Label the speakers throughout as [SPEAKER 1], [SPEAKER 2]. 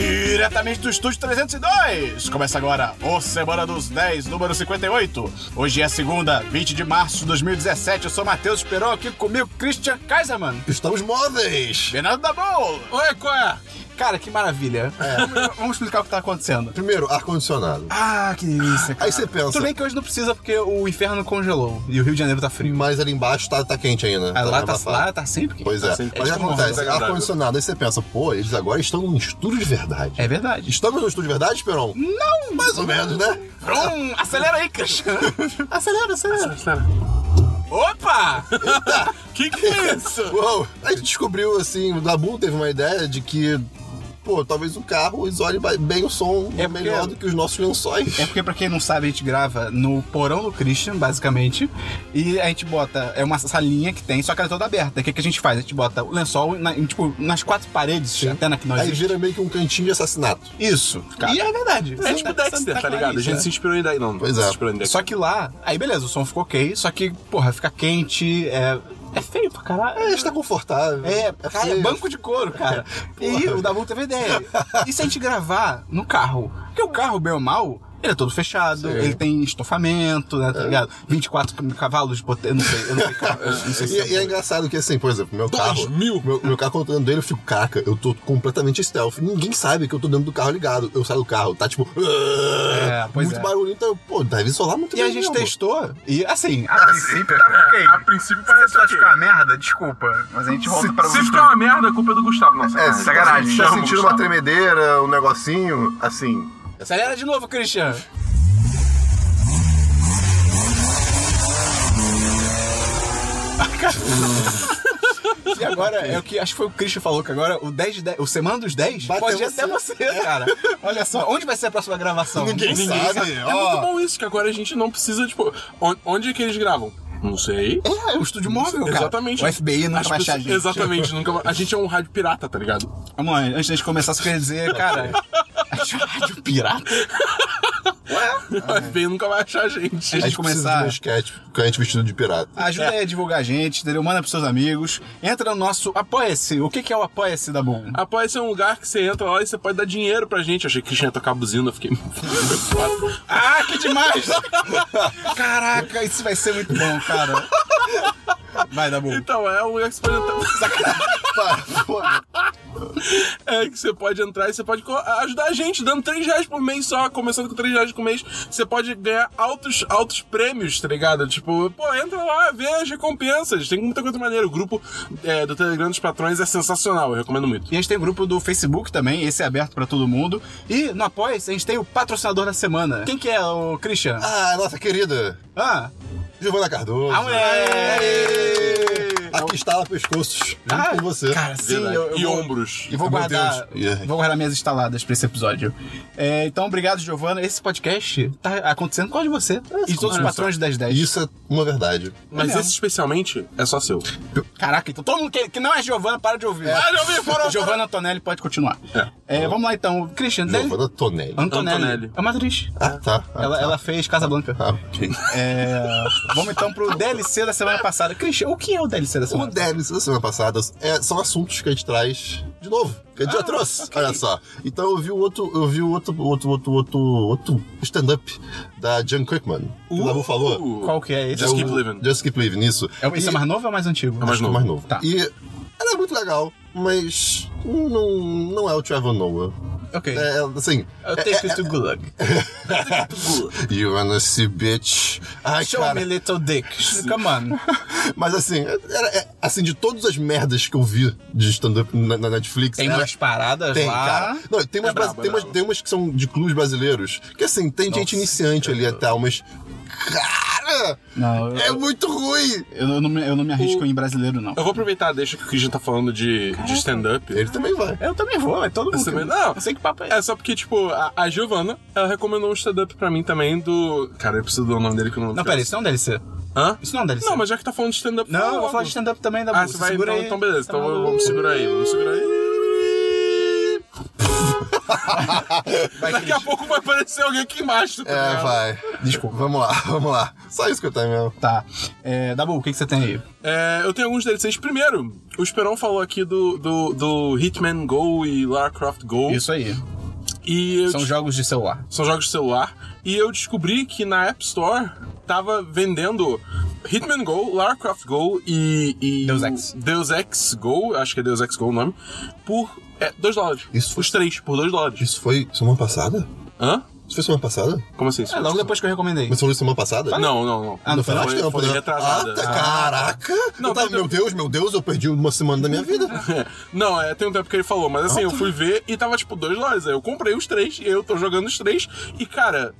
[SPEAKER 1] diretamente do estúdio 302. Começa agora o Semana dos 10, número 58. Hoje é segunda, 20 de março de 2017. Eu sou Matheus Peron, aqui comigo Christian Kaiserman,
[SPEAKER 2] Estamos móveis!
[SPEAKER 1] Bernardo Dabol.
[SPEAKER 3] Oi, qual é?
[SPEAKER 1] Cara, que maravilha. Vamos, vamos explicar o que tá acontecendo.
[SPEAKER 2] Primeiro, ar-condicionado.
[SPEAKER 1] Ah, que delícia, cara.
[SPEAKER 2] Aí você pensa-
[SPEAKER 1] Tudo bem que hoje não precisa porque o inferno congelou e o Rio de Janeiro tá frio.
[SPEAKER 2] Mas ali embaixo tá, tá quente ainda.
[SPEAKER 1] Ah, lá, tá,
[SPEAKER 2] abafado.
[SPEAKER 1] lá tá sempre.
[SPEAKER 2] Pois
[SPEAKER 1] tá
[SPEAKER 2] é.
[SPEAKER 1] sempre-
[SPEAKER 2] Mas o que
[SPEAKER 1] tipo um
[SPEAKER 2] acontece?
[SPEAKER 1] agradável.
[SPEAKER 2] Ar-condicionado. Aí você pensa, pô, eles agora estão num estúdio de verdade.
[SPEAKER 1] É verdade.
[SPEAKER 2] Estamos num estúdio de verdade, Peron?
[SPEAKER 1] Não!
[SPEAKER 2] Mais ou menos, né?
[SPEAKER 1] Brum, acelera aí, Christian.
[SPEAKER 2] Acelera, acelera.
[SPEAKER 1] Opa!
[SPEAKER 3] Que que é isso?
[SPEAKER 2] Uou! Aí descobriu, assim, o Dabu teve uma ideia de que, pô, talvez o carro isole ba- bem o som
[SPEAKER 1] É
[SPEAKER 2] melhor
[SPEAKER 1] porque-
[SPEAKER 2] do que os nossos lençóis.
[SPEAKER 1] É porque, pra quem não sabe, a gente grava no porão do Christian, basicamente. E a gente bota. É uma salinha que tem, só que ela é toda aberta. O que, que a gente faz? A gente bota o lençol na- em, tipo, nas quatro paredes, até na que nós.
[SPEAKER 2] Aí vira meio que um cantinho de assassinato.
[SPEAKER 1] Isso, cara. E é verdade.
[SPEAKER 3] É tipo Dexter, tá ligado? A gente se inspirou em daí, não.
[SPEAKER 2] Pois é.
[SPEAKER 3] Se inspirou em Dexter.
[SPEAKER 1] Só que lá, aí beleza, o som ficou ok, só que, porra, fica quente, é. É feio pra caralho.
[SPEAKER 2] É, está confortável.
[SPEAKER 1] É, cara, é
[SPEAKER 2] feio.
[SPEAKER 1] banco de couro, cara. e o Dabu teve ideia. E se a gente gravar no carro? Porque o carro, bem ou mal, ele é todo fechado,
[SPEAKER 2] Sim.
[SPEAKER 1] ele tem estofamento, né, tá ligado? 24 cavalos de potência, eu não sei, eu não sei, carro, eu não sei se
[SPEAKER 2] E, e é engraçado que, assim, por exemplo, meu carro.
[SPEAKER 3] mil?
[SPEAKER 2] Meu, meu carro controlando dele, eu fico, caraca, eu tô completamente stealth. Ninguém sabe que eu tô dentro do carro ligado. Eu saio do carro, tá tipo.
[SPEAKER 1] É, pois
[SPEAKER 2] muito
[SPEAKER 1] é.
[SPEAKER 2] barulho, então, pô, deve isolar muito
[SPEAKER 1] E a
[SPEAKER 2] bem
[SPEAKER 1] gente
[SPEAKER 2] mesmo.
[SPEAKER 1] testou, e assim, a princípio tava ok.
[SPEAKER 4] A princípio parece
[SPEAKER 1] achar
[SPEAKER 4] ok.
[SPEAKER 1] uma merda, desculpa, mas a gente
[SPEAKER 4] Se, se ficar uma merda, a culpa é do Gustavo. Não,
[SPEAKER 5] É,
[SPEAKER 4] sacanagem.
[SPEAKER 5] se
[SPEAKER 4] Te
[SPEAKER 5] tá, se tá
[SPEAKER 4] amo,
[SPEAKER 5] sentindo uma
[SPEAKER 4] Gustavo.
[SPEAKER 5] tremedeira, um negocinho, assim.
[SPEAKER 1] Acelera de novo, Christian. E agora é o que acho que foi o Christian falou que agora o 10 de 10, o semana dos 10
[SPEAKER 2] Bateu
[SPEAKER 1] pode ir
[SPEAKER 2] você.
[SPEAKER 1] até você, cara. Olha só, onde vai ser a próxima gravação?
[SPEAKER 2] Ninguém sabe,
[SPEAKER 3] É muito
[SPEAKER 2] ó.
[SPEAKER 3] bom isso, que agora a gente não precisa, tipo... on- Onde é que eles gravam? Não sei.
[SPEAKER 1] É, é um estúdio móvel, cara.
[SPEAKER 3] Exatamente.
[SPEAKER 1] O FBI nunca
[SPEAKER 3] As
[SPEAKER 1] vai achar a
[SPEAKER 3] pessoas-
[SPEAKER 1] gente.
[SPEAKER 3] Exatamente. Nunca... vai- A gente é um rádio pirata, tá ligado?
[SPEAKER 1] Vamos lá, antes de começar, só queria dizer, cara, acho rádio pirata.
[SPEAKER 3] O FBI nunca vai achar a gente.
[SPEAKER 2] A
[SPEAKER 1] Antes de
[SPEAKER 2] gente começar. de
[SPEAKER 1] começar, Ah,
[SPEAKER 2] um sketch, cliente vestido de pirata.
[SPEAKER 1] Ajuda aí a divulgar a gente, entendeu? Manda pros seus amigos. Entra no nosso Apoia-se. O que, que é o Apoia-se da Boom?
[SPEAKER 3] Após ser um lugar que você entra lá e você pode dar dinheiro pra gente. Achei que Christian ia tocar a buzina, eu fiquei.
[SPEAKER 1] Ah, que demais! Caraca, isso vai ser muito bom, cara. Vai, Dabu.
[SPEAKER 3] Então, é um lugar que você pode entrar.
[SPEAKER 2] Pá, pô,
[SPEAKER 3] É, que você pode entrar e você pode co- ajudar a gente, dando 3 reais por mês só, começando com 3 reais por mês. Você pode ganhar altos, altos prêmios, tá ligado? Tipo, pô, entra lá, vê as recompensas. Tem muita coisa maneira. O grupo é, do Telegram dos Patrões é sensacional, eu recomendo muito.
[SPEAKER 1] E a gente tem o grupo do Facebook também, esse é aberto pra todo mundo. E no Apoia-se a gente tem o patrocinador da semana. Quem que é o Christian?
[SPEAKER 2] Ah, nossa querida
[SPEAKER 1] Ah,
[SPEAKER 2] Giovana Cardoso.
[SPEAKER 1] a mulher!
[SPEAKER 2] Aqui está ela pescoços, é. junto
[SPEAKER 1] Ah,
[SPEAKER 2] com você.
[SPEAKER 1] Cara, sim,
[SPEAKER 3] Verdade.
[SPEAKER 1] eu, eu
[SPEAKER 3] e
[SPEAKER 1] vou- É
[SPEAKER 3] ombros.
[SPEAKER 1] E vou
[SPEAKER 2] Ah, meu
[SPEAKER 1] guardar,
[SPEAKER 2] Deus. Yeah.
[SPEAKER 1] vou guardar minhas instaladas pra esse episódio. É, então, obrigado, Giovana. Esse podcast tá acontecendo com a de você e de todos os
[SPEAKER 3] olha só.
[SPEAKER 1] patrões do 1010.
[SPEAKER 2] Isso é uma verdade.
[SPEAKER 3] Mas
[SPEAKER 1] mesmo.
[SPEAKER 3] esse especialmente é só seu.
[SPEAKER 1] Caraca, então todo mundo que, que não é Giovana, para de ouvir.
[SPEAKER 3] Para de ouvir, para, para.
[SPEAKER 1] Giovana Antonelli pode continuar. É, vamos lá então. Christian, deve-
[SPEAKER 2] Giovana Tonelli.
[SPEAKER 1] Antonelli.
[SPEAKER 3] Antonelli.
[SPEAKER 1] É uma atriz.
[SPEAKER 2] Ah, tá. Ah,
[SPEAKER 1] ela,
[SPEAKER 2] tá.
[SPEAKER 1] ela fez Casablanca.
[SPEAKER 2] Ah, ok.
[SPEAKER 1] É, vamos então pro DLC da semana passada. Christian, o que é o DLC da
[SPEAKER 2] O
[SPEAKER 1] semana
[SPEAKER 2] DLC da semana passada é- são assuntos que a gente traz de novo, que a gente já trouxe. Olha só. Então eu vi o outro, eu vi o outro, um outro, outro, outro, um outro stand-up da Jan Quickman. Que o Dabu falou.
[SPEAKER 3] Uh,
[SPEAKER 1] Qual que é esse?
[SPEAKER 3] Just
[SPEAKER 2] É o
[SPEAKER 3] Keep Living.
[SPEAKER 2] Just Keep Living, isso.
[SPEAKER 1] É o- esse é mais novo ou é mais antigo?
[SPEAKER 3] É mais
[SPEAKER 2] Acho que
[SPEAKER 3] novo.
[SPEAKER 2] mais novo.
[SPEAKER 1] Tá.
[SPEAKER 2] E ela é muito legal, mas não, não é o Trevor Noah.
[SPEAKER 1] Ok.
[SPEAKER 2] É, é, assim,
[SPEAKER 1] Eu take you to Gulag.
[SPEAKER 2] you wanna see bitch. Ai,
[SPEAKER 1] Show
[SPEAKER 2] cara.
[SPEAKER 1] me little dick. Come on.
[SPEAKER 2] Mas assim, era, é- assim, de todas as merdas que eu vi de stand-up na, na Netflix,
[SPEAKER 1] Tem
[SPEAKER 2] era-
[SPEAKER 1] umas paradas
[SPEAKER 2] É. Tem,
[SPEAKER 1] lá.
[SPEAKER 2] cara. Não, tem umas,
[SPEAKER 3] É brabo,
[SPEAKER 2] base-
[SPEAKER 3] é
[SPEAKER 2] tem, umas,
[SPEAKER 3] brabo.
[SPEAKER 2] tem umas que são de clubes brasileiros. Que assim, tem gente iniciante ali e tal, mas. Cara!
[SPEAKER 1] Não, eu,
[SPEAKER 2] É muito ruim!
[SPEAKER 1] eu não, me- eu não me arrisco em brasileiro, não.
[SPEAKER 3] Eu vou aproveitar, deixa que o Christian tá falando de, de stand-up.
[SPEAKER 2] Ele também vai.
[SPEAKER 1] Eu também vou, é todo
[SPEAKER 3] Eu
[SPEAKER 1] mundo.
[SPEAKER 3] também- não.
[SPEAKER 1] eu sei que papo é
[SPEAKER 3] É só porque, tipo, a, a Giovana, ela recomendou um stand-up pra mim também do. Cara, eu preciso dar o nome dele que eu não lembro.
[SPEAKER 1] Não, pera, isso não é um DLC.
[SPEAKER 3] Hã?
[SPEAKER 1] Isso não é um DLC.
[SPEAKER 3] Não, mas já que tá falando de stand-up.
[SPEAKER 1] Não,
[SPEAKER 3] fala
[SPEAKER 1] eu vou
[SPEAKER 3] logo.
[SPEAKER 1] falar de stand-up também da
[SPEAKER 3] Ah,
[SPEAKER 1] Bull,
[SPEAKER 3] você vai.
[SPEAKER 1] segura
[SPEAKER 3] Então,
[SPEAKER 1] aí.
[SPEAKER 3] então beleza, então
[SPEAKER 1] Tá
[SPEAKER 3] vamos,
[SPEAKER 1] maluco.
[SPEAKER 3] vamos segurar aí, vamos segurar aí.
[SPEAKER 1] Vai,
[SPEAKER 3] Daqui a
[SPEAKER 1] Christian.
[SPEAKER 3] pouco vai aparecer alguém aqui embaixo. tá
[SPEAKER 2] É,
[SPEAKER 3] ligado?
[SPEAKER 2] vai.
[SPEAKER 1] Desculpa.
[SPEAKER 2] Vamos lá, vamos lá. Só isso que eu tenho mesmo.
[SPEAKER 1] Tá. É, Dabu, o que, que você tem aí?
[SPEAKER 3] É, eu tenho alguns DLCs. Primeiro, o Esperão falou aqui do, do, do Hitman Go e Lara Croft Go.
[SPEAKER 1] Isso aí.
[SPEAKER 3] E eu É,
[SPEAKER 1] São jogos de celular.
[SPEAKER 3] são jogos de celular. E eu descobri que na App Store tava vendendo Hitman Go, Lara Croft Go e. e
[SPEAKER 1] Deus Ex.
[SPEAKER 3] Deus Ex Go, acho que é Deus Ex Go o nome, por 2 dólares.
[SPEAKER 2] Isso foi-
[SPEAKER 3] Os três, por 2 dólares.
[SPEAKER 2] Isso foi semana passada?
[SPEAKER 3] Hã?
[SPEAKER 2] Isso foi semana passada?
[SPEAKER 3] Como assim? isso?
[SPEAKER 1] É, logo depois que eu recomendei.
[SPEAKER 2] Mas você falou isso semana passada?
[SPEAKER 3] Não, não, não.
[SPEAKER 1] Ah, não
[SPEAKER 2] Foi,
[SPEAKER 3] foi,
[SPEAKER 2] não,
[SPEAKER 3] foi
[SPEAKER 2] foi-
[SPEAKER 3] retrasada.
[SPEAKER 2] Ah, tá, caraca!
[SPEAKER 3] Não,
[SPEAKER 2] Eu tava,
[SPEAKER 3] tá-
[SPEAKER 2] meu Deus, meu Deus, eu perdi uma semana da minha vida.
[SPEAKER 3] Não, é, tem um tempo que ele falou, mas assim, eu fui ver e tava tipo dois dólares. Aí eu comprei os três e eu tô jogando os três. E cara,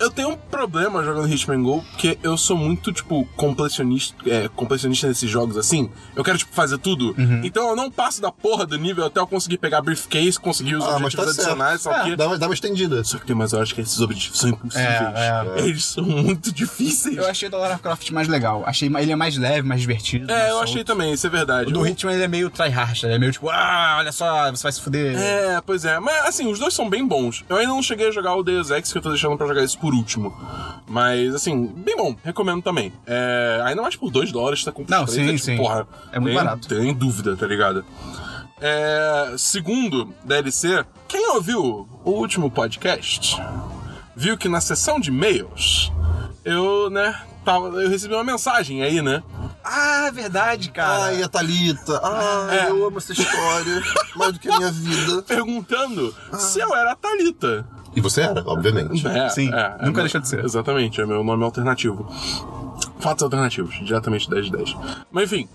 [SPEAKER 3] eu tenho um problema jogando Hitman Go, porque eu sou muito, tipo, completionista, é, completionista desses jogos assim. Eu quero, tipo, fazer tudo.
[SPEAKER 1] Uhum.
[SPEAKER 3] Então eu não passo da porra do nível até eu conseguir pegar briefcase, conseguir os
[SPEAKER 2] Ah, mas
[SPEAKER 3] objetivos
[SPEAKER 2] tá certo.
[SPEAKER 3] adicionais, só que.
[SPEAKER 2] Dá uma, dá uma estendida.
[SPEAKER 3] Só que tem umas horas que esses objetivos são impossíveis.
[SPEAKER 1] É,
[SPEAKER 3] Eles são muito difíceis.
[SPEAKER 1] Eu achei o da Lara Croft mais legal. Achei, ele é mais leve, mais divertido.
[SPEAKER 3] É, eu achei também, isso é verdade.
[SPEAKER 1] O do ritmo ele é meio tryhard, ele é meio tipo, ah, olha só, você vai se fuder.
[SPEAKER 3] É, pois é. Mas assim, os dois são bem bons. Eu ainda não cheguei a jogar o Deus Ex, que eu tô deixando pra jogar isso por último. Mas, assim, bem bom. Recomendo também. É, ainda mais por 2 dólares, tá com
[SPEAKER 1] Não,
[SPEAKER 3] três,
[SPEAKER 1] sim,
[SPEAKER 3] é, tipo,
[SPEAKER 1] sim.
[SPEAKER 3] Porra,
[SPEAKER 1] É muito
[SPEAKER 3] nem-
[SPEAKER 1] barato.
[SPEAKER 3] Tem dúvida, tá ligado? É, segundo DLC, quem ouviu o último podcast viu que na sessão de e-mails eu, né, tava, eu recebi uma mensagem aí, né?
[SPEAKER 1] Ah, verdade, cara.
[SPEAKER 2] Ai, a Thalita. Ai,
[SPEAKER 3] É.
[SPEAKER 2] eu amo essa história. Mais do que a minha vida.
[SPEAKER 3] Perguntando se eu era a Thalita.
[SPEAKER 2] E você era, obviamente.
[SPEAKER 3] É,
[SPEAKER 1] Sim,
[SPEAKER 3] é,
[SPEAKER 1] nunca
[SPEAKER 3] é,
[SPEAKER 1] deixou de ser.
[SPEAKER 3] Exatamente, é meu nome alternativo. Fatos alternativos, diretamente 10 de 10. Mas enfim,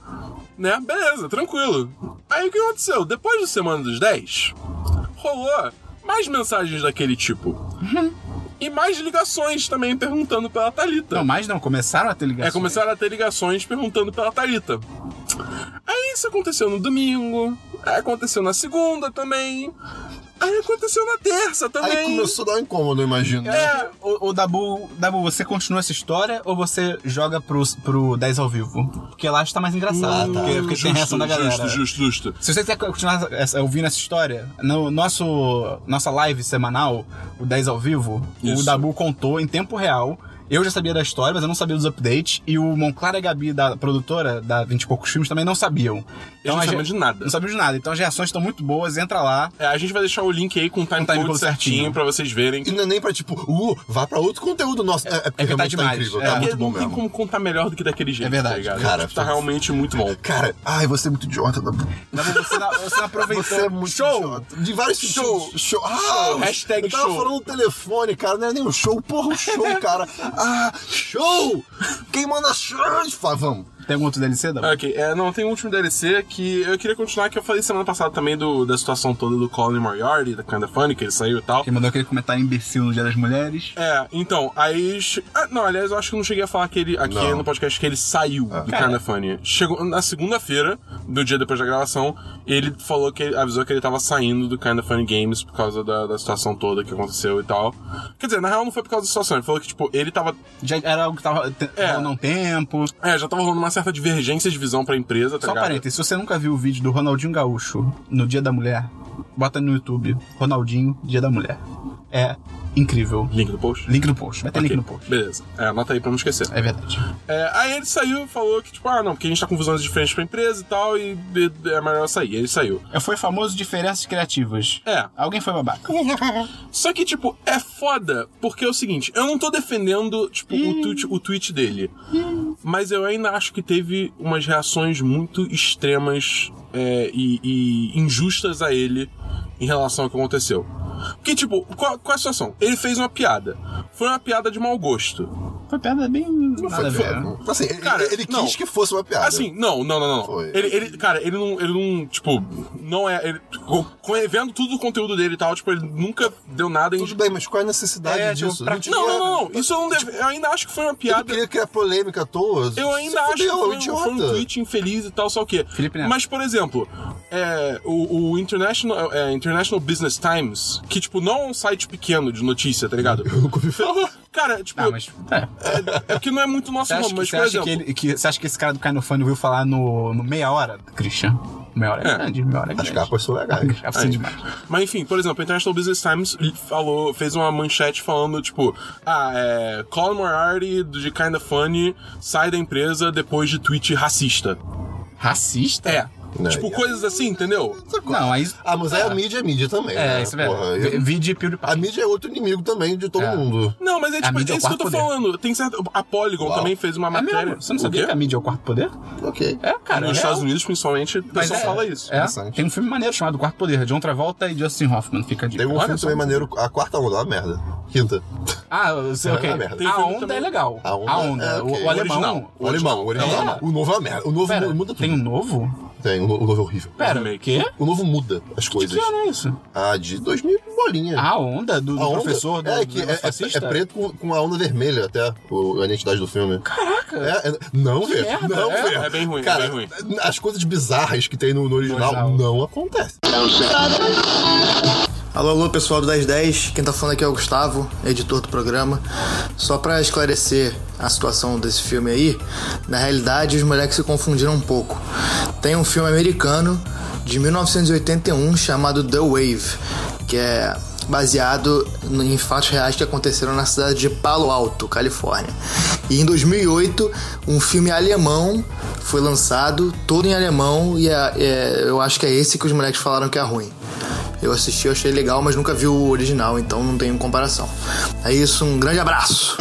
[SPEAKER 3] né? Beleza, tranquilo. Aí o que aconteceu? Depois da semana dos 10, rolou mais mensagens daquele tipo. E mais ligações também perguntando pela Thalita.
[SPEAKER 1] Não, mas assim, não, começaram a ter ligação.
[SPEAKER 3] É, começaram a ter ligações perguntando pela Thalita. Aí isso aconteceu no domingo, aí aconteceu na segunda também, aí aconteceu na terça também.
[SPEAKER 2] Aí começou a dar um incômodo, eu imagino. né?
[SPEAKER 3] É,
[SPEAKER 1] O, o Dabu, Dabu, você continua essa história ou você joga pro, pro 10 ao vivo? Porque lá está mais engraçado, porque, porque tem reação da galera.
[SPEAKER 3] é
[SPEAKER 2] né?
[SPEAKER 3] Justo, justo, justo.
[SPEAKER 1] Se você quiser continuar essa- ouvindo essa história, no nosso nossa live semanal, o 10 ao vivo,
[SPEAKER 3] Isso.
[SPEAKER 1] o Dabu contou em tempo real. Eu já sabia da história, mas eu não sabia dos updates. E o Monclar e a Gabi, da produtora da 20 e poucos filmes, também não sabiam. Então,
[SPEAKER 3] Eles não
[SPEAKER 1] a
[SPEAKER 3] sabiam
[SPEAKER 1] gente-
[SPEAKER 3] de nada.
[SPEAKER 1] Não sabiam de nada. Então as reações estão muito boas. Entra lá.
[SPEAKER 3] É, a gente vai deixar o link aí com o timecode
[SPEAKER 1] Um timecode
[SPEAKER 3] certinho,
[SPEAKER 1] certinho.
[SPEAKER 3] pra vocês verem.
[SPEAKER 2] E não é nem pra tipo, uh, vá pra outro conteúdo nosso. É, porque
[SPEAKER 1] é que tá
[SPEAKER 2] realmente
[SPEAKER 1] demais,
[SPEAKER 2] incrível,
[SPEAKER 1] é.
[SPEAKER 2] tá
[SPEAKER 1] É,
[SPEAKER 2] muito bom
[SPEAKER 3] não tem
[SPEAKER 2] mesmo.
[SPEAKER 3] como contar tá melhor do que daquele jeito,
[SPEAKER 1] É verdade,
[SPEAKER 3] tá ligado?
[SPEAKER 2] cara,
[SPEAKER 3] Tipo, tá
[SPEAKER 2] foi-
[SPEAKER 3] realmente muito bom. Então,
[SPEAKER 2] Cara, ai, você é muito idiota. Dabu.
[SPEAKER 1] Dabu, você não, você não aproveitou.
[SPEAKER 2] Você é muito
[SPEAKER 1] Show!
[SPEAKER 2] idiota. De vários
[SPEAKER 3] Show.
[SPEAKER 2] sentidos. Show! Ah,
[SPEAKER 3] Hashtag
[SPEAKER 2] eu tava
[SPEAKER 3] show.
[SPEAKER 2] falando no telefone, cara. Não era nem um show. Porra, um show, cara. Ah, show! Quem manda show? Fala, vamos.
[SPEAKER 1] Tem algum outro DLC, Dabu?
[SPEAKER 3] Ok, é, não, tem um último DLC que eu queria continuar, que eu falei semana passada também do, da situação toda do Colin Moriarty, da Kinda Funny, que ele saiu e tal.
[SPEAKER 1] Quem mandou aquele comentário imbecil no Dia das Mulheres.
[SPEAKER 3] É, então, aí. che- Ah, não, aliás, eu acho que eu não cheguei a falar que ele, aqui
[SPEAKER 2] Não.
[SPEAKER 3] no podcast que ele saiu do
[SPEAKER 1] Cara.
[SPEAKER 3] Kinda Funny. Chegou na segunda-feira, do dia depois da gravação, ele falou que ele avisou que ele tava saindo do Kinda Funny Games por causa da, da situação toda que aconteceu e tal. Quer dizer, na real não foi por causa da situação, ele falou que, tipo, ele tava
[SPEAKER 1] Já era algo que tava te-
[SPEAKER 3] É.
[SPEAKER 1] rolando há um tempo.
[SPEAKER 3] É, já tava rolando uma certa divergência de visão pra empresa, tá
[SPEAKER 1] Só um
[SPEAKER 3] ligado?
[SPEAKER 1] parênteses, se você nunca viu o vídeo do Ronaldinho Gaúcho no Dia da Mulher, bota no YouTube. Ronaldinho, Dia da Mulher. É incrível.
[SPEAKER 3] Link do post?
[SPEAKER 1] Link no post. Vai ter
[SPEAKER 3] Ok,
[SPEAKER 1] link no post.
[SPEAKER 3] Beleza. É, anota aí pra não esquecer.
[SPEAKER 1] É verdade.
[SPEAKER 3] É, aí ele saiu e falou que, tipo, ah, não, porque a gente tá com visões diferentes pra empresa e tal, e, e é melhor eu sair. Ele saiu.
[SPEAKER 1] É, Foi famoso diferenças criativas.
[SPEAKER 3] É.
[SPEAKER 1] Alguém foi babaca.
[SPEAKER 3] Só que, tipo, é foda, porque é o seguinte, eu não tô defendendo, tipo, o, tweet, o tweet dele. Mas eu ainda acho que teve umas reações muito extremas é, e, e injustas a ele em relação ao que aconteceu. Porque, tipo, qual, qual é a situação? Ele fez uma piada. Foi uma piada de mau gosto.
[SPEAKER 1] Foi pedra bem. Nada a
[SPEAKER 2] Foi-
[SPEAKER 1] ver. né?
[SPEAKER 2] Assim, ele,
[SPEAKER 3] Cara,
[SPEAKER 2] ele quis
[SPEAKER 3] não.
[SPEAKER 2] que fosse uma piada.
[SPEAKER 3] Assim, não, não, não, não.
[SPEAKER 2] Foi.
[SPEAKER 3] Ele, ele- cara, ele não, ele não, tipo, não é. Ele, com- vendo tudo o conteúdo dele e tal, tipo, ele nunca deu nada em.
[SPEAKER 2] Tudo bem, mas qual é a necessidade
[SPEAKER 1] É, tipo,
[SPEAKER 2] disso?
[SPEAKER 1] pra-
[SPEAKER 2] tinha-
[SPEAKER 3] Não, não, não, não. Isso eu não deve. Eu ainda acho que foi uma
[SPEAKER 2] Ele
[SPEAKER 3] piada.
[SPEAKER 2] queria criar polêmica à toa.
[SPEAKER 3] Eu ainda acho
[SPEAKER 2] Se
[SPEAKER 3] que
[SPEAKER 2] fudeu,
[SPEAKER 3] foi, um-
[SPEAKER 2] idiota.
[SPEAKER 3] foi um tweet infeliz e tal, só o quê.
[SPEAKER 1] Felipe Neto.
[SPEAKER 3] Mas, por exemplo, é, o, o International, é, International Business Times, que, tipo, não é um site pequeno de notícia, tá ligado? Cara, tipo,
[SPEAKER 1] Ah, mas. É.
[SPEAKER 3] é porque não é muito nosso
[SPEAKER 1] Você acha,
[SPEAKER 3] nome,
[SPEAKER 1] que-
[SPEAKER 3] mas,
[SPEAKER 1] você
[SPEAKER 3] por
[SPEAKER 1] acha
[SPEAKER 3] exemplo...
[SPEAKER 1] que, ele- que- você acha que esse cara do Kainofone ouviu falar no, no meia hora, Christian? Meia hora é,
[SPEAKER 3] É.
[SPEAKER 1] grande, meia hora é
[SPEAKER 2] As
[SPEAKER 1] grande.
[SPEAKER 2] capas são legais.
[SPEAKER 1] Acho assim demais.
[SPEAKER 3] Mas enfim, por exemplo, a International Business Times falou, fez uma manchete falando, tipo, ah, é, Colin Moriarty de Kinda Funny sai da empresa depois de tweet racista.
[SPEAKER 1] Racista?
[SPEAKER 3] É.
[SPEAKER 2] Né?
[SPEAKER 3] Tipo,
[SPEAKER 2] E-
[SPEAKER 3] coisas assim, entendeu?
[SPEAKER 1] Não, aí.
[SPEAKER 2] Ah, mas aí a mídia é mídia também.
[SPEAKER 1] É,
[SPEAKER 2] né?
[SPEAKER 1] isso mesmo.
[SPEAKER 2] Porra, eu-
[SPEAKER 1] Vide PewDiePie.
[SPEAKER 2] A mídia é outro inimigo também de todo
[SPEAKER 1] É.
[SPEAKER 2] mundo.
[SPEAKER 3] Não, mas é
[SPEAKER 1] A
[SPEAKER 3] tipo, é
[SPEAKER 1] mídia é o
[SPEAKER 3] isso que eu tô
[SPEAKER 1] quarto poder.
[SPEAKER 3] falando. Tem certo. A Polygon
[SPEAKER 2] Uau.
[SPEAKER 3] também fez uma
[SPEAKER 1] É
[SPEAKER 3] matéria.
[SPEAKER 1] mesmo? Você não
[SPEAKER 3] O
[SPEAKER 1] sabia
[SPEAKER 3] quê?
[SPEAKER 1] que a mídia é o quarto poder?
[SPEAKER 2] Ok.
[SPEAKER 1] É, cara.
[SPEAKER 3] Nos
[SPEAKER 1] é.
[SPEAKER 3] Estados Unidos, principalmente, o
[SPEAKER 1] Mas
[SPEAKER 3] pessoal
[SPEAKER 1] é,
[SPEAKER 3] fala isso.
[SPEAKER 1] É,
[SPEAKER 2] Interessante.
[SPEAKER 1] tem um filme maneiro chamado Quarto Poder, de John Travolta e Justin Hoffman, fica de
[SPEAKER 2] Tem um filme também maneiro, a quarta onda, é uma merda. Quinta.
[SPEAKER 1] Ah, eu sei, ok.
[SPEAKER 2] É merda.
[SPEAKER 3] Tem
[SPEAKER 1] A
[SPEAKER 3] filme
[SPEAKER 1] onda
[SPEAKER 3] também.
[SPEAKER 1] é legal.
[SPEAKER 2] A Onda- é,
[SPEAKER 1] o-
[SPEAKER 2] ok.
[SPEAKER 1] o,
[SPEAKER 2] O
[SPEAKER 1] alemão.
[SPEAKER 3] original.
[SPEAKER 2] O alemão, o
[SPEAKER 1] É.
[SPEAKER 2] original. O novo é uma merda. O novo
[SPEAKER 1] Pera,
[SPEAKER 2] muda tudo.
[SPEAKER 1] tem um novo?
[SPEAKER 2] Tem, o no- o novo é horrível.
[SPEAKER 1] Pera, o
[SPEAKER 3] remake.
[SPEAKER 1] quê?
[SPEAKER 2] O novo muda as coisas.
[SPEAKER 1] Que ano Ah, é isso?
[SPEAKER 2] Ah, de 2000 bolinha.
[SPEAKER 1] A onda do, do
[SPEAKER 2] A onda-
[SPEAKER 1] professor do,
[SPEAKER 2] é,
[SPEAKER 1] do
[SPEAKER 2] que é, é-
[SPEAKER 1] fascista?
[SPEAKER 2] é preto com, com a onda vermelha até o- a identidade do filme. Caraca! não, vê.
[SPEAKER 1] merda,
[SPEAKER 2] Não,
[SPEAKER 1] é.
[SPEAKER 2] vê.
[SPEAKER 3] É bem ruim, é
[SPEAKER 2] Cara,
[SPEAKER 3] bem ruim.
[SPEAKER 2] As coisas bizarras que tem no, no original
[SPEAKER 1] Original.
[SPEAKER 2] não acontecem.
[SPEAKER 6] Alô, alô, pessoal do 1010. Quem tá falando aqui é o Gustavo, editor do programa. Só pra esclarecer a situação desse filme aí, na realidade os moleques se confundiram um pouco. Tem um filme americano de 1981 chamado The Wave, que é baseado no- em fatos reais que aconteceram na cidade de Palo Alto, Califórnia. E em 2008, um filme alemão foi lançado, todo em alemão, e é- é- eu acho que é esse que os moleques falaram que é ruim. Eu assisti, eu achei legal, mas nunca vi o original, então não tenho comparação. É isso, um grande abraço!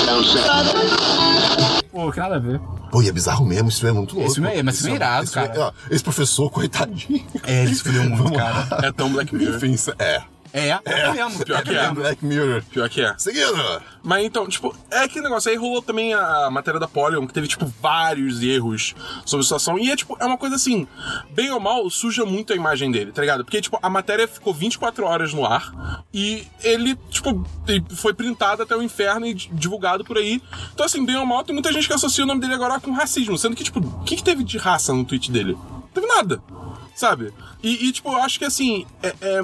[SPEAKER 1] Pô, que nada a ver.
[SPEAKER 2] Pô, e é bizarro mesmo, isso é muito louco.
[SPEAKER 1] Esse filme é- mas esse filme é irado,
[SPEAKER 2] esse filme-
[SPEAKER 1] cara.
[SPEAKER 2] ó, esse professor, coitadinho.
[SPEAKER 1] É, ele se fudeu muito, cara.
[SPEAKER 3] É tão Black Mirror.
[SPEAKER 2] Enfim, isso um é.
[SPEAKER 1] É, é, mesmo.
[SPEAKER 3] Pior que é.
[SPEAKER 2] Black Mirror.
[SPEAKER 3] Pior que é.
[SPEAKER 2] Seguindo!
[SPEAKER 3] Mas então, tipo, é aquele negócio. Aí rolou também a matéria da Polygon, que teve, tipo, vários erros sobre a situação. E é, tipo, é uma coisa assim, bem ou mal, suja muito a imagem dele, tá ligado? Porque, tipo, a matéria ficou 24 horas no ar e ele, tipo, ele foi printado até o inferno e di- divulgado por aí. Então, assim, bem ou mal, tem muita gente que associa o nome dele agora com racismo. Sendo que, tipo, o que, que teve de raça no tweet dele? Não teve nada. Sabe? E, e, tipo, eu acho que assim, é. é-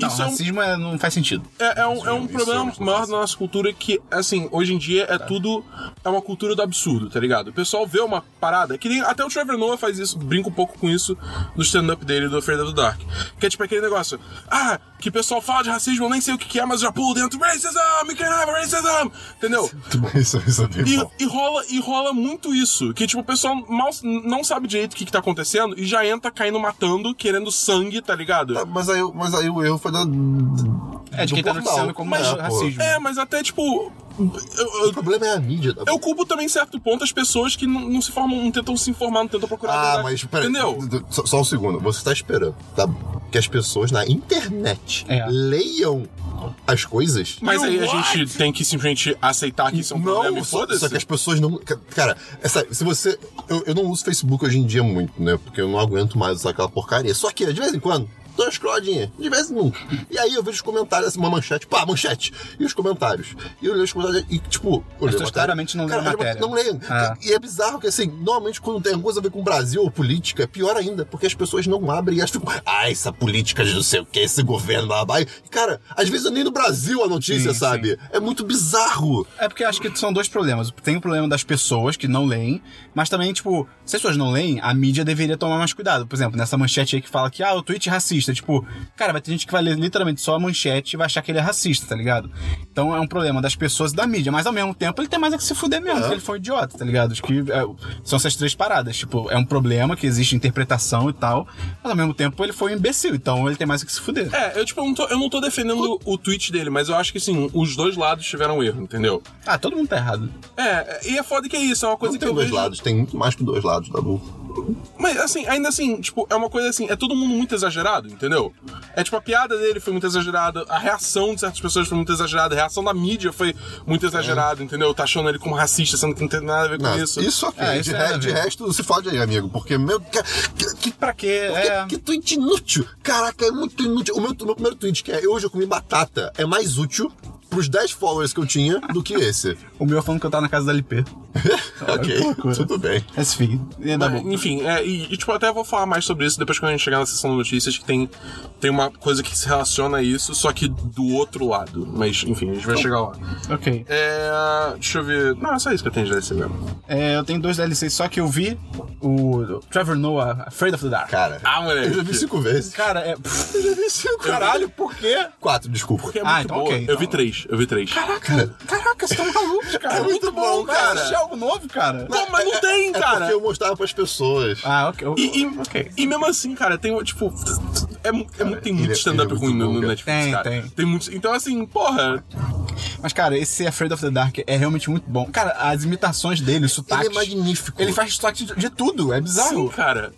[SPEAKER 1] Não,
[SPEAKER 3] isso é um-
[SPEAKER 1] racismo é- não faz sentido.
[SPEAKER 3] é, é um, é um
[SPEAKER 2] Isso é
[SPEAKER 3] problema
[SPEAKER 2] uma Tá.
[SPEAKER 3] maior da nossa cultura que, assim, hoje em dia é tudo. É uma cultura do absurdo, tá ligado? O pessoal vê uma parada, é que nem até o Trevor Noah faz isso, brinca um pouco com isso no stand-up dele do Afraid of the Dark. Que é tipo aquele negócio: ah, que o pessoal fala de racismo, eu nem sei o que que é, mas eu já pulo dentro, racism, you can have racism, entendeu?
[SPEAKER 2] Isso, isso é bem bom.
[SPEAKER 3] E, e rola, e rola muito isso. Que, tipo, o pessoal mal, não sabe direito o que, que tá acontecendo e já entra caindo matando, querendo sangue, tá ligado?
[SPEAKER 2] Ah, Mas aí, mas aí o erro foi da.
[SPEAKER 1] É de
[SPEAKER 2] do
[SPEAKER 1] quem tá
[SPEAKER 2] portal.
[SPEAKER 1] noticiando como
[SPEAKER 2] Mas-
[SPEAKER 1] racismo.
[SPEAKER 3] É, mas até, tipo. eu- eu-
[SPEAKER 2] O problema é a mídia. Tá?
[SPEAKER 3] Eu culpo também, em certo ponto, as pessoas que não, não se formam, não tentam se informar, não tentam procurar. a
[SPEAKER 2] Ah,
[SPEAKER 3] verdade.
[SPEAKER 2] mas peraí.
[SPEAKER 3] Entendeu?
[SPEAKER 2] d- d- Só, só um segundo. Você tá esperando tá? que as pessoas na internet
[SPEAKER 1] É.
[SPEAKER 2] leiam as coisas?
[SPEAKER 3] Mas aí a
[SPEAKER 1] You what?
[SPEAKER 3] gente tem que simplesmente aceitar que isso é um problema e
[SPEAKER 2] só-
[SPEAKER 3] foda-se.
[SPEAKER 2] Só que as pessoas não. ca- Cara, essa, se você. Eu, eu não uso Facebook hoje em dia muito, né? Porque eu não aguento mais usar aquela porcaria. Só que, de vez em quando. Dou uma scrolladinha, de vez em nunca. E aí eu vejo os comentários, assim, uma manchete, pá, manchete! E os comentários. E eu leio os comentários e, tipo, eu leio a
[SPEAKER 1] pessoas
[SPEAKER 2] matéria.
[SPEAKER 1] claramente não leem
[SPEAKER 2] Cara, é
[SPEAKER 1] a matéria.
[SPEAKER 2] Não leem.
[SPEAKER 1] Ah.
[SPEAKER 2] E é bizarro que, assim, normalmente quando tem alguma coisa a ver com o Brasil ou política, é pior ainda, porque as pessoas não abrem e elas ficam, ah, essa política de não sei o que, esse governo, blá, blá. blá." E, cara, às vezes é nem no Brasil a notícia,
[SPEAKER 1] Sim,
[SPEAKER 2] sabe? É muito bizarro.
[SPEAKER 1] É porque eu acho que são dois problemas. Tem o problema das pessoas que não leem, mas também, tipo, se as pessoas não leem, a mídia deveria tomar mais cuidado. Por exemplo, nessa manchete aí que fala que, ah, o tweet é racista. Tipo, cara, vai ter gente que vai ler literalmente só a manchete e vai achar que ele é racista, tá ligado? Então é um problema das pessoas e da mídia, mas ao mesmo tempo ele tem mais é que se fuder mesmo, porque ele foi um idiota, tá ligado? Acho que é, são essas três paradas. Tipo, é um problema que existe interpretação e tal, mas ao mesmo tempo ele foi um imbecil, então ele tem mais é que se fuder.
[SPEAKER 3] É, eu, tipo, eu não tô, eu não tô defendendo o tweet dele, mas eu acho que, assim, os dois lados tiveram erro, entendeu?
[SPEAKER 1] Ah, todo mundo tá errado.
[SPEAKER 3] É, e é foda que é isso, é uma coisa
[SPEAKER 2] Não
[SPEAKER 3] que
[SPEAKER 1] então
[SPEAKER 2] tem dois
[SPEAKER 3] eu vejo...
[SPEAKER 2] lados, tem muito mais que dois lados, tá bom?
[SPEAKER 3] Mas assim, ainda assim, tipo, é uma coisa assim, é todo mundo muito exagerado, entendeu? É tipo, a piada dele foi muito exagerada, a reação de certas pessoas foi muito exagerada, a reação da mídia foi muito exagerada, entendeu? Tá achando ele como racista, sendo que não tem nada a ver com
[SPEAKER 2] Não,
[SPEAKER 3] isso.
[SPEAKER 2] isso. ok.
[SPEAKER 1] É, isso
[SPEAKER 2] de,
[SPEAKER 1] é,
[SPEAKER 2] re-
[SPEAKER 1] né,
[SPEAKER 2] de
[SPEAKER 1] velho?
[SPEAKER 2] resto, se fode aí, amigo. Porque, meu. ca- Que, que,
[SPEAKER 1] Pra quê? É...
[SPEAKER 2] que, que tweet inútil. Caraca, é muito inútil. O meu, o meu primeiro tweet, que é hoje eu comi batata, é mais útil pros 10 followers que eu tinha do que esse.
[SPEAKER 1] O meu falando que eu tava na casa da LP.
[SPEAKER 2] ok,
[SPEAKER 1] que loucura.
[SPEAKER 2] tudo bem.
[SPEAKER 1] Esse fig. E
[SPEAKER 2] Tá
[SPEAKER 1] dá
[SPEAKER 3] Mas,
[SPEAKER 1] bom.
[SPEAKER 3] Enfim, é, e, e, tipo, até vou falar mais sobre isso depois quando a gente chegar na sessão de notícias, que tem, tem uma coisa que se relaciona a isso, só que do outro lado. Mas, enfim, a gente vai
[SPEAKER 2] Tá
[SPEAKER 3] chegar lá.
[SPEAKER 1] Ok.
[SPEAKER 3] É, deixa eu ver. Não, é só isso que eu tenho de DLC mesmo.
[SPEAKER 1] É, eu tenho dois DLCs, só que eu vi o Trevor Noah, Afraid of the Dark.
[SPEAKER 2] Cara,
[SPEAKER 3] Ah,
[SPEAKER 2] eu já vi
[SPEAKER 3] moleque.
[SPEAKER 2] cinco vezes.
[SPEAKER 1] Cara, é.
[SPEAKER 2] Eu já vi cinco, caralho, por quê? Quatro, desculpa.
[SPEAKER 3] Porque é
[SPEAKER 1] Ah,
[SPEAKER 3] muito
[SPEAKER 1] então
[SPEAKER 3] boa.
[SPEAKER 1] ok,
[SPEAKER 3] Eu vi
[SPEAKER 1] então.
[SPEAKER 3] três, eu vi três.
[SPEAKER 2] Cara,
[SPEAKER 3] Caraca, vocês estão malucos, cara.
[SPEAKER 2] É muito bom,
[SPEAKER 3] Vai
[SPEAKER 2] cara.
[SPEAKER 3] assistir algo novo, cara. Não, mas não tem,
[SPEAKER 2] é
[SPEAKER 3] cara.
[SPEAKER 2] porque eu mostrava pras pessoas.
[SPEAKER 1] Ah, ok.
[SPEAKER 3] E, e,
[SPEAKER 1] ok.
[SPEAKER 3] e mesmo assim, cara, tem, tipo. É, mu- é muito- tem muito
[SPEAKER 2] ele é
[SPEAKER 3] stand-up
[SPEAKER 2] muito
[SPEAKER 3] ruim no,
[SPEAKER 2] bom,
[SPEAKER 3] no
[SPEAKER 2] cara.
[SPEAKER 3] Netflix,
[SPEAKER 1] Tem,
[SPEAKER 3] cara.
[SPEAKER 1] tem.
[SPEAKER 3] muito, então, assim, porra.
[SPEAKER 1] Mas, cara, esse Afraid of the Dark é realmente muito bom. Cara, as imitações dele, os sotaques.
[SPEAKER 2] Ele é magnífico.
[SPEAKER 1] Ele faz sotaque de, de tudo, é
[SPEAKER 3] Sim,
[SPEAKER 1] bizarro.
[SPEAKER 3] cara.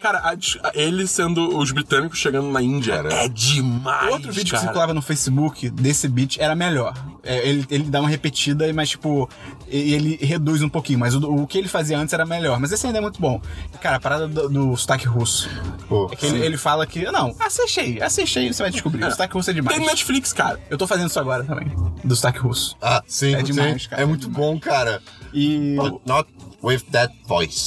[SPEAKER 3] Cara, a dis- a- ele sendo os britânicos chegando na Índia é demais.
[SPEAKER 1] Outro vídeo que
[SPEAKER 3] cara.
[SPEAKER 1] circulava no Facebook desse beat era melhor. É, ele, ele dá uma repetida, mas tipo, e- ele reduz um pouquinho. Mas o, o que ele fazia antes era melhor. Mas esse ainda é muito bom. Cara, a parada do, do sotaque russo.
[SPEAKER 2] Pô,
[SPEAKER 1] É que ele, ele fala que. Não, assiste aí, assiste aí, você vai descobrir. O sotaque russo é demais.
[SPEAKER 3] Tem no Netflix, cara.
[SPEAKER 1] Eu tô fazendo isso agora também, do sotaque russo.
[SPEAKER 2] Ah, sim,
[SPEAKER 1] É demais,
[SPEAKER 2] sim.
[SPEAKER 1] cara.
[SPEAKER 2] É muito bom, cara.
[SPEAKER 1] E,
[SPEAKER 2] But not with that voice.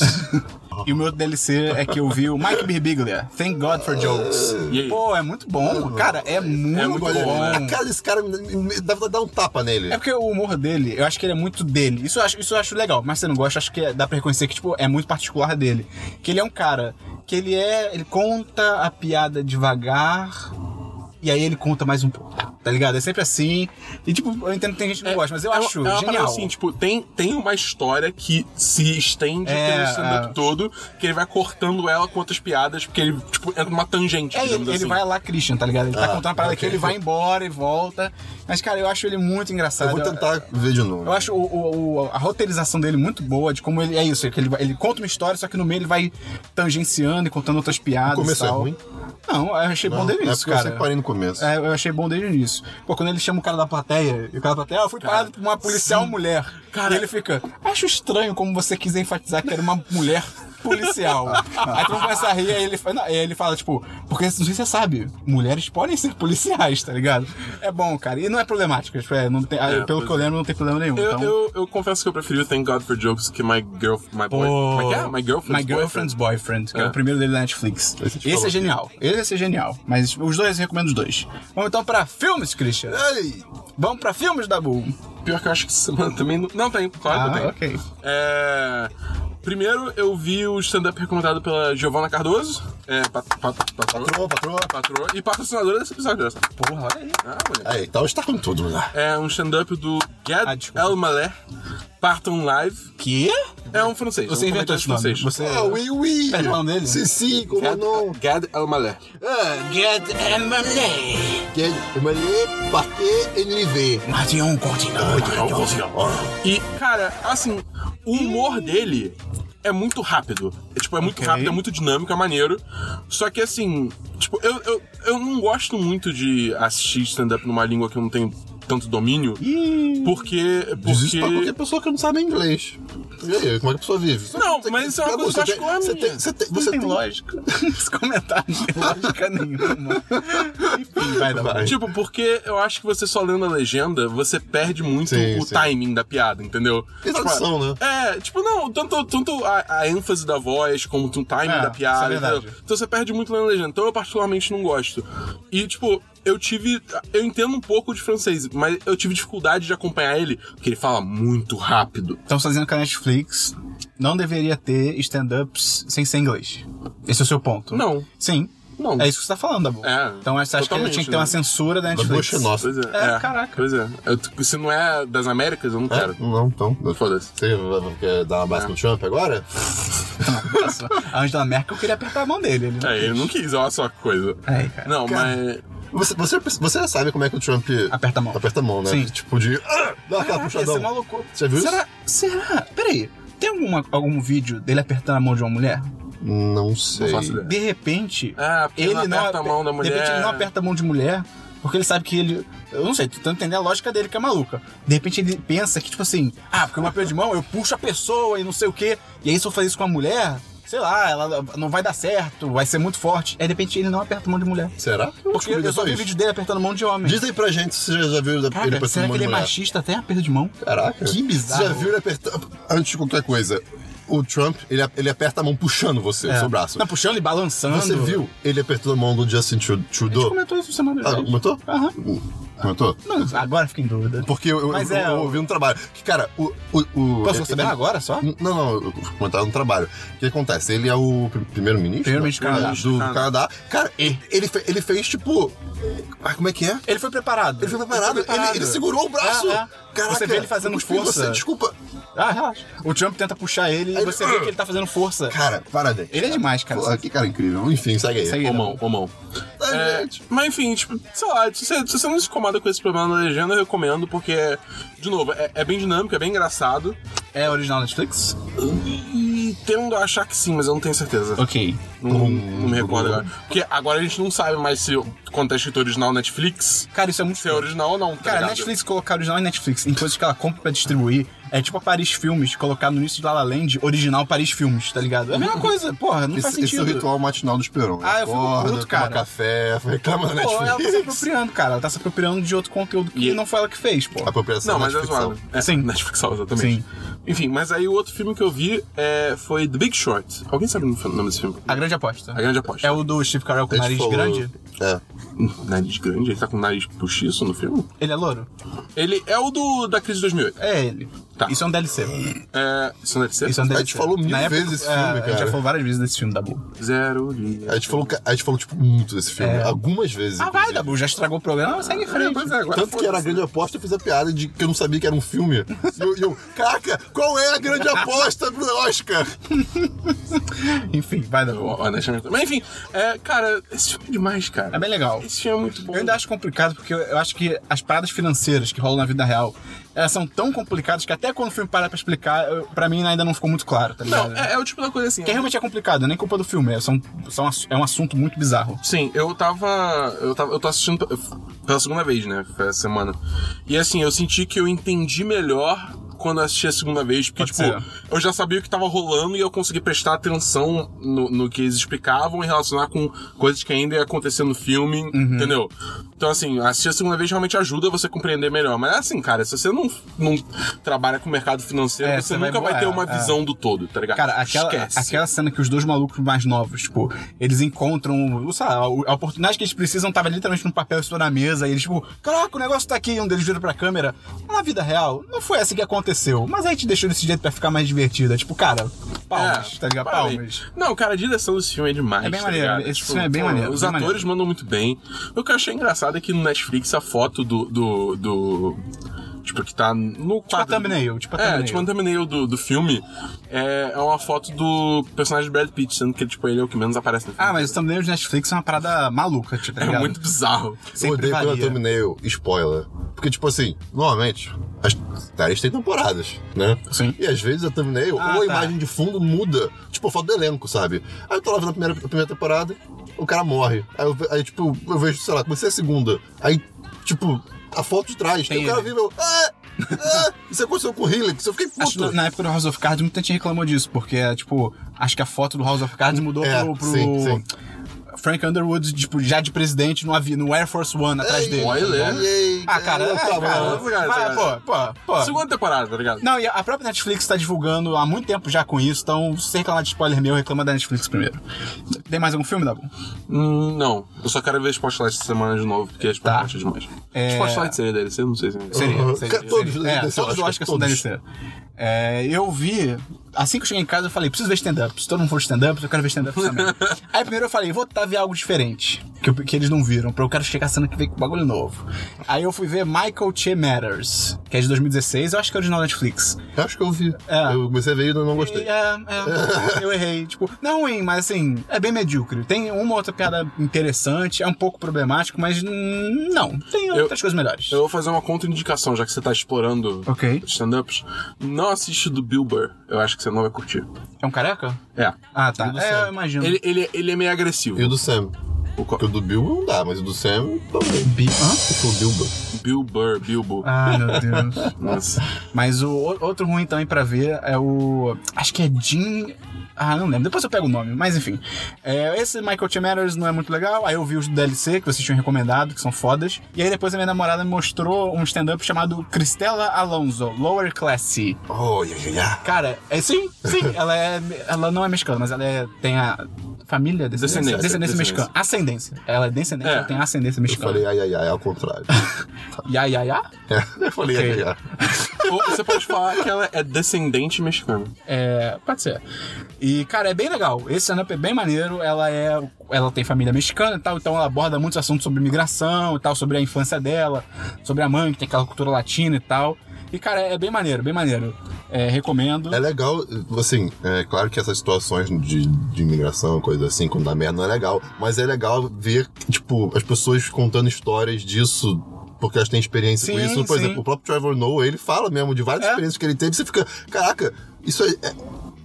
[SPEAKER 1] e o meu outro DLC é que eu vi o Mike Birbiglia, Thank God for Jokes.
[SPEAKER 3] E aí?
[SPEAKER 1] Pô, é muito bom, cara, é muito,
[SPEAKER 3] muito
[SPEAKER 1] bom.
[SPEAKER 2] Olha,
[SPEAKER 3] bom. né?
[SPEAKER 2] a cara desse cara me- me- dá vontade de dar um tapa nele.
[SPEAKER 1] É porque o humor dele, eu acho que ele é muito dele. Isso eu acho, isso eu acho legal, mas se você não gosta, acho que é- dá pra reconhecer que, tipo, é muito particular dele. Que ele é um cara que ele é. Ele conta a piada devagar. E aí ele conta mais um pouco, tá ligado? É sempre assim. E tipo, eu entendo que tem gente que não gosta, mas eu
[SPEAKER 3] é, uma-
[SPEAKER 1] acho
[SPEAKER 3] é uma
[SPEAKER 1] genial.
[SPEAKER 3] parada assim, tipo, tem, tem uma história que se estende
[SPEAKER 1] É,
[SPEAKER 3] pelo stand-up
[SPEAKER 1] é.
[SPEAKER 3] todo, que ele vai cortando ela com outras piadas, porque ele, tipo, entra numa tangente,
[SPEAKER 1] É, ele,
[SPEAKER 3] digamos
[SPEAKER 1] ele
[SPEAKER 3] assim.
[SPEAKER 1] vai lá, Christian, tá ligado? Ele tá
[SPEAKER 2] Ah,
[SPEAKER 1] contando uma parada
[SPEAKER 2] ok.
[SPEAKER 1] que ele vai embora e volta. Mas, cara, eu acho ele muito engraçado.
[SPEAKER 2] Eu vou tentar ver de novo.
[SPEAKER 1] Eu acho o- o- o- a roteirização dele muito boa, de como ele. É isso, que ele, vai- ele conta uma história, só que no meio ele vai tangenciando e contando outras piadas.
[SPEAKER 2] O começo
[SPEAKER 1] e
[SPEAKER 2] é
[SPEAKER 1] tal.
[SPEAKER 2] ruim?
[SPEAKER 1] Não, eu achei bom
[SPEAKER 2] Não,
[SPEAKER 1] desde
[SPEAKER 2] é
[SPEAKER 1] isso,
[SPEAKER 2] porque eu
[SPEAKER 1] um cara.
[SPEAKER 2] sempre parei no começo.
[SPEAKER 1] É, eu achei bom desde o início. Pô, quando ele chama o cara da plateia, e o cara da plateia, ah, eu fui parado por uma policial mulher.
[SPEAKER 3] Cara-
[SPEAKER 1] e ele fica, acho estranho como você quis enfatizar que era uma mulher policial. aí tu começa a rir, aí ele, fa- não, aí ele fala, tipo, porque não sei se você sabe, mulheres podem ser policiais, tá ligado? É bom, cara. E não é problemático, tipo, é, não tem- ah, pelo que eu lembro, não tem problema nenhum.
[SPEAKER 3] Eu,
[SPEAKER 1] então...
[SPEAKER 3] eu, eu confesso que eu preferi o Thank God for Jokes que My Girl... My Boy...
[SPEAKER 1] Pô.
[SPEAKER 3] Como é que é? My Girlfriend's,
[SPEAKER 1] My Girlfriend's Boyfriend, que é.
[SPEAKER 3] É.
[SPEAKER 1] o primeiro dele da Netflix.
[SPEAKER 2] Esse
[SPEAKER 1] Esse,
[SPEAKER 2] te falou
[SPEAKER 1] é genial. Esse é genial. Mas os dois, eu recomendo os dois. Vamos então pra filmes, Christian.
[SPEAKER 2] Ei,
[SPEAKER 1] Vamos pra filmes, Dabu.
[SPEAKER 3] Pior que eu acho que essa semana também... Não, não tem, claro que tem.
[SPEAKER 1] Ah, ok.
[SPEAKER 3] É... Primeiro, eu vi o stand-up recomendado pela Giovanna Cardoso. É, pat, pat, patroa.
[SPEAKER 2] patroa, patroa.
[SPEAKER 3] Patroa. E patrocinadora desse episódio, olha só.
[SPEAKER 1] Porra, olha aí.
[SPEAKER 3] Ah, moleque.
[SPEAKER 2] Aí, tá, está com tudo, né?
[SPEAKER 3] É um stand-up do Gad
[SPEAKER 1] Ah, desculpa.
[SPEAKER 3] El Malé, Parton Live.
[SPEAKER 1] Que?
[SPEAKER 3] É um francês.
[SPEAKER 1] Você
[SPEAKER 3] é um
[SPEAKER 1] inventou
[SPEAKER 3] comediante
[SPEAKER 1] esse nome.
[SPEAKER 3] francês.
[SPEAKER 1] Você...
[SPEAKER 2] Ah, oui, oui.
[SPEAKER 1] Pera, o nome dele?
[SPEAKER 2] Sim, sim, como
[SPEAKER 3] Gad,
[SPEAKER 2] não?
[SPEAKER 3] Gad El Malé.
[SPEAKER 1] É,
[SPEAKER 2] Get Emily. Get Emily, bater em viver.
[SPEAKER 1] Martin Continua.
[SPEAKER 3] E, cara, assim, o humor dele é muito rápido. É, tipo, é muito
[SPEAKER 1] Ok.
[SPEAKER 3] rápido, é muito dinâmico, é maneiro. Só que, assim, tipo, eu, eu, eu não gosto muito de assistir stand-up numa língua que eu não tenho tanto domínio. Porque.
[SPEAKER 2] Diz isso
[SPEAKER 3] porque...
[SPEAKER 2] pra qualquer pessoa que não sabe inglês. E aí, como é que a pessoa vive? Você
[SPEAKER 3] Não,
[SPEAKER 2] tem-
[SPEAKER 3] mas isso é uma
[SPEAKER 2] Acabou,
[SPEAKER 3] coisa que
[SPEAKER 2] você
[SPEAKER 3] eu acho
[SPEAKER 2] tem-
[SPEAKER 3] que é minha.
[SPEAKER 2] Você tem,
[SPEAKER 1] Você
[SPEAKER 2] você
[SPEAKER 1] tem
[SPEAKER 2] tem,
[SPEAKER 1] lógico. Esse comentário não tem lógica nenhuma. Enfim, vai, Dabu.
[SPEAKER 2] Vai.
[SPEAKER 3] Tipo, porque eu acho que você só lendo a legenda, você perde muito
[SPEAKER 2] Sim,
[SPEAKER 3] o
[SPEAKER 2] sim.
[SPEAKER 3] timing da piada, entendeu?
[SPEAKER 2] E tradução, né?
[SPEAKER 3] É, tipo, não, tanto, tanto a, a ênfase da voz, como o timing
[SPEAKER 1] É,
[SPEAKER 3] da
[SPEAKER 1] isso é
[SPEAKER 3] piada,
[SPEAKER 1] verdade.
[SPEAKER 3] entendeu? Então você perde muito lendo a legenda. Então eu particularmente não gosto. E, tipo, eu tive. Eu entendo um pouco de francês, mas eu tive dificuldade de acompanhar ele, porque ele fala muito rápido.
[SPEAKER 1] Estamos fazendo com a Netflix. Não deveria ter stand-ups sem ser inglês. Esse é o seu ponto.
[SPEAKER 3] Não.
[SPEAKER 1] Sim.
[SPEAKER 3] Não.
[SPEAKER 1] É isso que você tá falando, Dabu.
[SPEAKER 3] É,
[SPEAKER 1] Então você acha que
[SPEAKER 3] totalmente,
[SPEAKER 1] tinha que ter uma
[SPEAKER 3] né?
[SPEAKER 1] censura da
[SPEAKER 2] Babu é
[SPEAKER 1] Netflix.
[SPEAKER 2] xenófobo.
[SPEAKER 3] Pois é.
[SPEAKER 1] É, caraca.
[SPEAKER 3] Pois é. Eu- se não é das Américas, eu não
[SPEAKER 2] É?
[SPEAKER 3] quero.
[SPEAKER 2] Não, então.
[SPEAKER 3] Foda-se.
[SPEAKER 2] Você quer dar um abraço no Trump agora?
[SPEAKER 1] Nossa, a Angela Merkel queria apertar a mão dele. Ele não
[SPEAKER 3] É, ele não quis, olha só que coisa.
[SPEAKER 1] Ai, cara.
[SPEAKER 3] Não,
[SPEAKER 2] É, Cara.
[SPEAKER 3] mas.
[SPEAKER 2] Você, você, você já sabe como é que o Trump.
[SPEAKER 1] Aperta a mão.
[SPEAKER 2] Aperta a mão, né?
[SPEAKER 1] Sim.
[SPEAKER 2] Tipo de. Ah, dá aquela
[SPEAKER 1] Caraca,
[SPEAKER 2] puxadão.
[SPEAKER 1] esse maluco.
[SPEAKER 2] Você viu
[SPEAKER 1] será, Será? Peraí. Tem alguma, algum vídeo dele apertando a mão de uma mulher?
[SPEAKER 2] Não sei.
[SPEAKER 3] faço ideia.
[SPEAKER 1] De repente,
[SPEAKER 3] Ah, porque
[SPEAKER 1] ele
[SPEAKER 3] não aperta a mão da
[SPEAKER 1] De repente,
[SPEAKER 3] mulher.
[SPEAKER 1] ele não aperta a mão de mulher, porque ele sabe que ele. Eu não sei, tô tentando entender a lógica dele, que é maluca. De repente, ele pensa que, tipo assim, ah, porque uma aperto de mão, eu puxo a pessoa e não sei o quê. E aí, se eu fazer isso com a mulher, sei lá, ela não vai dar certo, vai ser muito forte. Aí, de repente, ele não aperta a mão de mulher.
[SPEAKER 2] Será?
[SPEAKER 1] Porque eu, só vi vídeo dele apertando a mão de homem.
[SPEAKER 2] é Diz aí pra gente se você já viu
[SPEAKER 1] Caraca,
[SPEAKER 2] ele apertando
[SPEAKER 1] será
[SPEAKER 2] a
[SPEAKER 1] que ele
[SPEAKER 2] mão de
[SPEAKER 1] é
[SPEAKER 2] mulher.
[SPEAKER 1] machista até aperto de mão?
[SPEAKER 2] Caraca.
[SPEAKER 1] Que bizarro.
[SPEAKER 2] Você já viu ele apertando. Antes de qualquer coisa, o Trump, ele, ele aperta a mão puxando você, o seu braço.
[SPEAKER 1] É. Não, puxando e balançando.
[SPEAKER 2] Você viu ele apertando a mão do Justin Tru-
[SPEAKER 1] A gente
[SPEAKER 2] Trudeau?
[SPEAKER 1] comentou isso semana
[SPEAKER 2] Ah,
[SPEAKER 1] passada.
[SPEAKER 2] comentou?
[SPEAKER 1] Aham.
[SPEAKER 2] Comentou?
[SPEAKER 1] Não, agora fica em dúvida.
[SPEAKER 2] Porque eu, eu,
[SPEAKER 1] Mas
[SPEAKER 2] eu-
[SPEAKER 1] é,
[SPEAKER 2] eu
[SPEAKER 1] o-
[SPEAKER 2] ouvi um trabalho. Que, cara, o. o, o
[SPEAKER 1] Posso
[SPEAKER 2] ele-
[SPEAKER 1] saber
[SPEAKER 2] ele-
[SPEAKER 1] agora só?
[SPEAKER 2] Não, não, eu vou comentar no trabalho. O que acontece? Ele é o pr- primeiro-ministro?
[SPEAKER 1] Primeiro-ministro do
[SPEAKER 2] né?
[SPEAKER 1] Canadá.
[SPEAKER 2] do Canadá. Cara, ele, ele, fe- ele fez tipo. Ah, como é que é?
[SPEAKER 1] Ele foi preparado.
[SPEAKER 2] Ele foi preparado. Ele, ele segurou o braço.
[SPEAKER 1] É, é.
[SPEAKER 2] Caraca,
[SPEAKER 1] você vê ele fazendo
[SPEAKER 2] eu cuspei em
[SPEAKER 1] força.
[SPEAKER 2] Você, desculpa.
[SPEAKER 1] Ah, relaxa. O Trump tenta puxar ele e
[SPEAKER 2] Aí-
[SPEAKER 1] você vê que ele tá fazendo força.
[SPEAKER 2] Cara, parabéns.
[SPEAKER 1] Ele é demais, cara.
[SPEAKER 2] Pô, que cara incrível. Enfim, segue aí.
[SPEAKER 1] Segue aí. é
[SPEAKER 3] Homão, homão.
[SPEAKER 2] Ah,
[SPEAKER 3] É,
[SPEAKER 2] gente.
[SPEAKER 3] mas enfim, tipo, sei lá, se você, se você não se incomoda com esse problema na legenda, eu recomendo, porque, de novo, é, é bem dinâmico, é bem engraçado.
[SPEAKER 1] É original Netflix?
[SPEAKER 3] E tendo a achar que sim, mas eu não tenho certeza.
[SPEAKER 1] Ok.
[SPEAKER 3] Não, não me recordo agora. Porque agora a gente não sabe mais se quando tá escrito original Netflix,
[SPEAKER 1] Cara, isso é muito
[SPEAKER 3] se é
[SPEAKER 1] foda.
[SPEAKER 3] original ou não. Tá
[SPEAKER 1] Cara,
[SPEAKER 3] ligado?
[SPEAKER 1] Netflix colocar original em Netflix em coisas que ela compra pra distribuir é tipo a Paris Filmes colocar no início de La La Land original Paris Filmes, tá ligado? É a mesma coisa, porra, não faz
[SPEAKER 2] Uhum. Esse, esse é o
[SPEAKER 1] sentido.
[SPEAKER 2] ritual matinal do Esperon.
[SPEAKER 1] Ah, eu fico
[SPEAKER 2] Acorda,
[SPEAKER 1] puto,
[SPEAKER 2] toma
[SPEAKER 1] cara.
[SPEAKER 2] café, reclama da
[SPEAKER 1] Pô, ela tá se
[SPEAKER 2] Netflix.
[SPEAKER 1] apropriando, cara. Ela tá se apropriando de outro conteúdo que
[SPEAKER 3] E-
[SPEAKER 1] não foi ela que fez, pô.
[SPEAKER 2] Apropriação
[SPEAKER 3] Não, mas é
[SPEAKER 2] Netflixão.
[SPEAKER 3] zoado. É,
[SPEAKER 1] Sim.
[SPEAKER 3] Netflix, exatamente.
[SPEAKER 1] Sim.
[SPEAKER 3] Enfim, mas aí o outro filme que eu vi é, foi The Big Short. Alguém sabe o nome desse filme?
[SPEAKER 1] A Grande Aposta.
[SPEAKER 3] A Grande Aposta.
[SPEAKER 1] É o do Steve Carell com
[SPEAKER 2] A
[SPEAKER 1] o nariz
[SPEAKER 2] gente falou-
[SPEAKER 1] grande?
[SPEAKER 2] É.
[SPEAKER 3] Nariz grande? Ele tá com nariz postiço no filme?
[SPEAKER 1] Ele é louro?
[SPEAKER 3] Ele é o do, da crise de 2008.
[SPEAKER 1] É ele.
[SPEAKER 3] Tá.
[SPEAKER 1] Isso é um DLC.
[SPEAKER 3] É, isso não deve ser?
[SPEAKER 1] Isso é um DLC.
[SPEAKER 2] gente falou mil
[SPEAKER 1] Na época-
[SPEAKER 2] vezes esse
[SPEAKER 1] é,
[SPEAKER 2] filme,
[SPEAKER 1] A gente já
[SPEAKER 2] cara.
[SPEAKER 1] falou várias vezes desse filme, Dabu.
[SPEAKER 3] Zero dia.
[SPEAKER 2] A gente falou, ca- a gente falou tipo, muito desse filme.
[SPEAKER 1] É.
[SPEAKER 2] Algumas vezes.
[SPEAKER 1] Ah, vai,
[SPEAKER 2] inclusive.
[SPEAKER 1] Dabu, já estragou o programa, segue em frente.
[SPEAKER 3] Pois é, agora
[SPEAKER 2] Tanto que era a grande aposta, eu fiz a piada de que eu não sabia que era um filme. E eu, e eu caraca, qual é a grande aposta pro Oscar?
[SPEAKER 1] Enfim, vai,
[SPEAKER 3] Eu,
[SPEAKER 1] Dabu.
[SPEAKER 3] Honestamente. né, Mas enfim, é, cara, esse filme é demais, cara.
[SPEAKER 1] É bem legal.
[SPEAKER 3] Esse filme é muito bom.
[SPEAKER 1] Eu ainda acho complicado porque eu- eu acho que as paradas financeiras que rolam na vida real, elas são tão complicadas que até quando o filme para pra explicar, eu, pra mim ainda não ficou muito claro, tá ligado?
[SPEAKER 3] Não, é, é o tipo da coisa assim.
[SPEAKER 1] Que realmente é complicado, é nem culpa do filme, é, são, são, ass- é um assunto muito bizarro.
[SPEAKER 3] Sim, eu tava. Eu, tava, eu tô assistindo pe- pela segunda vez, né? Foi essa semana. E assim, eu senti que eu entendi melhor quando eu assisti a segunda vez,
[SPEAKER 1] Pode
[SPEAKER 3] porque, tipo,
[SPEAKER 1] ser.
[SPEAKER 3] eu já sabia o que tava rolando e eu consegui prestar atenção no, no que eles explicavam e relacionar com coisas que ainda ia acontecer no filme,
[SPEAKER 1] Uhum.
[SPEAKER 3] entendeu? Então, assim, assistir a segunda vez realmente ajuda você a compreender melhor. Mas, assim, cara, se você não, não trabalha com o mercado financeiro,
[SPEAKER 1] É,
[SPEAKER 3] você
[SPEAKER 1] você vai
[SPEAKER 3] nunca vai, ter
[SPEAKER 1] boiar,
[SPEAKER 3] uma
[SPEAKER 1] é.
[SPEAKER 3] visão do todo, tá ligado?
[SPEAKER 1] Cara, aquela,
[SPEAKER 3] Esquece.
[SPEAKER 1] aquela cena que os dois malucos mais novos, tipo, eles encontram, sei lá, a oportunidade que eles precisam tava literalmente num papel isso na mesa, e eles, tipo, caraca, o negócio tá aqui, e um deles vira pra câmera. Na vida real, não foi assim que aconteceu, mas a gente deixou desse jeito pra ficar mais divertida. Tipo, cara, palmas,
[SPEAKER 3] É,
[SPEAKER 1] tá ligado?
[SPEAKER 3] parabéns.
[SPEAKER 1] Palmas.
[SPEAKER 3] Não, cara, a direção desse filme é demais.
[SPEAKER 1] É bem
[SPEAKER 3] tá
[SPEAKER 1] maneiro,
[SPEAKER 3] ligado?
[SPEAKER 1] esse filme é bem
[SPEAKER 3] pô,
[SPEAKER 1] maneiro,
[SPEAKER 3] Os
[SPEAKER 1] bem
[SPEAKER 3] atores mandam muito bem. O que eu achei engraçado é que no Netflix a foto do. do, do- tipo, que tá no
[SPEAKER 1] Tipo a
[SPEAKER 3] quadro.
[SPEAKER 1] thumbnail, tipo a
[SPEAKER 3] é,
[SPEAKER 1] thumbnail.
[SPEAKER 3] tipo, a thumbnail do, do filme é, é uma foto do personagem do Brad Pitt, sendo que tipo, ele é o que menos aparece no filme.
[SPEAKER 1] Ah, mas o thumbnail de Netflix é uma parada maluca, tipo, tá
[SPEAKER 3] é
[SPEAKER 1] ligado?
[SPEAKER 3] muito bizarro.
[SPEAKER 2] eu
[SPEAKER 1] Sempre
[SPEAKER 2] odeio quando
[SPEAKER 1] varia.
[SPEAKER 2] eu thumbnail spoiler. Porque, tipo assim, normalmente, as séries têm temporadas, né?
[SPEAKER 1] Sim.
[SPEAKER 2] E às vezes a thumbnail
[SPEAKER 1] Ah,
[SPEAKER 2] ou
[SPEAKER 1] tá.
[SPEAKER 2] a imagem de fundo muda, tipo, a foto do elenco, sabe? Aí eu tô lá vendo a primeira, a primeira temporada, o cara morre. Aí, eu, ve- aí, tipo, eu vejo, sei lá, comecei a segunda. Aí, tipo, a foto de trás,
[SPEAKER 1] Tem
[SPEAKER 2] tem o cara
[SPEAKER 1] ele.
[SPEAKER 2] vivo, eu. Ah! ah! Isso aconteceu com o Helix, eu fiquei
[SPEAKER 1] Acho
[SPEAKER 2] puto.
[SPEAKER 1] que na época do House of Cards muita gente reclamou disso, porque, tipo, acho que a foto do House of Cards mudou
[SPEAKER 2] É,
[SPEAKER 1] pro, pro
[SPEAKER 2] sim, sim.
[SPEAKER 1] Frank Underwood, tipo, já de presidente no, avi... no Air Force One atrás dele.
[SPEAKER 3] Spoiler.
[SPEAKER 2] E aí,
[SPEAKER 1] Ah, cara, é,
[SPEAKER 2] tá bom.
[SPEAKER 1] cara,
[SPEAKER 3] tá bom.
[SPEAKER 1] vai, pô, pô, pô.
[SPEAKER 3] Segunda temporada, tá ligado?
[SPEAKER 1] Não, e a própria Netflix tá divulgando há muito tempo já com isso, então sem reclamar de spoiler meu, reclama da Netflix primeiro. Tem mais algum filme, Dabu?
[SPEAKER 3] Hum, não. Eu só quero ver Spotlight essa semana de novo, porque Spotlight é demais.
[SPEAKER 1] É.
[SPEAKER 3] Spotlight seria DLC, não sei se é.
[SPEAKER 1] Seria,
[SPEAKER 2] Uhum.
[SPEAKER 1] seria,
[SPEAKER 2] Todos
[SPEAKER 1] seria.
[SPEAKER 2] os
[SPEAKER 1] É,
[SPEAKER 2] DLC,
[SPEAKER 1] todos os
[SPEAKER 2] eu acho
[SPEAKER 1] Oscars são
[SPEAKER 2] todos.
[SPEAKER 1] DLC. É, eu vi, assim que eu cheguei em casa, eu falei, preciso ver stand-up. Se todo mundo for stand-up, eu quero ver stand-up também. Aí primeiro eu falei, vou tentar ver algo diferente, que, eu- que eles não viram, pra eu quero chegar sendo que vem com bagulho novo. Aí eu fui ver Michael Che Matters, que é de 2016, eu acho que é original Netflix.
[SPEAKER 2] Eu acho que eu vi.
[SPEAKER 1] É.
[SPEAKER 2] Eu comecei a ver e ainda não
[SPEAKER 1] É,
[SPEAKER 2] gostei.
[SPEAKER 1] é, eu errei. Tipo, não é ruim, mas assim, é bem medíocre. Tem uma outra piada interessante, é um pouco problemático, mas hum, não. Tem outras coisas melhores.
[SPEAKER 3] Eu vou fazer uma contraindicação, já que você tá explorando
[SPEAKER 1] Ok.
[SPEAKER 3] stand-ups. Não assiste do Bill Burr. Eu acho que você não vai curtir.
[SPEAKER 1] É um careca?
[SPEAKER 3] É.
[SPEAKER 1] Ah, tá.
[SPEAKER 2] Tudo
[SPEAKER 1] É,
[SPEAKER 2] certo.
[SPEAKER 1] eu imagino.
[SPEAKER 3] Ele, ele, ele é meio agressivo.
[SPEAKER 2] E o do Sam?
[SPEAKER 3] O co-
[SPEAKER 2] Porque o do Bill não dá, mas o do Sam também.
[SPEAKER 1] Bi- Hã?
[SPEAKER 2] O Bilbo.
[SPEAKER 3] Bill Burr, Bilbo.
[SPEAKER 1] Ah, meu Deus.
[SPEAKER 3] Nossa.
[SPEAKER 1] Mas o o- outro ruim também pra ver é o. Acho que é Jim. Ah, não lembro. Depois eu pego o nome, mas enfim. É, esse Michael T. Matters não é muito legal. Aí eu vi os do DLC que vocês tinham recomendado, que são fodas. E aí depois a minha namorada me mostrou um stand-up chamado Cristela Alonso, Lower Classy.
[SPEAKER 2] Oh, ia, ia, ia.
[SPEAKER 1] Cara, é sim, sim, ela é. Ela não é mexicana, mas ela é, tem a. Família, descendência,
[SPEAKER 3] Descendência,
[SPEAKER 1] descendência,
[SPEAKER 3] descendência.
[SPEAKER 1] mexicana. Ascendência. Ela é descendente,
[SPEAKER 3] É.
[SPEAKER 1] ela tem ascendência
[SPEAKER 2] Eu
[SPEAKER 1] mexicana.
[SPEAKER 2] falei ai, ai, ai, ao contrário.
[SPEAKER 1] Ya, ya, ya.
[SPEAKER 2] É, eu falei ai, ai, ai.
[SPEAKER 3] Ou você pode falar que ela é descendente mexicana.
[SPEAKER 1] É, pode ser. E, cara, é bem legal. Esse stand-up é bem maneiro. Ela é. Ela tem família mexicana e tal, então ela aborda muitos assuntos sobre imigração e tal, sobre a infância dela, sobre a mãe, que tem aquela cultura latina e tal. E, cara, é bem maneiro, bem maneiro. É, recomendo.
[SPEAKER 2] É legal, assim, é claro que essas situações de, de imigração, coisa assim, quando dá merda, não é legal. Mas é legal ver, tipo, as pessoas contando histórias disso. Porque elas têm experiência com
[SPEAKER 1] Sim,
[SPEAKER 2] isso. Por
[SPEAKER 1] sim.
[SPEAKER 2] exemplo, o próprio Trevor Noah, ele fala mesmo de várias
[SPEAKER 1] É.
[SPEAKER 2] experiências que ele teve. Você fica, caraca, isso é, é,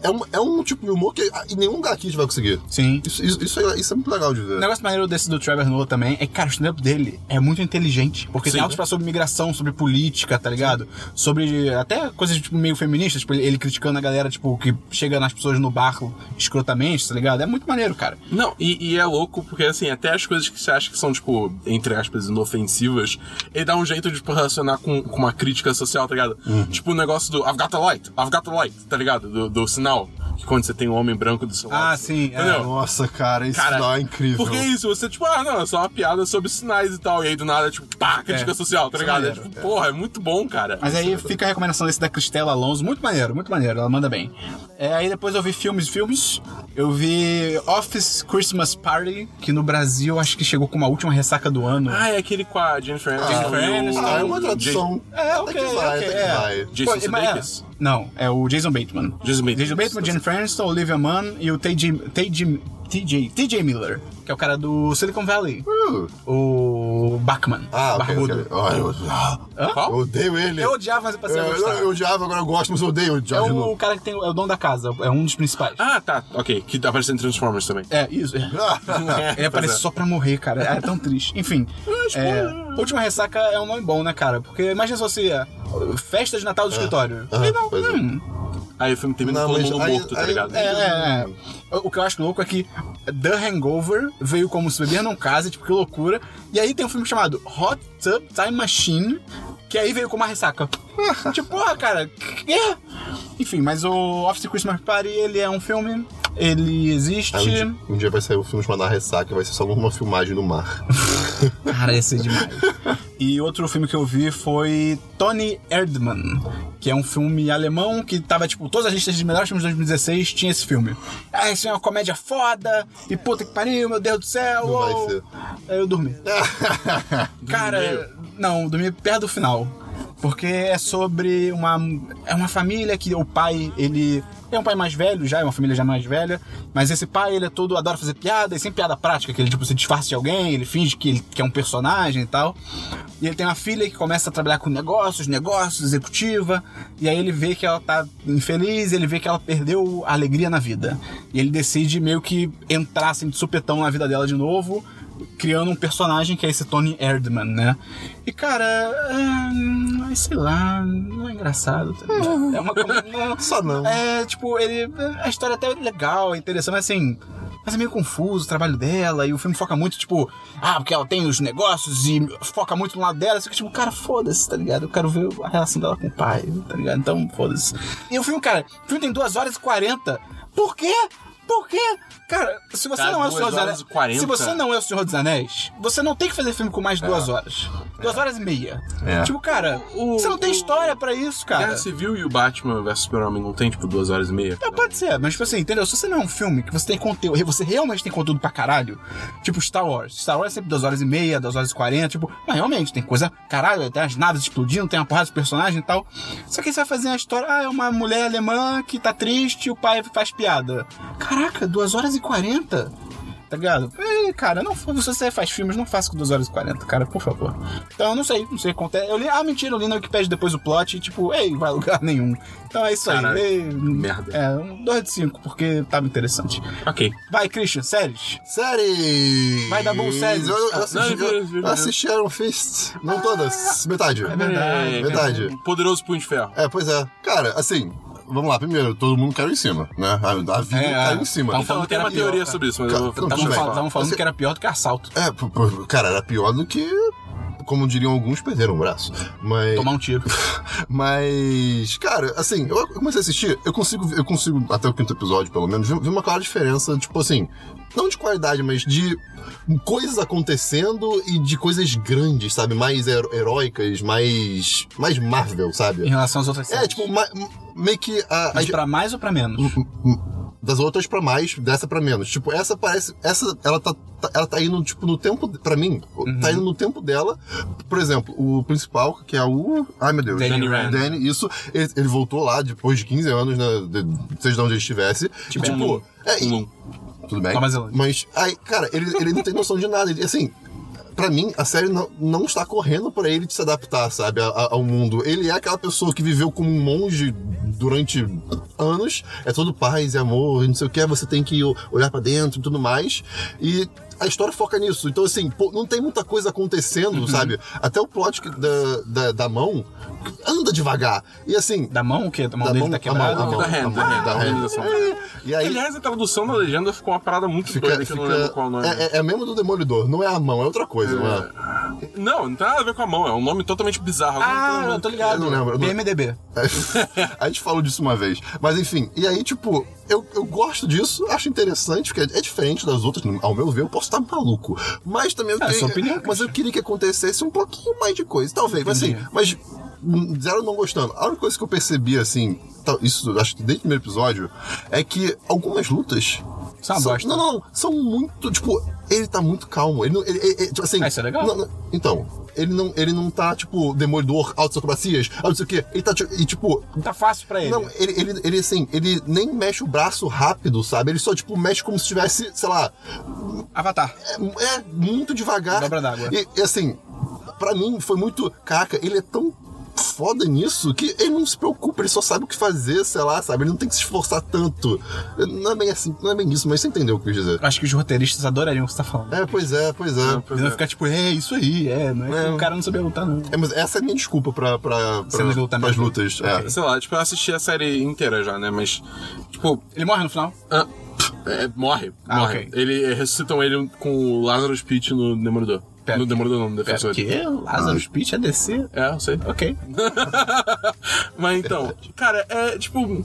[SPEAKER 2] é um, é um tipo de humor que em nenhum lugar aqui a gente vai conseguir.
[SPEAKER 1] Sim.
[SPEAKER 2] Isso, isso, isso é, isso é muito legal de ver.
[SPEAKER 1] O negócio maneiro desse do Trevor Noah também é que, cara, o stand-up dele é muito inteligente. Porque tem altos pra sobre imigração, sobre política, tá ligado? Sobre até coisas tipo, meio feministas, tipo, ele, ele criticando a galera, tipo, que chega nas pessoas no barco escrotamente, tá ligado? É muito maneiro, cara.
[SPEAKER 3] Não, e, e é louco porque, assim, até as coisas que você acha que são, tipo, entre aspas, inofensivas, ele dá um jeito de tipo, relacionar com, com uma crítica social, tá ligado?
[SPEAKER 1] Uhum.
[SPEAKER 3] Tipo o negócio do I've got a light, I've got a light, tá ligado? Do, do sinal. Que quando você tem um homem branco do seu lado.
[SPEAKER 1] Ah, sim, é.
[SPEAKER 3] Entendeu?
[SPEAKER 2] Nossa, cara, isso
[SPEAKER 3] Cara,
[SPEAKER 2] não é incrível.
[SPEAKER 3] Porque é isso, você, tipo, ah, não, é só uma piada sobre sinais e tal. E aí do nada, tipo, pá, crítica
[SPEAKER 1] É,
[SPEAKER 3] social, tá
[SPEAKER 1] isso é
[SPEAKER 3] ligado? É,
[SPEAKER 1] maneiro,
[SPEAKER 3] tipo, porra, é muito bom, cara.
[SPEAKER 1] Mas aí fica a recomendação desse da Cristela Alonso. Muito maneiro, muito maneiro. Ela manda bem. É, aí depois eu vi filmes e filmes. Eu vi Office Christmas Party, que no Brasil acho que chegou com uma última ressaca do ano.
[SPEAKER 3] Ah, é aquele com a Jennifer Aniston.
[SPEAKER 1] Jennifer
[SPEAKER 3] e o-
[SPEAKER 1] Aniston.
[SPEAKER 2] Ah, é uma
[SPEAKER 3] Jay-
[SPEAKER 2] tradução.
[SPEAKER 1] É, ok,
[SPEAKER 2] Até que vai,
[SPEAKER 1] ok,
[SPEAKER 2] até que
[SPEAKER 1] é.
[SPEAKER 2] vai.
[SPEAKER 3] Jason
[SPEAKER 1] Pô, mas-
[SPEAKER 3] Sudeikis?
[SPEAKER 1] Não, é o Jason Bateman.
[SPEAKER 3] Jason Bateman.
[SPEAKER 1] Jason Bateman, Jennifer Aniston, Olivia Munn e o TJ, TJ, TJ, TJ Miller, que é o cara do Silicon Valley.
[SPEAKER 2] Uh.
[SPEAKER 1] O Bachman.
[SPEAKER 2] Ah, ok,
[SPEAKER 1] barbudo.
[SPEAKER 2] ok. Ah, eu,
[SPEAKER 1] Hã?
[SPEAKER 2] eu odeio ele. É,
[SPEAKER 1] Eu odiava, mas eu passei a
[SPEAKER 2] eu,
[SPEAKER 1] gostar.
[SPEAKER 2] eu odiava, agora eu gosto, mas eu odeio o
[SPEAKER 1] É
[SPEAKER 2] George
[SPEAKER 1] o
[SPEAKER 2] Lucas.
[SPEAKER 1] cara que tem, é o dono da casa, é um dos principais.
[SPEAKER 3] Ah, tá, ok. Que tá aparecendo em Transformers também.
[SPEAKER 1] É, isso.
[SPEAKER 2] Ah,
[SPEAKER 1] Ele aparece só pra morrer, cara. É tão triste. Enfim. é, Última Ressaca é um nome bom, né, cara? Porque imagina se fosse é, festa de Natal do escritório.
[SPEAKER 2] ah,
[SPEAKER 1] E não,
[SPEAKER 2] pois é.
[SPEAKER 1] hum,
[SPEAKER 3] Aí o filme termina
[SPEAKER 2] Não,
[SPEAKER 3] com todo
[SPEAKER 2] mas
[SPEAKER 3] mundo
[SPEAKER 2] aí-
[SPEAKER 3] morto, tá
[SPEAKER 2] aí-
[SPEAKER 3] ligado?
[SPEAKER 1] É, é, é. O que eu acho louco é que The Hangover veio como Se Beber Não Case, tipo, que loucura. E aí tem um filme chamado Hot Tub Time Machine, que aí veio com uma ressaca. tipo, porra, cara, quê? Enfim, mas o Office Christmas Party, ele é um filme, ele existe.
[SPEAKER 2] Aí um, dia, um dia vai sair o filme chamado A Ressaca, vai ser só uma filmagem no mar.
[SPEAKER 1] Cara, esse é demais. e outro filme que eu vi foi Tony Erdmann, que é um filme alemão que tava, tipo, todas as listas de melhores filmes de 2016 tinha esse filme. Ah, esse é uma comédia foda, e puta que pariu, meu Deus do céu.
[SPEAKER 2] Não vai
[SPEAKER 1] uou.
[SPEAKER 2] ser.
[SPEAKER 1] Aí eu dormi. Cara, não, dormi perto do final. Porque é sobre uma. É uma família que o pai, ele. É um pai mais velho já, é uma família já mais velha. Mas esse pai, ele é todo. adora fazer piada, e sempre piada prática, que ele tipo se disfarça de alguém, ele finge que, ele, que é um personagem e tal. E ele tem uma filha que começa a trabalhar com negócios, negócios, executiva. E aí ele vê que ela tá infeliz, ele vê que ela perdeu a alegria na vida. E ele decide meio que entrar assim de supetão na vida dela de novo criando um personagem que é esse Tony Erdman, né? E cara, é, ai, sei lá, não é engraçado. tá ligado? É uma comédia- não-
[SPEAKER 2] Só não.
[SPEAKER 1] É, tipo, ele a história até é legal, é interessante, mas assim, mas é meio confuso o trabalho dela e o filme foca muito tipo, ah, porque ela tem os negócios e foca muito no lado dela, só que tipo, cara, foda-se, tá ligado? Eu quero ver a relação dela com o pai, tá ligado? Então, foda-se. E o filme, cara, o filme tem 2 horas e 40. Por quê? Por quê? Cara, se você
[SPEAKER 3] Cara,
[SPEAKER 1] não é o
[SPEAKER 3] Tá, duas
[SPEAKER 1] Senhor dos
[SPEAKER 3] horas
[SPEAKER 1] Anéis.
[SPEAKER 3] e 40.
[SPEAKER 1] Se você não é o Senhor dos Anéis, você não tem que fazer filme com mais de duas horas. Duas horas e meia. Tipo, cara,
[SPEAKER 3] O-
[SPEAKER 1] você não tem
[SPEAKER 3] o-
[SPEAKER 1] história pra isso, cara.
[SPEAKER 3] Guerra Civil e o Batman vs Super-Homem não tem, tipo, duas horas e meia?
[SPEAKER 1] É, pode ser, mas tipo assim, entendeu? Se você não é um filme que você tem conteúdo, você realmente tem conteúdo pra caralho, tipo Star Wars. Star Wars é sempre 2 horas e meia, 2 horas e 40, tipo, mas realmente tem coisa, caralho, tem as naves explodindo, tem uma porrada de personagem e tal. Só que aí você vai fazer uma história, ah, é uma mulher alemã que tá triste e o pai faz piada. Caraca, 2 horas e 40? Tá ligado? E, cara, não, se você faz filmes, não faça com 2 horas e 40, cara, por favor. Então, eu não sei, não sei o que acontece. Eu li, ah, mentira, eu li na Wikipedia depois o plot e, tipo, ei, vai a lugar nenhum. Então é isso
[SPEAKER 3] Caralho.
[SPEAKER 1] aí. ei,
[SPEAKER 3] Merda.
[SPEAKER 1] é, um 2 de 5, porque tava interessante.
[SPEAKER 3] Ok.
[SPEAKER 1] Vai, Christian, séries.
[SPEAKER 2] Série!
[SPEAKER 1] Vai dar bom séries. Ah,
[SPEAKER 2] Eu, eu assisti,
[SPEAKER 3] Não, eu vi, eu vi, eu
[SPEAKER 2] eu
[SPEAKER 3] vi.
[SPEAKER 2] assisti Iron Fist. Não todas, metade.
[SPEAKER 1] É verdade.
[SPEAKER 2] Verdade.
[SPEAKER 3] um Poderoso Punho de Ferro.
[SPEAKER 2] É, pois é. Cara, assim, vamos lá. Primeiro, todo mundo caiu em cima, né? A, a vida
[SPEAKER 1] É,
[SPEAKER 2] caiu
[SPEAKER 1] é.
[SPEAKER 2] em cima.
[SPEAKER 1] Então,
[SPEAKER 3] Então, eu tenho uma
[SPEAKER 1] que era
[SPEAKER 3] teoria
[SPEAKER 1] pior,
[SPEAKER 3] sobre isso, mas
[SPEAKER 2] Cara,
[SPEAKER 3] eu vou...
[SPEAKER 2] não,
[SPEAKER 3] Tá
[SPEAKER 1] Estavam
[SPEAKER 2] Deixa eu
[SPEAKER 1] fal-
[SPEAKER 2] ver.
[SPEAKER 1] estavam falando
[SPEAKER 2] Você-
[SPEAKER 1] que era pior do que assalto.
[SPEAKER 2] É, p- p- cara, era pior do que. Como diriam alguns, perderam o braço. Mas.
[SPEAKER 1] Tomar um tiro.
[SPEAKER 2] Mas, cara, assim, eu comecei a assistir, eu consigo, eu consigo, até o quinto episódio, pelo menos, ver ver uma clara diferença, tipo assim, não de qualidade, mas de coisas acontecendo e de coisas grandes, sabe? Mais hero- heróicas, mais. mais Marvel,
[SPEAKER 1] Em
[SPEAKER 2] sabe?
[SPEAKER 1] relação às outras séries.
[SPEAKER 2] É, tipo, ma- meio que a. a-
[SPEAKER 1] Mas pra mais ou pra menos?
[SPEAKER 2] das outras pra mais, dessa pra menos. Tipo, essa parece. Essa, ela tá, tá- ela tá indo, tipo, no tempo. Pra mim,
[SPEAKER 1] Uhum.
[SPEAKER 2] tá indo no tempo dela. Por exemplo, o principal, que é o. Ai, meu Deus.
[SPEAKER 1] Danny Rand.
[SPEAKER 2] Danny, isso. Ele, ele voltou lá depois de 15 anos, né, de- seja de onde ele estivesse. E,
[SPEAKER 1] é um Lu.
[SPEAKER 2] tipo. É, e-
[SPEAKER 1] Lu.
[SPEAKER 2] tudo bem.
[SPEAKER 1] Nova Zelândia.
[SPEAKER 2] Mas, aí, cara, ele, ele não tem noção de nada. Ele, assim, pra mim, a série não, não está correndo pra ele de se adaptar, sabe, a- a- ao mundo. Ele é aquela pessoa que viveu como um monge durante anos. É todo paz e amor, e não sei o que. Você tem que o- olhar pra dentro e tudo mais. E a história foca nisso. Então, assim, pô, não tem muita coisa acontecendo,
[SPEAKER 1] Uhum.
[SPEAKER 2] sabe? Até o plot que- da, da, da mão anda devagar. E, assim...
[SPEAKER 1] Da mão o quê? A mão
[SPEAKER 2] da
[SPEAKER 1] dele
[SPEAKER 2] mão-
[SPEAKER 1] tá
[SPEAKER 2] a mão- a
[SPEAKER 1] quebrada.
[SPEAKER 2] mão-
[SPEAKER 3] da hand,
[SPEAKER 2] a mão-
[SPEAKER 3] né?
[SPEAKER 2] da
[SPEAKER 3] A
[SPEAKER 2] hand.
[SPEAKER 3] organização.
[SPEAKER 2] É. E aí,
[SPEAKER 3] Aliás, a tradução da legenda ficou uma parada muito
[SPEAKER 2] Fica,
[SPEAKER 3] doida que eu não
[SPEAKER 2] fica-
[SPEAKER 3] lembro qual o nome.
[SPEAKER 2] É, é, é mesmo do Demolidor, não é a mão, é outra coisa, não é?
[SPEAKER 3] Não, não tem nada a ver com a mão, é um nome totalmente bizarro. Eu não tô
[SPEAKER 1] Ah,
[SPEAKER 3] lembrando
[SPEAKER 1] eu tô
[SPEAKER 3] o que
[SPEAKER 1] ligado.
[SPEAKER 2] Eu não lembro, eu não-
[SPEAKER 1] BMDB.
[SPEAKER 2] É. a gente falou disso uma vez. Mas enfim, e aí, tipo, eu, eu gosto disso, acho interessante, porque é, é diferente das outras, ao meu ver, eu posso estar maluco. Mas também eu
[SPEAKER 1] É,
[SPEAKER 2] queria-
[SPEAKER 1] sua opinião,
[SPEAKER 2] Mas eu queria que acontecesse um pouquinho mais de coisa, talvez, mas assim,
[SPEAKER 1] Entendi.
[SPEAKER 2] mas hum, zero não gostando. A única coisa que eu percebi, assim, tal- isso acho que desde o primeiro episódio, é que algumas lutas.
[SPEAKER 1] Isso é uma bosta.
[SPEAKER 2] Não, não, não, são muito. Tipo, ele tá muito calmo. Ele não. Ele, ele- ele- tipo assim.
[SPEAKER 1] Ah, isso é legal.
[SPEAKER 2] não- não- então. Ele não, ele não tá, tipo, demolidor, altas acrobacias, ah, não sei o quê. Ele tá, tipo, e, tipo,
[SPEAKER 1] Tá fácil pra ele.
[SPEAKER 2] não, ele, ele, ele, assim, ele nem mexe o braço rápido, sabe? Ele só, tipo, mexe como se tivesse, sei lá,
[SPEAKER 1] Avatar.
[SPEAKER 2] é, é muito devagar.
[SPEAKER 1] Dobra d'água.
[SPEAKER 2] E, e, assim, pra mim foi muito. Caraca, ele é tão foda nisso que ele não se preocupa, ele só sabe o que fazer, sei lá, sabe? Ele não tem que se esforçar tanto. Não é bem assim, não é bem isso, mas você entendeu o que eu quis dizer.
[SPEAKER 1] Acho que os roteiristas adorariam o que você tá falando.
[SPEAKER 2] É, pois é, pois é.
[SPEAKER 1] Eles vão ficar tipo, é isso aí, é. Não é, que
[SPEAKER 2] É.
[SPEAKER 1] o cara não sabia lutar, não.
[SPEAKER 2] É, mas essa é a minha desculpa pra, pra, pra,
[SPEAKER 1] Cenas de luta
[SPEAKER 2] pras
[SPEAKER 1] mesmo.
[SPEAKER 2] lutas. é.
[SPEAKER 3] Sei lá, tipo, eu assisti a série inteira já, né? Mas, tipo,
[SPEAKER 1] Ele morre no final?
[SPEAKER 3] ah, é, morre.
[SPEAKER 1] Ah,
[SPEAKER 3] morre.
[SPEAKER 1] ok.
[SPEAKER 3] Ele, é, ressuscitam ele com o Lazarus Pit no Demolidor.
[SPEAKER 1] Pera,
[SPEAKER 3] no Demolidor não, no
[SPEAKER 2] É,
[SPEAKER 1] Pera,
[SPEAKER 3] Defensor.
[SPEAKER 1] que? Lazarus Pit é descer?
[SPEAKER 3] É, eu sei.
[SPEAKER 1] Ok.
[SPEAKER 3] Mas então, cara, é tipo.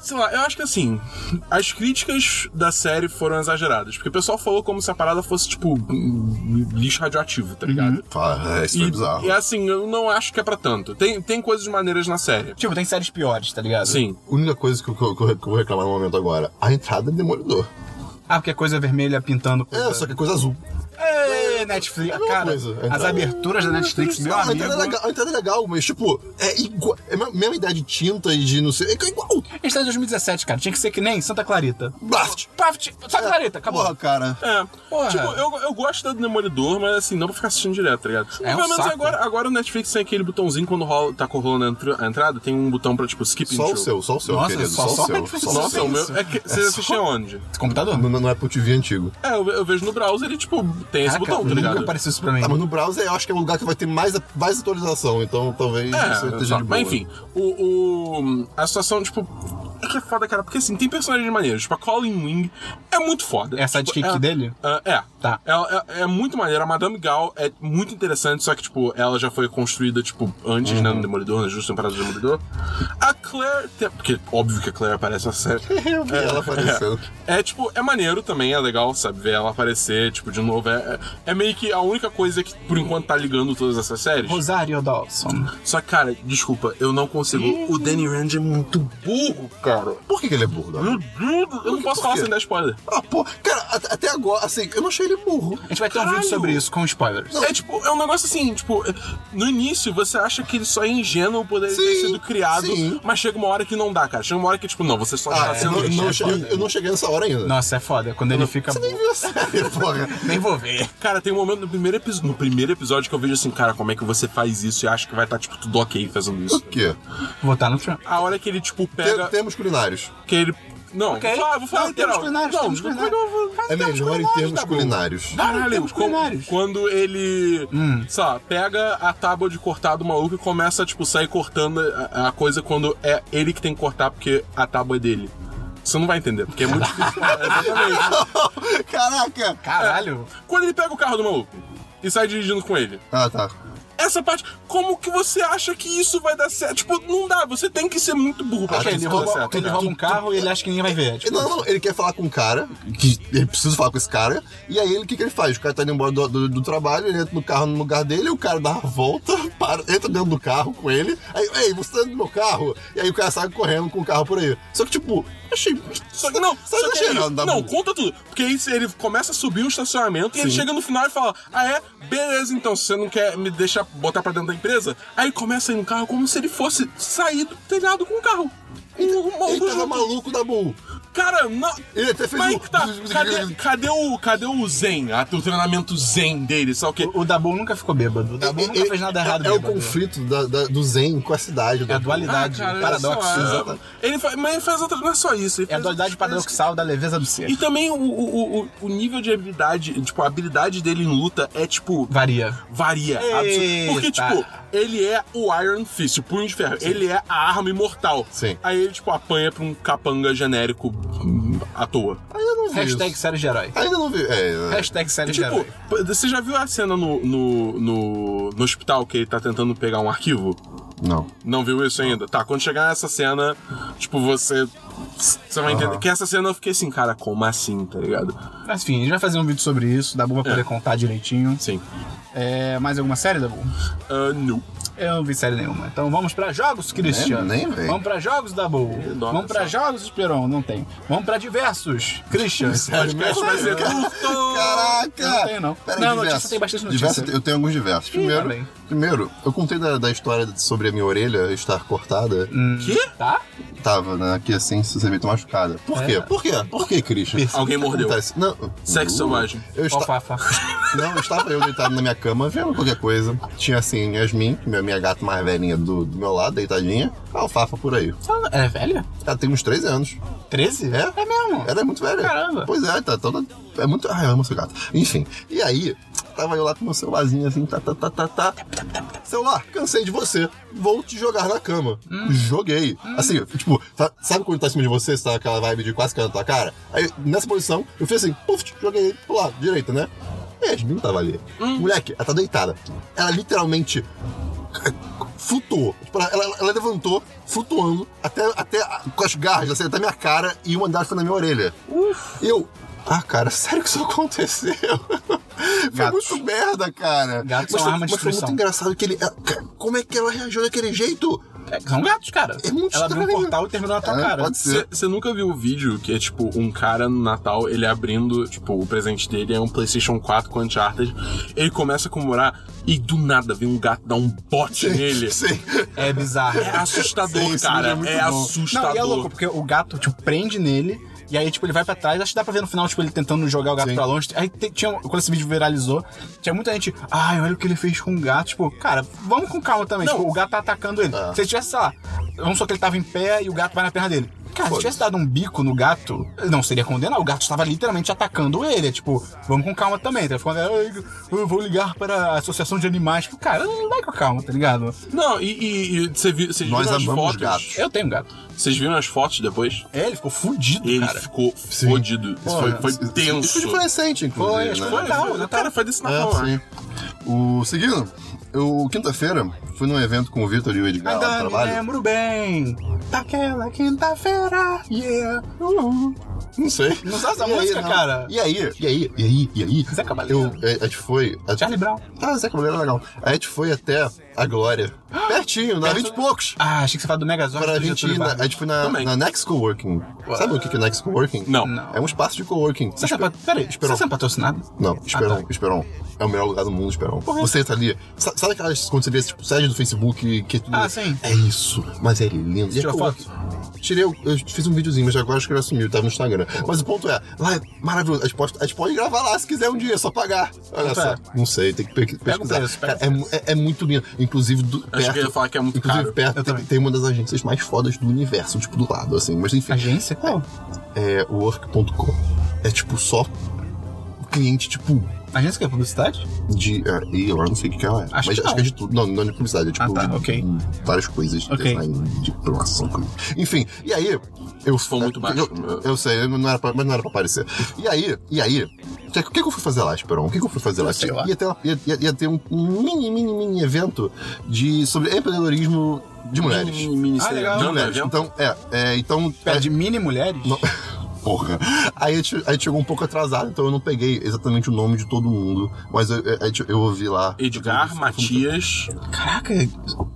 [SPEAKER 3] Sei lá, eu acho que assim, as críticas da série foram exageradas. Porque o pessoal falou como se a parada fosse, tipo, um lixo radioativo, tá ligado?
[SPEAKER 2] Fala, é, isso foi bizarro.
[SPEAKER 3] E, e assim, eu não acho que é pra tanto. Tem, tem coisas maneiras na série.
[SPEAKER 1] Tipo, tem séries piores, tá ligado?
[SPEAKER 3] Sim.
[SPEAKER 2] A única coisa que eu, que eu- que eu vou reclamar no momento agora, a entrada é demolidor.
[SPEAKER 1] Ah, porque é coisa vermelha pintando.
[SPEAKER 2] É, só que é coisa azul.
[SPEAKER 1] Ê, Netflix.
[SPEAKER 2] É uma
[SPEAKER 1] cara,
[SPEAKER 2] coisa.
[SPEAKER 1] as aberturas da Netflix, meu
[SPEAKER 2] Não,
[SPEAKER 1] amigo.
[SPEAKER 2] A entrada, é legal, a entrada é legal, mas tipo, é igual. É a mesma ideia de tinta e de não sei. É igual.
[SPEAKER 1] A gente tá em 2017, cara. Tinha que ser que nem Santa Clarita.
[SPEAKER 2] Blast!
[SPEAKER 1] Paft, Santa Clarita, acabou.
[SPEAKER 2] É, Porra, cara.
[SPEAKER 3] É,
[SPEAKER 1] Porra.
[SPEAKER 3] tipo, eu, eu gosto da do Demolidor, mas assim, não pra ficar assistindo direto, tá ligado?
[SPEAKER 1] É um
[SPEAKER 3] Pelo menos
[SPEAKER 1] saco.
[SPEAKER 3] agora, agora o Netflix tem aquele botãozinho quando rola, tá rolando a entra- a entrada, tem um botão pra tipo skip
[SPEAKER 2] Só
[SPEAKER 3] intro.
[SPEAKER 2] o seu, só o seu,
[SPEAKER 1] Nossa,
[SPEAKER 2] querido.
[SPEAKER 1] só-
[SPEAKER 2] Só,
[SPEAKER 1] só
[SPEAKER 2] o seu.
[SPEAKER 1] Netflix,
[SPEAKER 2] Só o
[SPEAKER 3] Nossa,
[SPEAKER 2] seu.
[SPEAKER 3] o meu. É que, você assistia onde?
[SPEAKER 1] Computador?
[SPEAKER 2] Não, não é pro TV antigo.
[SPEAKER 3] É, eu, eu vejo no browser e, tipo, tem esse
[SPEAKER 1] Caraca,
[SPEAKER 3] botão,
[SPEAKER 1] nunca
[SPEAKER 3] tá ligado?
[SPEAKER 1] um, apareceu isso pra mim.
[SPEAKER 2] Tá, mas no browser eu acho que é o lugar que vai ter mais, mais atualização, então talvez
[SPEAKER 3] É,
[SPEAKER 2] isso
[SPEAKER 1] tá
[SPEAKER 2] esteja
[SPEAKER 3] só-
[SPEAKER 2] de boa.
[SPEAKER 3] mas enfim, o, o- a situação, tipo. É que é foda, cara, porque assim, tem personagens maneiros. Tipo, a Colin Wing é muito foda.
[SPEAKER 1] É a sidekick
[SPEAKER 3] Tipo, é-
[SPEAKER 1] dele?
[SPEAKER 3] Ah, é.
[SPEAKER 1] Tá.
[SPEAKER 3] Ela é, é muito maneira. A Madame Gal é muito interessante, só que, tipo, ela já foi construída, tipo, antes, né,
[SPEAKER 1] Uhum.
[SPEAKER 3] no Demolidor, na justa temporada do Demolidor. A Claire. tem- Porque, óbvio que a Claire aparece na série.
[SPEAKER 2] Eu vi ela aparecendo.
[SPEAKER 3] É, tipo, é maneiro também, é legal, sabe? Ver ela aparecer, tipo, de novo. É, é é meio que a única coisa que, por enquanto, tá ligando todas essas séries.
[SPEAKER 1] Rosário Dawson.
[SPEAKER 3] Só que, cara, desculpa, eu não consigo. O Danny Rand é muito burro, cara.
[SPEAKER 2] Por que, que ele é burro, Davi?
[SPEAKER 3] Meu Deus, eu não posso falar sem dar spoiler.
[SPEAKER 2] Ah, pô, cara, at- até agora, assim, eu não achei ele burro.
[SPEAKER 1] A gente vai ter um
[SPEAKER 3] Caralho.
[SPEAKER 1] vídeo sobre isso com spoilers.
[SPEAKER 3] É tipo, é um negócio assim, tipo, no início você acha que ele só é ingênuo por ele ter
[SPEAKER 2] Sim,
[SPEAKER 3] sido criado,
[SPEAKER 2] sim.
[SPEAKER 3] mas chega uma hora que não dá, cara. Chega uma hora que, tipo, não, você só
[SPEAKER 2] Ah,
[SPEAKER 3] está
[SPEAKER 2] eu,
[SPEAKER 3] sendo.
[SPEAKER 2] não- não cheguei- eu não cheguei nessa hora ainda.
[SPEAKER 1] Nossa, é foda. Quando ele fica.
[SPEAKER 2] Você nem viu a série, porra.
[SPEAKER 1] Nem vou ver.
[SPEAKER 3] Cara, tem um momento no primeiro, episo- no primeiro episódio que eu vejo assim, cara, como é que você faz isso e acha que vai estar, tipo, tudo ok fazendo
[SPEAKER 2] O
[SPEAKER 3] isso.
[SPEAKER 2] quê?
[SPEAKER 1] Votar no Trump.
[SPEAKER 3] A hora que ele, tipo, pega.
[SPEAKER 2] Tem- Temos culinários.
[SPEAKER 3] Que ele. Não,
[SPEAKER 1] Ok.
[SPEAKER 3] vou falar, vou falar
[SPEAKER 1] Não, temos
[SPEAKER 3] literal.
[SPEAKER 1] culinários,
[SPEAKER 3] não,
[SPEAKER 1] temos
[SPEAKER 3] como é que eu vou-
[SPEAKER 2] É melhor em
[SPEAKER 3] tá
[SPEAKER 2] termos culinários.
[SPEAKER 3] Caralho,
[SPEAKER 1] Temos culinários.
[SPEAKER 3] co- quando ele, sei lá, pega a tábua de cortar do maluco e começa, tipo, sair cortando a, a coisa quando é ele que tem que cortar, porque a tábua é dele. Você não vai entender, porque é muito difícil. Exatamente.
[SPEAKER 2] Caraca!
[SPEAKER 1] Caralho.
[SPEAKER 3] Quando ele pega o carro do maluco e sai dirigindo com ele.
[SPEAKER 2] Ah, tá.
[SPEAKER 3] Essa parte, como que você acha que isso vai dar certo? Tipo, não dá, você tem que ser muito burro
[SPEAKER 2] Tá
[SPEAKER 3] pra achar
[SPEAKER 1] Ok,
[SPEAKER 3] que
[SPEAKER 1] ele
[SPEAKER 3] isso vai dar
[SPEAKER 1] rouba,
[SPEAKER 3] certo.
[SPEAKER 1] ele
[SPEAKER 3] cara.
[SPEAKER 1] rouba um carro e ele acha que ninguém vai ver. Tipo,
[SPEAKER 2] Não, não, ele quer falar com um cara, que ele precisa falar com esse cara, e aí ele, o que, que ele faz? O cara tá indo embora do, do- do trabalho, ele entra no carro no lugar dele, o cara dá a volta, para, entra dentro do carro com ele, aí, ei, você tá dentro do meu carro? E aí o cara sai correndo com o carro por aí. Só que, tipo, achei.
[SPEAKER 3] Só que não,
[SPEAKER 2] Sai
[SPEAKER 3] só
[SPEAKER 2] da
[SPEAKER 3] que ele,
[SPEAKER 2] cheirada, dá
[SPEAKER 3] não,
[SPEAKER 2] tá bom.
[SPEAKER 3] conta tudo. Porque aí se ele começa a subir o estacionamento e ele chega no final e fala: Ah, é? Beleza, então, se você não quer me deixar botar pra dentro da empresa, aí começa a ir no carro como se ele fosse sair do telhado com o carro. Um, Com o
[SPEAKER 2] Ele
[SPEAKER 3] maluco
[SPEAKER 2] tava
[SPEAKER 3] junto.
[SPEAKER 2] maluco da bull.
[SPEAKER 3] Cara, não.
[SPEAKER 2] Ele até fez
[SPEAKER 3] Mas
[SPEAKER 2] um-
[SPEAKER 3] que tá. Cadê, cadê, o, cadê o Zen? A- o treinamento Zen dele, sabe o quê?
[SPEAKER 1] O Dabu nunca ficou bêbado. O Dabu nunca fez nada errado
[SPEAKER 2] É, é o
[SPEAKER 1] bêbado.
[SPEAKER 2] conflito da- da- do Zen com a cidade. né?
[SPEAKER 1] É a dualidade,
[SPEAKER 3] olha
[SPEAKER 1] paradoxo.
[SPEAKER 3] só, é-
[SPEAKER 1] exatamente.
[SPEAKER 3] ele faz, mas ele faz outra, não é só isso. ele
[SPEAKER 1] É a
[SPEAKER 3] faz
[SPEAKER 1] dualidade
[SPEAKER 3] outras coisas.
[SPEAKER 1] paradoxal da leveza do ser.
[SPEAKER 3] E também o, o, o, o nível de habilidade, tipo, a habilidade dele em luta é tipo.
[SPEAKER 1] Varia.
[SPEAKER 3] Varia. absurdo. Porque,
[SPEAKER 1] Eita.
[SPEAKER 3] tipo, ele é o Iron Fist, o punho de ferro. Ele é a arma imortal.
[SPEAKER 2] Sim.
[SPEAKER 3] Aí ele, tipo, apanha pra um capanga genérico hum, à toa.
[SPEAKER 2] Ainda não vi.
[SPEAKER 1] Hashtag
[SPEAKER 2] isso.
[SPEAKER 1] série de herói.
[SPEAKER 2] Ainda não vi. É, é.
[SPEAKER 1] Hashtag série de
[SPEAKER 3] Tipo,
[SPEAKER 1] herói.
[SPEAKER 3] p- você já viu a cena no, no, no, no hospital que ele tá tentando pegar um arquivo?
[SPEAKER 2] Não.
[SPEAKER 3] Não viu isso ainda? Tá, quando chegar nessa cena, tipo, você. Você vai entender. Que essa cena eu fiquei assim, cara, como assim, tá ligado?
[SPEAKER 1] Mas enfim, a gente vai fazer um vídeo sobre isso. Dabu vai
[SPEAKER 2] É.
[SPEAKER 1] poder contar direitinho.
[SPEAKER 3] Sim.
[SPEAKER 1] É, mais alguma série, Dabu?
[SPEAKER 3] Ah, não.
[SPEAKER 1] Eu não vi série nenhuma. Então vamos pra jogos, Cristiano.
[SPEAKER 2] nem vi.
[SPEAKER 1] Vamos pra jogos, Dabu.
[SPEAKER 3] dó,
[SPEAKER 1] Vamos pra
[SPEAKER 3] pessoal.
[SPEAKER 1] jogos, Esperon. Não tem. Vamos pra diversos, Christian.
[SPEAKER 3] podcast vai ser curto.
[SPEAKER 2] Caraca!
[SPEAKER 1] Não tenho, não.
[SPEAKER 2] Pera,
[SPEAKER 1] Não,
[SPEAKER 2] diversos.
[SPEAKER 1] notícia tem bastante notícia.
[SPEAKER 2] Diversos, eu tenho alguns diversos. Primeiro,
[SPEAKER 1] também.
[SPEAKER 2] primeiro eu contei da, da história de- sobre a minha orelha estar cortada.
[SPEAKER 3] Quê?
[SPEAKER 1] Tá?
[SPEAKER 2] Tava né, aqui assim, suscebivelmente machucada.
[SPEAKER 1] É.
[SPEAKER 2] Por quê? Por quê? Por quê, Christian?
[SPEAKER 3] Alguém
[SPEAKER 2] O que
[SPEAKER 3] mordeu.
[SPEAKER 2] acontece? Não. Uh.
[SPEAKER 3] Sexo selvagem.
[SPEAKER 2] Eu esta-
[SPEAKER 1] Alfafa.
[SPEAKER 2] Não, estava eu deitado na minha cama, vendo qualquer coisa. Tinha assim, Yasmin, que é minha, minha gata mais velhinha do, do meu lado, deitadinha. A alfafa por aí.
[SPEAKER 1] Ela É velha?
[SPEAKER 2] Ela tem uns 13 anos.
[SPEAKER 1] 13?
[SPEAKER 2] É?
[SPEAKER 1] É mesmo.
[SPEAKER 2] Ela é muito velha.
[SPEAKER 1] Caramba.
[SPEAKER 2] Pois é, tá toda. É muito. Ai, eu amo essa gata. Enfim. E aí, tava eu lá com meu celularzinho assim, tá, tá, tá, tá, tá. Celular, cansei de você. Vou te jogar na cama. Joguei. Assim, tipo, tá- sabe quando tá em cima de você, você tá aquela vibe de quase caindo na tua cara? Aí, nessa posição, eu fiz assim, puf, joguei ele pro lado, direita, né? É, Yasmin tava ali. Moleque, ela tá deitada. Ela literalmente flutuou. Tipo, ela, ela- ela levantou, flutuando, até, até a- com as garras, assim, até minha cara, e uma delas foi na minha orelha. Eu. Ah, cara, sério que isso aconteceu? foi
[SPEAKER 1] Gatos.
[SPEAKER 2] muito merda, cara.
[SPEAKER 1] Gatos são
[SPEAKER 2] mas foi,
[SPEAKER 1] arma de
[SPEAKER 2] mas foi muito
[SPEAKER 1] destruição.
[SPEAKER 2] engraçado que ele. ah, ca- Como é que ela reagiu daquele jeito?
[SPEAKER 1] É, São gatos, cara.
[SPEAKER 2] É muito
[SPEAKER 1] Ela
[SPEAKER 2] estranho.
[SPEAKER 1] abriu um portal e terminou na tua
[SPEAKER 2] É,
[SPEAKER 1] cara.
[SPEAKER 2] Pode ser.
[SPEAKER 3] Você nunca viu o vídeo que é tipo um cara no Natal, ele abrindo, tipo, o presente dele é um PlayStation 4 com Uncharted. Ele começa a comemorar e do nada vem um gato dar um bote nele.
[SPEAKER 2] Sim.
[SPEAKER 1] É bizarro.
[SPEAKER 3] É assustador,
[SPEAKER 2] Sim, esse
[SPEAKER 3] cara.
[SPEAKER 2] vídeo é muito bom.
[SPEAKER 3] É,
[SPEAKER 1] Não,
[SPEAKER 3] assustador.
[SPEAKER 1] e é louco, porque o gato, tipo, prende nele. E aí, tipo, ele vai pra trás. Acho que dá pra ver no final, tipo, ele tentando jogar o gato
[SPEAKER 2] Sim.
[SPEAKER 1] pra longe. Aí te- tinha, um- quando esse vídeo viralizou, tinha muita gente. Ai, olha o que ele fez com o gato. Tipo, cara, vamos com calma também.
[SPEAKER 3] Não.
[SPEAKER 1] Tipo, o gato tá atacando ele. Se ele tivesse, sei lá, vamos só que ele tava em pé e o gato vai na perna dele. Cara, se tivesse dado um bico no gato, não seria condenar. O gato estava literalmente atacando ele. É tipo, vamos com calma também. Tá ficando, "Ai, eu vou ligar para a associação de animais. Tipo, cara, não vai com calma, tá ligado?
[SPEAKER 3] Não, e- e e você viu, vocês
[SPEAKER 2] Nós
[SPEAKER 3] viram as
[SPEAKER 2] amamos
[SPEAKER 3] fotos?
[SPEAKER 2] gatos.
[SPEAKER 1] Eu tenho um gato.
[SPEAKER 3] Vocês viram as fotos depois?
[SPEAKER 1] É, ele ficou fudido,
[SPEAKER 3] Ele
[SPEAKER 1] cara.
[SPEAKER 3] ficou fodido. Foi, foi tenso. Ah,
[SPEAKER 2] Isso foi recente, inclusive.
[SPEAKER 1] Foi, acho que
[SPEAKER 2] né?
[SPEAKER 1] foi. Natal, Natal.
[SPEAKER 3] Cara, foi desse Natal
[SPEAKER 2] É,
[SPEAKER 3] lá.
[SPEAKER 2] sim. O seguindo, eu quinta-feira fui num evento com o Vitor e o Edgar lá no
[SPEAKER 1] Ainda me
[SPEAKER 2] trabalho.
[SPEAKER 1] lembro é, bem daquela quinta-feira, yeah. Uhul.
[SPEAKER 2] Não sei.
[SPEAKER 1] Não sabe essa
[SPEAKER 2] E aí,
[SPEAKER 1] música,
[SPEAKER 2] não.
[SPEAKER 1] cara?
[SPEAKER 2] E aí, e aí, e aí, e aí?
[SPEAKER 1] Zé Cabaleiro.
[SPEAKER 2] Eu, a, a gente foi. A,
[SPEAKER 1] Charlie Brown.
[SPEAKER 2] Ah, Zé Cabaleiro é legal. A gente foi até a Glória. Pertinho, na 20 e poucos.
[SPEAKER 1] Ah, achei que você falava do Megazord.
[SPEAKER 2] Para a
[SPEAKER 1] do Getúlio
[SPEAKER 2] Argentina, é,
[SPEAKER 1] Vargas.
[SPEAKER 2] a gente foi na,
[SPEAKER 3] Também.
[SPEAKER 2] na Next Coworking. Sabe o que que é Next Coworking?
[SPEAKER 3] Não.
[SPEAKER 2] É um espaço de coworking.
[SPEAKER 1] Você é
[SPEAKER 2] Espe-
[SPEAKER 1] pat... Peraí,
[SPEAKER 2] Esperon.
[SPEAKER 1] você é patrocinado?
[SPEAKER 2] Não, Esperon,
[SPEAKER 1] Ah,
[SPEAKER 2] Esperon. É o melhor lugar do mundo, Esperon. Você tá ali. sa- Sabe aquelas quando você vê tipo, sede do Facebook que é tudo.
[SPEAKER 1] Ah, sim.
[SPEAKER 2] É isso. Mas é lindo. E é
[SPEAKER 1] Tirou
[SPEAKER 2] coworking. Tirei, eu, eu fiz um videozinho, mas agora acho que ele assumiu, tava no Instagram. Mas o ponto é, lá é maravilhoso. A gente pode, a gente pode gravar lá se quiser um dia, é só pagar. Olha
[SPEAKER 1] Quanto
[SPEAKER 2] só.
[SPEAKER 1] é?
[SPEAKER 2] Não sei, tem que pe- pesquisar.
[SPEAKER 1] preço, pega
[SPEAKER 2] Cara, é, mu- é- é muito lindo. Inclusive, do,
[SPEAKER 3] que eu ia falar que é muito
[SPEAKER 2] inclusive,
[SPEAKER 3] caro.
[SPEAKER 1] Eu
[SPEAKER 2] perto tem,
[SPEAKER 1] também.
[SPEAKER 2] tem uma das agências mais fodas do universo, tipo, do lado, assim. Mas enfim.
[SPEAKER 1] Agência? Oh, Qual?
[SPEAKER 2] É, o work.com. É tipo só cliente, tipo,
[SPEAKER 1] Agência que é publicidade?
[SPEAKER 2] de. é, Ih, agora não sei o que que ela é.
[SPEAKER 1] Acho
[SPEAKER 2] mas
[SPEAKER 1] que
[SPEAKER 2] acho que
[SPEAKER 1] não.
[SPEAKER 2] é de tudo. Não, não é de publicidade, é tipo
[SPEAKER 1] Ah, tá,
[SPEAKER 2] de,
[SPEAKER 1] ok.
[SPEAKER 2] de várias coisas de
[SPEAKER 1] Ok.
[SPEAKER 2] design, de programação. coisa. Enfim, e aí. Eu,
[SPEAKER 3] Foi muito baixo.
[SPEAKER 2] Eu, eu sei, eu não era pra, mas não era pra aparecer. E aí, e aí. O que, o que que eu fui fazer lá, Esperon? O que, que eu fui fazer lá?
[SPEAKER 1] sei lá.
[SPEAKER 2] Ia ter, uma- ia, ia- ia ter um mini, mini, mini evento de, sobre empreendedorismo de mulheres.
[SPEAKER 3] Mini, mini
[SPEAKER 1] Ah, legal.
[SPEAKER 2] de
[SPEAKER 3] seriado,
[SPEAKER 2] mulheres.
[SPEAKER 3] né?
[SPEAKER 2] Então, é, é então.
[SPEAKER 1] Pera,
[SPEAKER 2] é-
[SPEAKER 1] de mini mulheres?
[SPEAKER 2] Porra. Aí a gente, a gente chegou um pouco atrasado, então eu não peguei exatamente o nome de todo mundo. Mas eu, eu, eu ouvi lá.
[SPEAKER 3] Edgar, Matias.
[SPEAKER 1] Caraca,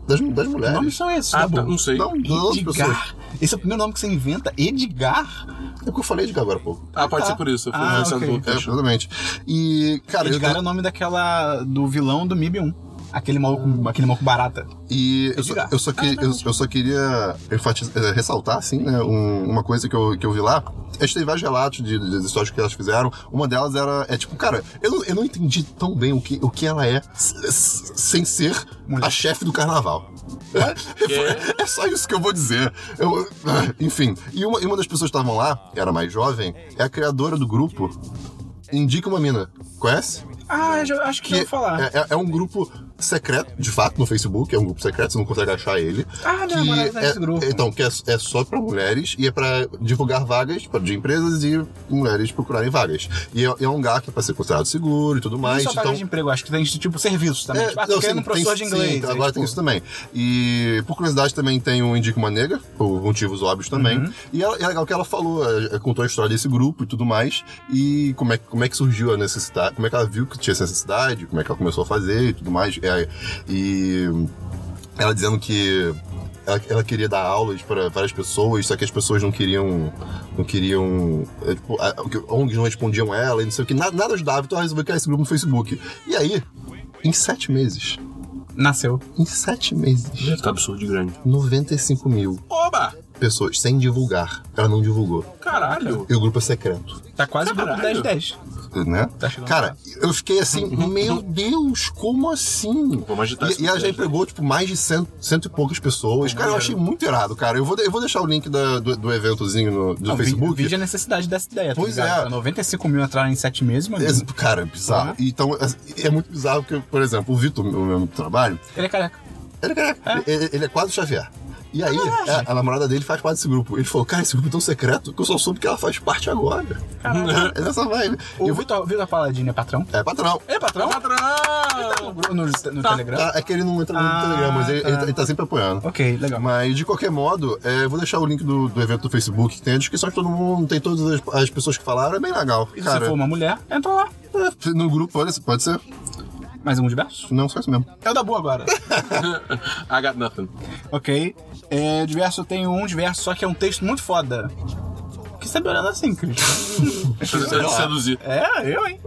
[SPEAKER 2] Das, das
[SPEAKER 1] que
[SPEAKER 2] mulheres.
[SPEAKER 1] nomes são esses?
[SPEAKER 3] Ah,
[SPEAKER 1] Dabu?
[SPEAKER 3] tá, não sei.
[SPEAKER 2] Não, das outras pessoas.
[SPEAKER 1] é Edgar. Esse é o primeiro nome que você inventa? Edgar?
[SPEAKER 2] É o que eu falei de agora há pouco.
[SPEAKER 3] Ah, pode
[SPEAKER 1] tá.
[SPEAKER 3] ser por isso. Eu fui
[SPEAKER 1] Ah,
[SPEAKER 3] vencendo
[SPEAKER 1] ok.
[SPEAKER 3] pelo
[SPEAKER 2] É,
[SPEAKER 3] Christian.
[SPEAKER 2] exatamente. E, cara, eu
[SPEAKER 1] Edgar
[SPEAKER 2] tô-
[SPEAKER 1] é o nome daquela. do vilão do MIB 1. Aquele maluco, aquele maluco barata.
[SPEAKER 2] E eu só,
[SPEAKER 1] Edgar.
[SPEAKER 2] eu só que- eu, eu só queria enfatizar, eh, ressaltar, assim, né, um- uma coisa que eu, que eu vi lá. A gente teve vários relatos de, de histórias que elas fizeram. Uma delas era, é tipo, cara, eu não, eu não entendi tão bem o que, o que ela é s- s- sem ser
[SPEAKER 1] Mulher.
[SPEAKER 2] a chefe do carnaval. É só isso que eu vou dizer. Eu- ah, enfim, e uma, e uma das pessoas que estavam lá, que era mais jovem, é a criadora do grupo Indica uma Mina. Conhece?
[SPEAKER 1] Ah, eu já- acho que, eu
[SPEAKER 2] que
[SPEAKER 1] vou falar.
[SPEAKER 2] É, é- é um grupo secreto, de fato, no Facebook, é um grupo secreto, você não consegue achar ele.
[SPEAKER 1] Ah, minha
[SPEAKER 2] que
[SPEAKER 1] namorada tá nesse
[SPEAKER 2] é-
[SPEAKER 1] grupo.
[SPEAKER 2] Então, que é, é só pra mulheres e é pra divulgar vagas pra- de empresas e mulheres procurarem vagas. E é, é um lugar que é pra ser considerado seguro e tudo
[SPEAKER 1] Não
[SPEAKER 2] mais.
[SPEAKER 1] só vaga
[SPEAKER 2] então,
[SPEAKER 1] é de emprego, acho que tem tipo serviços também. tipo, ah, tô
[SPEAKER 2] É, não,
[SPEAKER 1] querendo
[SPEAKER 2] sim,
[SPEAKER 1] um professor
[SPEAKER 2] tem-
[SPEAKER 1] de inglês.
[SPEAKER 2] sim, então,
[SPEAKER 1] aí,
[SPEAKER 2] agora tem
[SPEAKER 1] tipo,
[SPEAKER 2] isso também. E, por curiosidade, também tem o Indica uma Negra, por motivos óbvios também.
[SPEAKER 1] Uhum.
[SPEAKER 2] E ela- é legal que ela falou, é, é, contou a história desse grupo e tudo mais, e como é, que- como é que surgiu a necessidade, como é que ela viu que tinha essa necessidade, como é que ela começou a fazer e tudo mais. É, e ela dizendo que ela, ela queria dar aulas para várias pessoas, só que as pessoas não queriam. Não queriam. é, Tipo, a- que ONGs não respondiam ela e não sei o que. Nada, nada ajudava, então ela resolveu criar esse grupo no Facebook. E aí, em sete meses.
[SPEAKER 1] Nasceu.
[SPEAKER 2] Em sete meses.
[SPEAKER 3] Tá absurdo de grande.
[SPEAKER 2] 95 mil
[SPEAKER 3] Oba!
[SPEAKER 2] pessoas sem divulgar. Ela não divulgou.
[SPEAKER 3] Caralho!
[SPEAKER 2] E o grupo é secreto.
[SPEAKER 1] Tá quase o grupo
[SPEAKER 3] Caralho.
[SPEAKER 1] 10-10.
[SPEAKER 2] Né?
[SPEAKER 1] Tá chegando Uhum.
[SPEAKER 2] Cara, eu fiquei assim, meu Deus, como assim?
[SPEAKER 3] Vamos
[SPEAKER 1] tá
[SPEAKER 3] agitar
[SPEAKER 2] E,
[SPEAKER 3] esse
[SPEAKER 2] e ela já
[SPEAKER 3] processo.
[SPEAKER 2] empregou, tipo, mais de cento, cento e poucas pessoas. Cara, eu achei muito errado, cara. Eu vou, de- eu vou deixar o link da- do, do eventozinho no, do
[SPEAKER 1] Não, vi-
[SPEAKER 2] Facebook.
[SPEAKER 1] Vídeo a necessidade dessa ideia,
[SPEAKER 2] Pois
[SPEAKER 1] tá ligado?
[SPEAKER 2] é.
[SPEAKER 1] Pra 95 mil entraram em 7 meses, mano.
[SPEAKER 2] Ex- Cara, é bizarro.
[SPEAKER 1] Uhum.
[SPEAKER 2] Então, é- é muito bizarro porque, por exemplo, o Vitor, o meu amigo de trabalho,
[SPEAKER 1] Ele é careca.
[SPEAKER 2] Ele é, careca. ele, ele é quase o Xavier. E aí,
[SPEAKER 1] Ah,
[SPEAKER 2] é, a, a namorada dele faz parte desse grupo. Ele falou, cara, esse grupo é tão secreto que eu só soube que ela faz parte agora. É nessa vibe.
[SPEAKER 1] O
[SPEAKER 2] Eu vou-
[SPEAKER 1] Vitor, Vitor Paladino é patrão?
[SPEAKER 2] É patrão.
[SPEAKER 1] Ele é
[SPEAKER 3] Então?
[SPEAKER 1] patrão?
[SPEAKER 3] Patrão!
[SPEAKER 1] No, gru- no, no Telegram?
[SPEAKER 2] Tá, é que ele não entra no
[SPEAKER 1] Ah,
[SPEAKER 2] Telegram, mas ele,
[SPEAKER 1] tá.
[SPEAKER 2] ele tá- ele tá sempre apoiando.
[SPEAKER 1] Ok, legal.
[SPEAKER 2] Mas, de qualquer modo, é, eu vou deixar o link do, do evento do Facebook, que tem a descrição de todo mundo, tem todas as, as pessoas que falaram, é bem legal.
[SPEAKER 1] E se
[SPEAKER 2] Cara,
[SPEAKER 1] for uma mulher, entra lá.
[SPEAKER 2] é, no grupo, olha, pode ser?
[SPEAKER 1] Mais um diverso?
[SPEAKER 2] Não, só isso mesmo.
[SPEAKER 1] É o da boa agora.
[SPEAKER 3] I got nothing.
[SPEAKER 1] ok. É, diverso, eu tenho um diverso, só que é um texto muito foda. Por que você tá me olhando assim, Christian?
[SPEAKER 3] Precisa de seduzir.
[SPEAKER 1] É, eu, hein?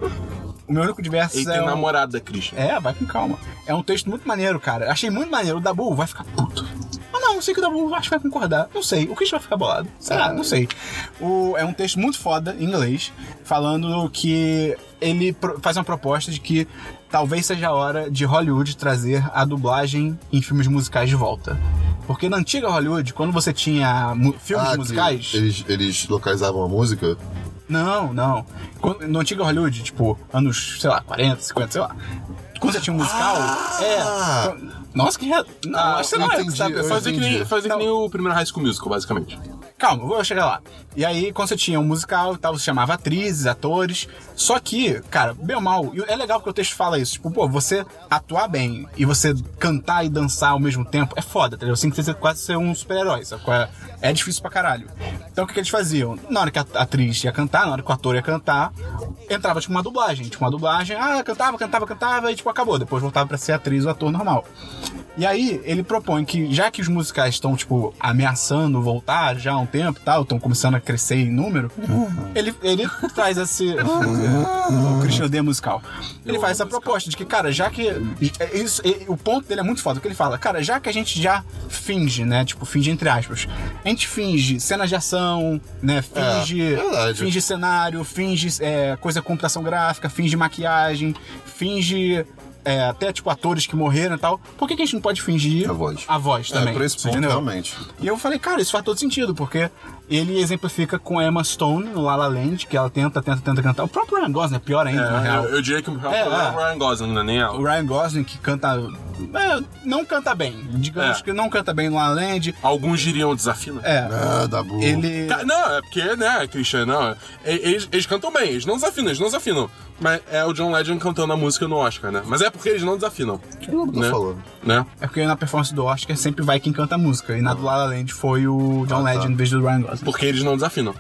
[SPEAKER 1] O meu único diverso
[SPEAKER 3] Ele
[SPEAKER 1] é.
[SPEAKER 3] tem
[SPEAKER 1] um-
[SPEAKER 3] namorada, Christian.
[SPEAKER 1] É, vai com calma. É um texto muito maneiro, cara. Achei muito maneiro. O Dabu vai ficar puto. Ah, não, não sei que o Dabu acho que vai concordar. Não sei. O Christian vai ficar bolado. Será? Não sei. O, é um texto muito foda, em inglês, falando que ele pro- faz uma proposta de que talvez seja a hora de Hollywood trazer a dublagem em filmes musicais de volta. Porque na antiga Hollywood, quando você tinha mu- filmes
[SPEAKER 2] Ah, que
[SPEAKER 1] musicais.
[SPEAKER 2] Eles, eles localizavam a música.
[SPEAKER 1] Não, não. Quando, no antigo Hollywood, tipo, anos, sei lá, 40, 50, sei lá. Quando você tinha um musical, é. quan- Nossa, que. re- Não,
[SPEAKER 3] Ah,
[SPEAKER 1] acho que você não é
[SPEAKER 2] Ah! entendi,
[SPEAKER 1] sabe?
[SPEAKER 2] eu
[SPEAKER 3] Fazer que, nem,
[SPEAKER 2] entendi.
[SPEAKER 3] fazer que
[SPEAKER 1] Não.
[SPEAKER 3] nem o primeiro High School Musical, basicamente.
[SPEAKER 1] Calma, eu vou chegar lá. E aí, quando você tinha um musical e tal, você chamava atrizes, atores. Só que, cara, bem ou mal, e é legal que o texto fala isso. Tipo, pô, você atuar bem e você cantar e dançar ao mesmo tempo é foda, entendeu? Assim que você quase ser um super-herói, sabe? qual é? É difícil pra caralho. Então o que, que eles faziam? Na hora que a atriz ia cantar, na hora que o ator ia cantar, entrava tipo uma dublagem. Tipo, uma dublagem, ah, cantava, cantava, cantava, e tipo, acabou. Depois voltava pra ser atriz ou ator normal. E aí, ele propõe que, já que os musicais estão, tipo, ameaçando voltar já há um tempo e tal, estão começando a crescer em número, ele, ele traz esse. o Christian D musical. Ele faz essa proposta de que, cara, já que. é Isso, é- o ponto dele é muito foda, porque ele fala, cara, já que a gente já finge, né? Tipo, finge entre aspas. A gente finge cenas de ação, né? Finge.
[SPEAKER 2] verdade.
[SPEAKER 1] finge cenário, finge é, coisa computação gráfica, finge maquiagem, finge. é, até tipo atores que morreram e tal. Por que, que a gente não pode fingir
[SPEAKER 2] A voz.
[SPEAKER 1] a voz também?
[SPEAKER 2] é, pra esse
[SPEAKER 1] você
[SPEAKER 2] ponto,
[SPEAKER 1] entendeu?
[SPEAKER 2] realmente.
[SPEAKER 1] E eu falei, cara, isso faz todo sentido, porque ele exemplifica com a Emma Stone no La La Land, que ela tenta, tenta, tenta cantar. O próprio Ryan Gosling é pior ainda, na real.
[SPEAKER 3] Eu, eu diria que o
[SPEAKER 1] É,
[SPEAKER 3] é,
[SPEAKER 1] é.
[SPEAKER 3] Ryan Gosling, não é nem ela.
[SPEAKER 1] O Ryan Gosling que canta. é, não canta bem. Digamos
[SPEAKER 3] É.
[SPEAKER 1] que não canta bem no La La Land.
[SPEAKER 3] Alguns diriam desafina.
[SPEAKER 1] É.
[SPEAKER 2] Ah, Dabu.
[SPEAKER 1] Ele.
[SPEAKER 3] Ca- Não, é porque, né, Christian, não. é- Eles, eles cantam bem, eles não desafinam, eles não desafinam. Mas é o John Legend cantando a música no Oscar, né? Mas é porque eles não desafinam,
[SPEAKER 2] Não, não
[SPEAKER 3] né?
[SPEAKER 2] falou.
[SPEAKER 3] né?
[SPEAKER 1] É porque na performance do Oscar sempre vai quem canta a música. E na do La
[SPEAKER 2] Ah, tá.
[SPEAKER 1] La Land foi o John Legend em vez do Ryan Gosling.
[SPEAKER 3] Porque eles não desafinam.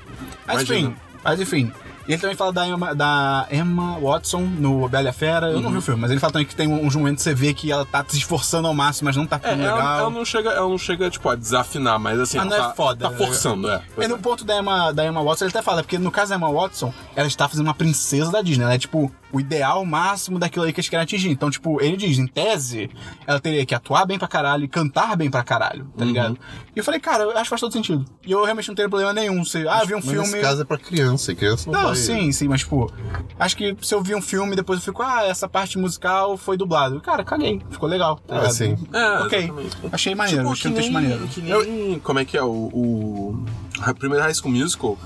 [SPEAKER 1] Mas
[SPEAKER 3] Imagina.
[SPEAKER 1] enfim, mas enfim. E ele também fala da Emma, da Emma Watson no Bela e a Fera. Eu não vi o filme, mas ele fala também que tem uns momentos que você vê que ela tá se esforçando ao máximo, mas não tá
[SPEAKER 3] É,
[SPEAKER 1] ficando legal.
[SPEAKER 3] ela, ela não chega, ela não chega, tipo, a desafinar, mas assim,
[SPEAKER 1] Ah,
[SPEAKER 3] ela
[SPEAKER 1] não é
[SPEAKER 3] tá,
[SPEAKER 1] foda,
[SPEAKER 3] tá
[SPEAKER 1] né?
[SPEAKER 3] forçando, é.
[SPEAKER 1] É no ponto da Emma, da Emma Watson, ele até fala, porque no caso da Emma Watson, ela está fazendo uma princesa da Disney, ela é tipo o ideal máximo daquilo aí que eles querem atingir. Então, tipo, ele diz, em tese, ela teria que atuar bem pra caralho e cantar bem pra caralho, tá ligado? E eu falei, cara, eu acho que faz todo sentido. E eu realmente não tenho problema nenhum. Se, ah, vi um
[SPEAKER 2] Mas
[SPEAKER 1] filme.
[SPEAKER 2] Nesse caso é pra criança, e criança não,
[SPEAKER 1] Não,
[SPEAKER 2] vai...
[SPEAKER 1] sim, sim, mas tipo, acho que se eu vi um filme e depois eu fico, ah, essa parte musical foi dublado. Cara, caguei, ficou legal. Tá
[SPEAKER 2] Ah,
[SPEAKER 1] ligado?
[SPEAKER 2] sim.
[SPEAKER 3] É,
[SPEAKER 1] Ok,
[SPEAKER 3] exatamente.
[SPEAKER 1] achei maneiro, achei um texto maneiro.
[SPEAKER 3] Tipo, que nem- Como é que é o... o a primeira High School Musical,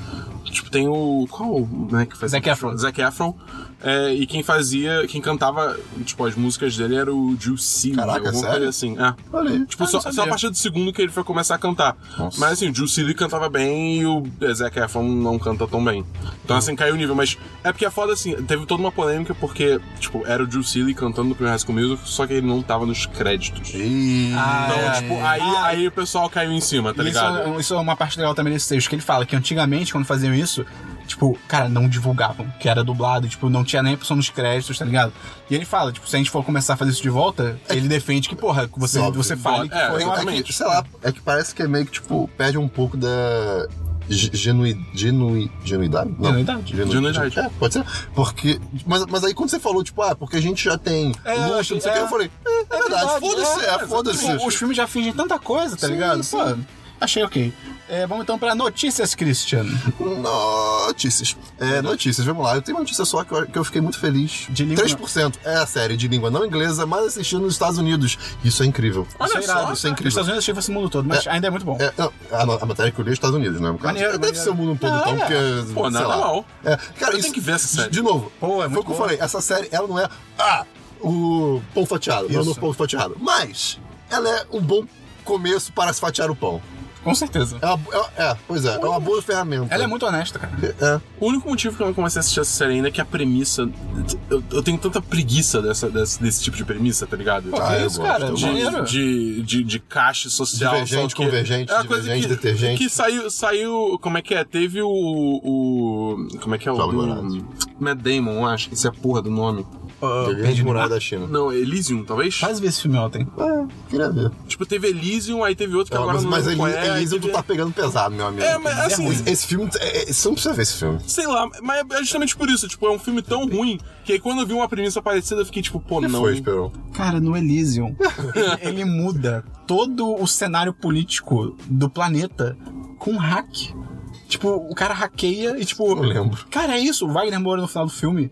[SPEAKER 3] tipo, tem o... Qual, né, que faz
[SPEAKER 1] Zac Efron.
[SPEAKER 3] Zac Efron. É, e quem fazia, quem cantava, tipo, as músicas dele era o Juicy.
[SPEAKER 2] Caraca,
[SPEAKER 3] alguma
[SPEAKER 2] sério?
[SPEAKER 3] coisa assim. É.
[SPEAKER 2] Olha aí.
[SPEAKER 3] Tipo,
[SPEAKER 1] Ah,
[SPEAKER 3] só,
[SPEAKER 1] não sabia.
[SPEAKER 3] só a partir do segundo que ele foi começar a cantar. Mas assim, o Juicy Lee cantava bem e o é, Zac Efron não canta tão bem.
[SPEAKER 2] Hum.
[SPEAKER 3] Então assim, caiu o nível. Mas é porque é foda assim, teve toda uma polêmica porque, tipo, era o Juicy Lee cantando no primeiro High School Musical, só que ele não tava nos créditos.
[SPEAKER 2] E...
[SPEAKER 1] Ah,
[SPEAKER 3] Então,
[SPEAKER 1] é.
[SPEAKER 3] tipo, aí,
[SPEAKER 1] Ah,
[SPEAKER 3] aí o pessoal caiu em cima, tá
[SPEAKER 1] E isso,
[SPEAKER 2] um
[SPEAKER 3] ligado?
[SPEAKER 1] é- isso é uma parte legal também desse texto, que ele fala que antigamente, quando faziam isso, tipo, cara, não divulgavam, que era dublado, tipo, não tinha nem a opção nos créditos, tá ligado? E ele fala, tipo, se a gente for começar a fazer isso de volta, ele defende que, porra, que você,
[SPEAKER 2] Óbvio.
[SPEAKER 1] você fale que
[SPEAKER 3] É,
[SPEAKER 1] foi um uma...
[SPEAKER 3] exatamente.
[SPEAKER 2] É que, sei lá, é que parece que é meio que, tipo, perde um pouco da ge- genui, genui, genuidade? Não.
[SPEAKER 1] Genuidade.
[SPEAKER 2] Genu-
[SPEAKER 3] Genuidade.
[SPEAKER 2] É, pode ser. Porque. Mas, mas aí quando você falou, tipo, ah, porque a gente já tem
[SPEAKER 1] É, eu
[SPEAKER 2] luxo,
[SPEAKER 1] achei-
[SPEAKER 2] não sei o que,
[SPEAKER 1] é.
[SPEAKER 2] eu falei, é, é verdade, foda-se, é, foda-se.
[SPEAKER 1] Tipo, os filmes já fingem tanta coisa, tá
[SPEAKER 2] Sim,
[SPEAKER 1] ligado?
[SPEAKER 2] sim.
[SPEAKER 1] Pô, achei ok. É, vamos então pra notícias, Christian.
[SPEAKER 2] Notícias. É, notícias, vamos lá. Eu tenho uma notícia só que eu, que eu fiquei muito feliz.
[SPEAKER 1] De língua-
[SPEAKER 2] 3% é a série de língua não inglesa mais assistida nos Estados Unidos. Isso é incrível.
[SPEAKER 3] Olha
[SPEAKER 2] isso é
[SPEAKER 3] só,
[SPEAKER 2] irado, isso é
[SPEAKER 1] Nos
[SPEAKER 2] incrível.
[SPEAKER 1] Estados Unidos achei esse mundo todo, mas ainda é muito bom.
[SPEAKER 2] É, não, a, no- a matéria que eu li é Estados Unidos, né? no caso.
[SPEAKER 1] Maneiro,
[SPEAKER 2] Deve
[SPEAKER 1] maneiro.
[SPEAKER 2] ser o mundo todo,
[SPEAKER 1] Ah,
[SPEAKER 2] então,
[SPEAKER 1] é.
[SPEAKER 2] porque.
[SPEAKER 3] Pô,
[SPEAKER 2] sei
[SPEAKER 3] nada
[SPEAKER 2] lá.
[SPEAKER 3] mal.
[SPEAKER 2] É, cara,
[SPEAKER 3] Eu
[SPEAKER 2] isso,
[SPEAKER 3] tenho que ver essa
[SPEAKER 2] de-
[SPEAKER 3] série.
[SPEAKER 2] De, novo,
[SPEAKER 1] Pô, é
[SPEAKER 2] foi
[SPEAKER 1] muito
[SPEAKER 2] o que eu
[SPEAKER 1] boa.
[SPEAKER 2] falei. Essa série, ela não é. Ah, o pão fatiado. Não,
[SPEAKER 1] Isso.
[SPEAKER 2] não é o pão fatiado. Mas, ela é um bom começo para se fatiar o pão.
[SPEAKER 1] Com certeza.
[SPEAKER 2] É, uma- é- é, pois é, é uma boa ferramenta.
[SPEAKER 1] Ela é muito honesta, cara.
[SPEAKER 2] É.
[SPEAKER 3] O único motivo que eu não comecei a assistir essa série ainda é que a premissa. Eu, eu tenho tanta preguiça dessa, desse, desse tipo de premissa, tá ligado?
[SPEAKER 1] Pô,
[SPEAKER 2] Ah,
[SPEAKER 1] que
[SPEAKER 2] eu
[SPEAKER 1] isso,
[SPEAKER 2] gosto,
[SPEAKER 1] cara?
[SPEAKER 2] eu gosto.
[SPEAKER 1] Dinheiro.
[SPEAKER 3] de, de, de caixa social.
[SPEAKER 2] Divergente,
[SPEAKER 3] só que-
[SPEAKER 2] convergente,
[SPEAKER 3] é uma coisa
[SPEAKER 2] divergente, detergente.
[SPEAKER 3] Que saiu, saiu. Como é que é? Teve o. o como é que é o.
[SPEAKER 2] Salve,
[SPEAKER 3] do-
[SPEAKER 2] Dourado.
[SPEAKER 3] Matt Damon, eu acho. Esse é a porra do nome.
[SPEAKER 2] Grande muralha da China.
[SPEAKER 3] Não, Elysium, talvez?
[SPEAKER 1] Quase vi esse filme ontem.
[SPEAKER 2] É, queria ver.
[SPEAKER 3] Tipo, teve Elysium, aí teve
[SPEAKER 1] Então,
[SPEAKER 3] outro que
[SPEAKER 2] É,
[SPEAKER 3] agora
[SPEAKER 2] mas
[SPEAKER 3] não
[SPEAKER 2] mas
[SPEAKER 3] lembro
[SPEAKER 2] Eli-
[SPEAKER 3] qual é, aí
[SPEAKER 2] Elysium tu
[SPEAKER 3] teve-
[SPEAKER 2] tá pegando pesado, meu amigo.
[SPEAKER 3] É, mas
[SPEAKER 2] Esse-
[SPEAKER 3] assim-
[SPEAKER 2] Esse, filme. É, é- você não precisa ver esse filme.
[SPEAKER 3] Sei lá, mas é justamente por isso, tipo, é um filme tão ruim que aí quando eu vi uma premissa parecida, eu fiquei tipo, pô, não.
[SPEAKER 2] Foi, Esperão.
[SPEAKER 1] Cara, no Elysium, ele, ele muda todo o cenário político do planeta com um hack. Tipo, o cara hackeia e tipo.
[SPEAKER 2] Não lembro.
[SPEAKER 1] Cara, é isso. O Wagner Moura no final do filme.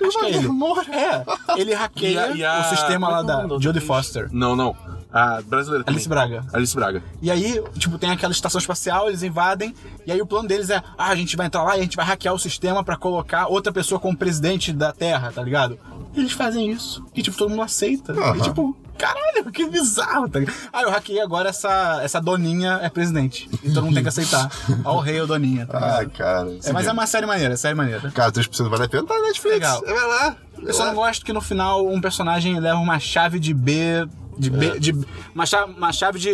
[SPEAKER 1] Acho que é ele. É. Ele hackeia
[SPEAKER 3] E a- e a-
[SPEAKER 1] o sistema lá
[SPEAKER 3] como é que é
[SPEAKER 1] da
[SPEAKER 3] o nome da
[SPEAKER 1] Jodie
[SPEAKER 3] atriz?
[SPEAKER 1] Foster.
[SPEAKER 3] Não, não. A brasileira também.
[SPEAKER 1] Alice Braga.
[SPEAKER 3] Alice Braga.
[SPEAKER 1] E aí, tipo, tem aquela estação espacial, eles invadem, e aí o plano deles é: ah, a gente vai entrar lá e a gente vai hackear o sistema pra colocar outra pessoa como presidente da Terra, tá ligado? E eles fazem isso. E, tipo, todo mundo aceita. E,
[SPEAKER 2] Aham.
[SPEAKER 1] tipo, caralho, que bizarro, tá ligado? Ah, eu hackeei agora essa, essa doninha é presidente. E todo mundo tem que aceitar. Ó, o rei ou doninha, tá
[SPEAKER 2] Ah,
[SPEAKER 1] ligado?
[SPEAKER 2] cara.
[SPEAKER 1] É, mas é uma série maneira, série maneira.
[SPEAKER 2] Cara, 3% vale a pena. Tá na Netflix.
[SPEAKER 1] Legal.
[SPEAKER 2] Vai lá.
[SPEAKER 1] Eu só não gosto que no final um personagem leva uma chave de B. De B.
[SPEAKER 2] É.
[SPEAKER 1] De, uma, chave, uma chave de.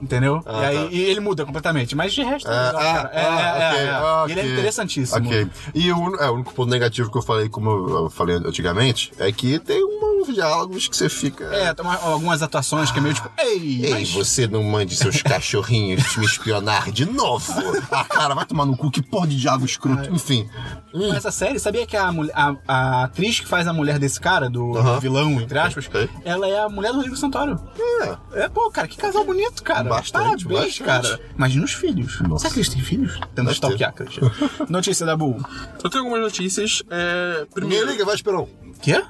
[SPEAKER 1] Entendeu? e aí
[SPEAKER 2] tá.
[SPEAKER 1] e ele muda completamente. Mas de resto, é, legal, cara. É, é, é,
[SPEAKER 2] ok,
[SPEAKER 1] é.
[SPEAKER 2] ah,
[SPEAKER 1] E Ele é
[SPEAKER 2] ok.
[SPEAKER 1] interessantíssimo.
[SPEAKER 2] Ok. E o, un- é, o único ponto negativo que eu falei, como eu eu falei antigamente, é que tem um- uns diálogos que você fica.
[SPEAKER 1] É, tem uma- algumas atuações que é meio tipo. Ei,
[SPEAKER 2] Ah, Ei,
[SPEAKER 1] mas-
[SPEAKER 2] você não mande seus cachorrinhos me espionar de novo. Ah, cara, vai tomar no cu, que porra de diabo escroto. Enfim. Hum.
[SPEAKER 1] Mas essa série, sabia que a, mulher- a, a atriz que faz a mulher desse cara, do
[SPEAKER 2] Aham.
[SPEAKER 1] vilão, entre aspas,
[SPEAKER 2] Ok.
[SPEAKER 1] ela é a mulher do Rodrigo Santoro. É. É, pô, cara, que casal bonito, cara.
[SPEAKER 2] Bastante,
[SPEAKER 1] Parabéns,
[SPEAKER 2] bastante.
[SPEAKER 1] cara. Imagina os filhos. Será que eles têm filhos? Temos que
[SPEAKER 2] ter.
[SPEAKER 1] stalkear, Christian. Notícia da Bull.
[SPEAKER 3] Eu tenho algumas notícias. É...
[SPEAKER 2] Me
[SPEAKER 3] Primeiro.
[SPEAKER 2] liga, vai, Esperão.
[SPEAKER 1] Quê?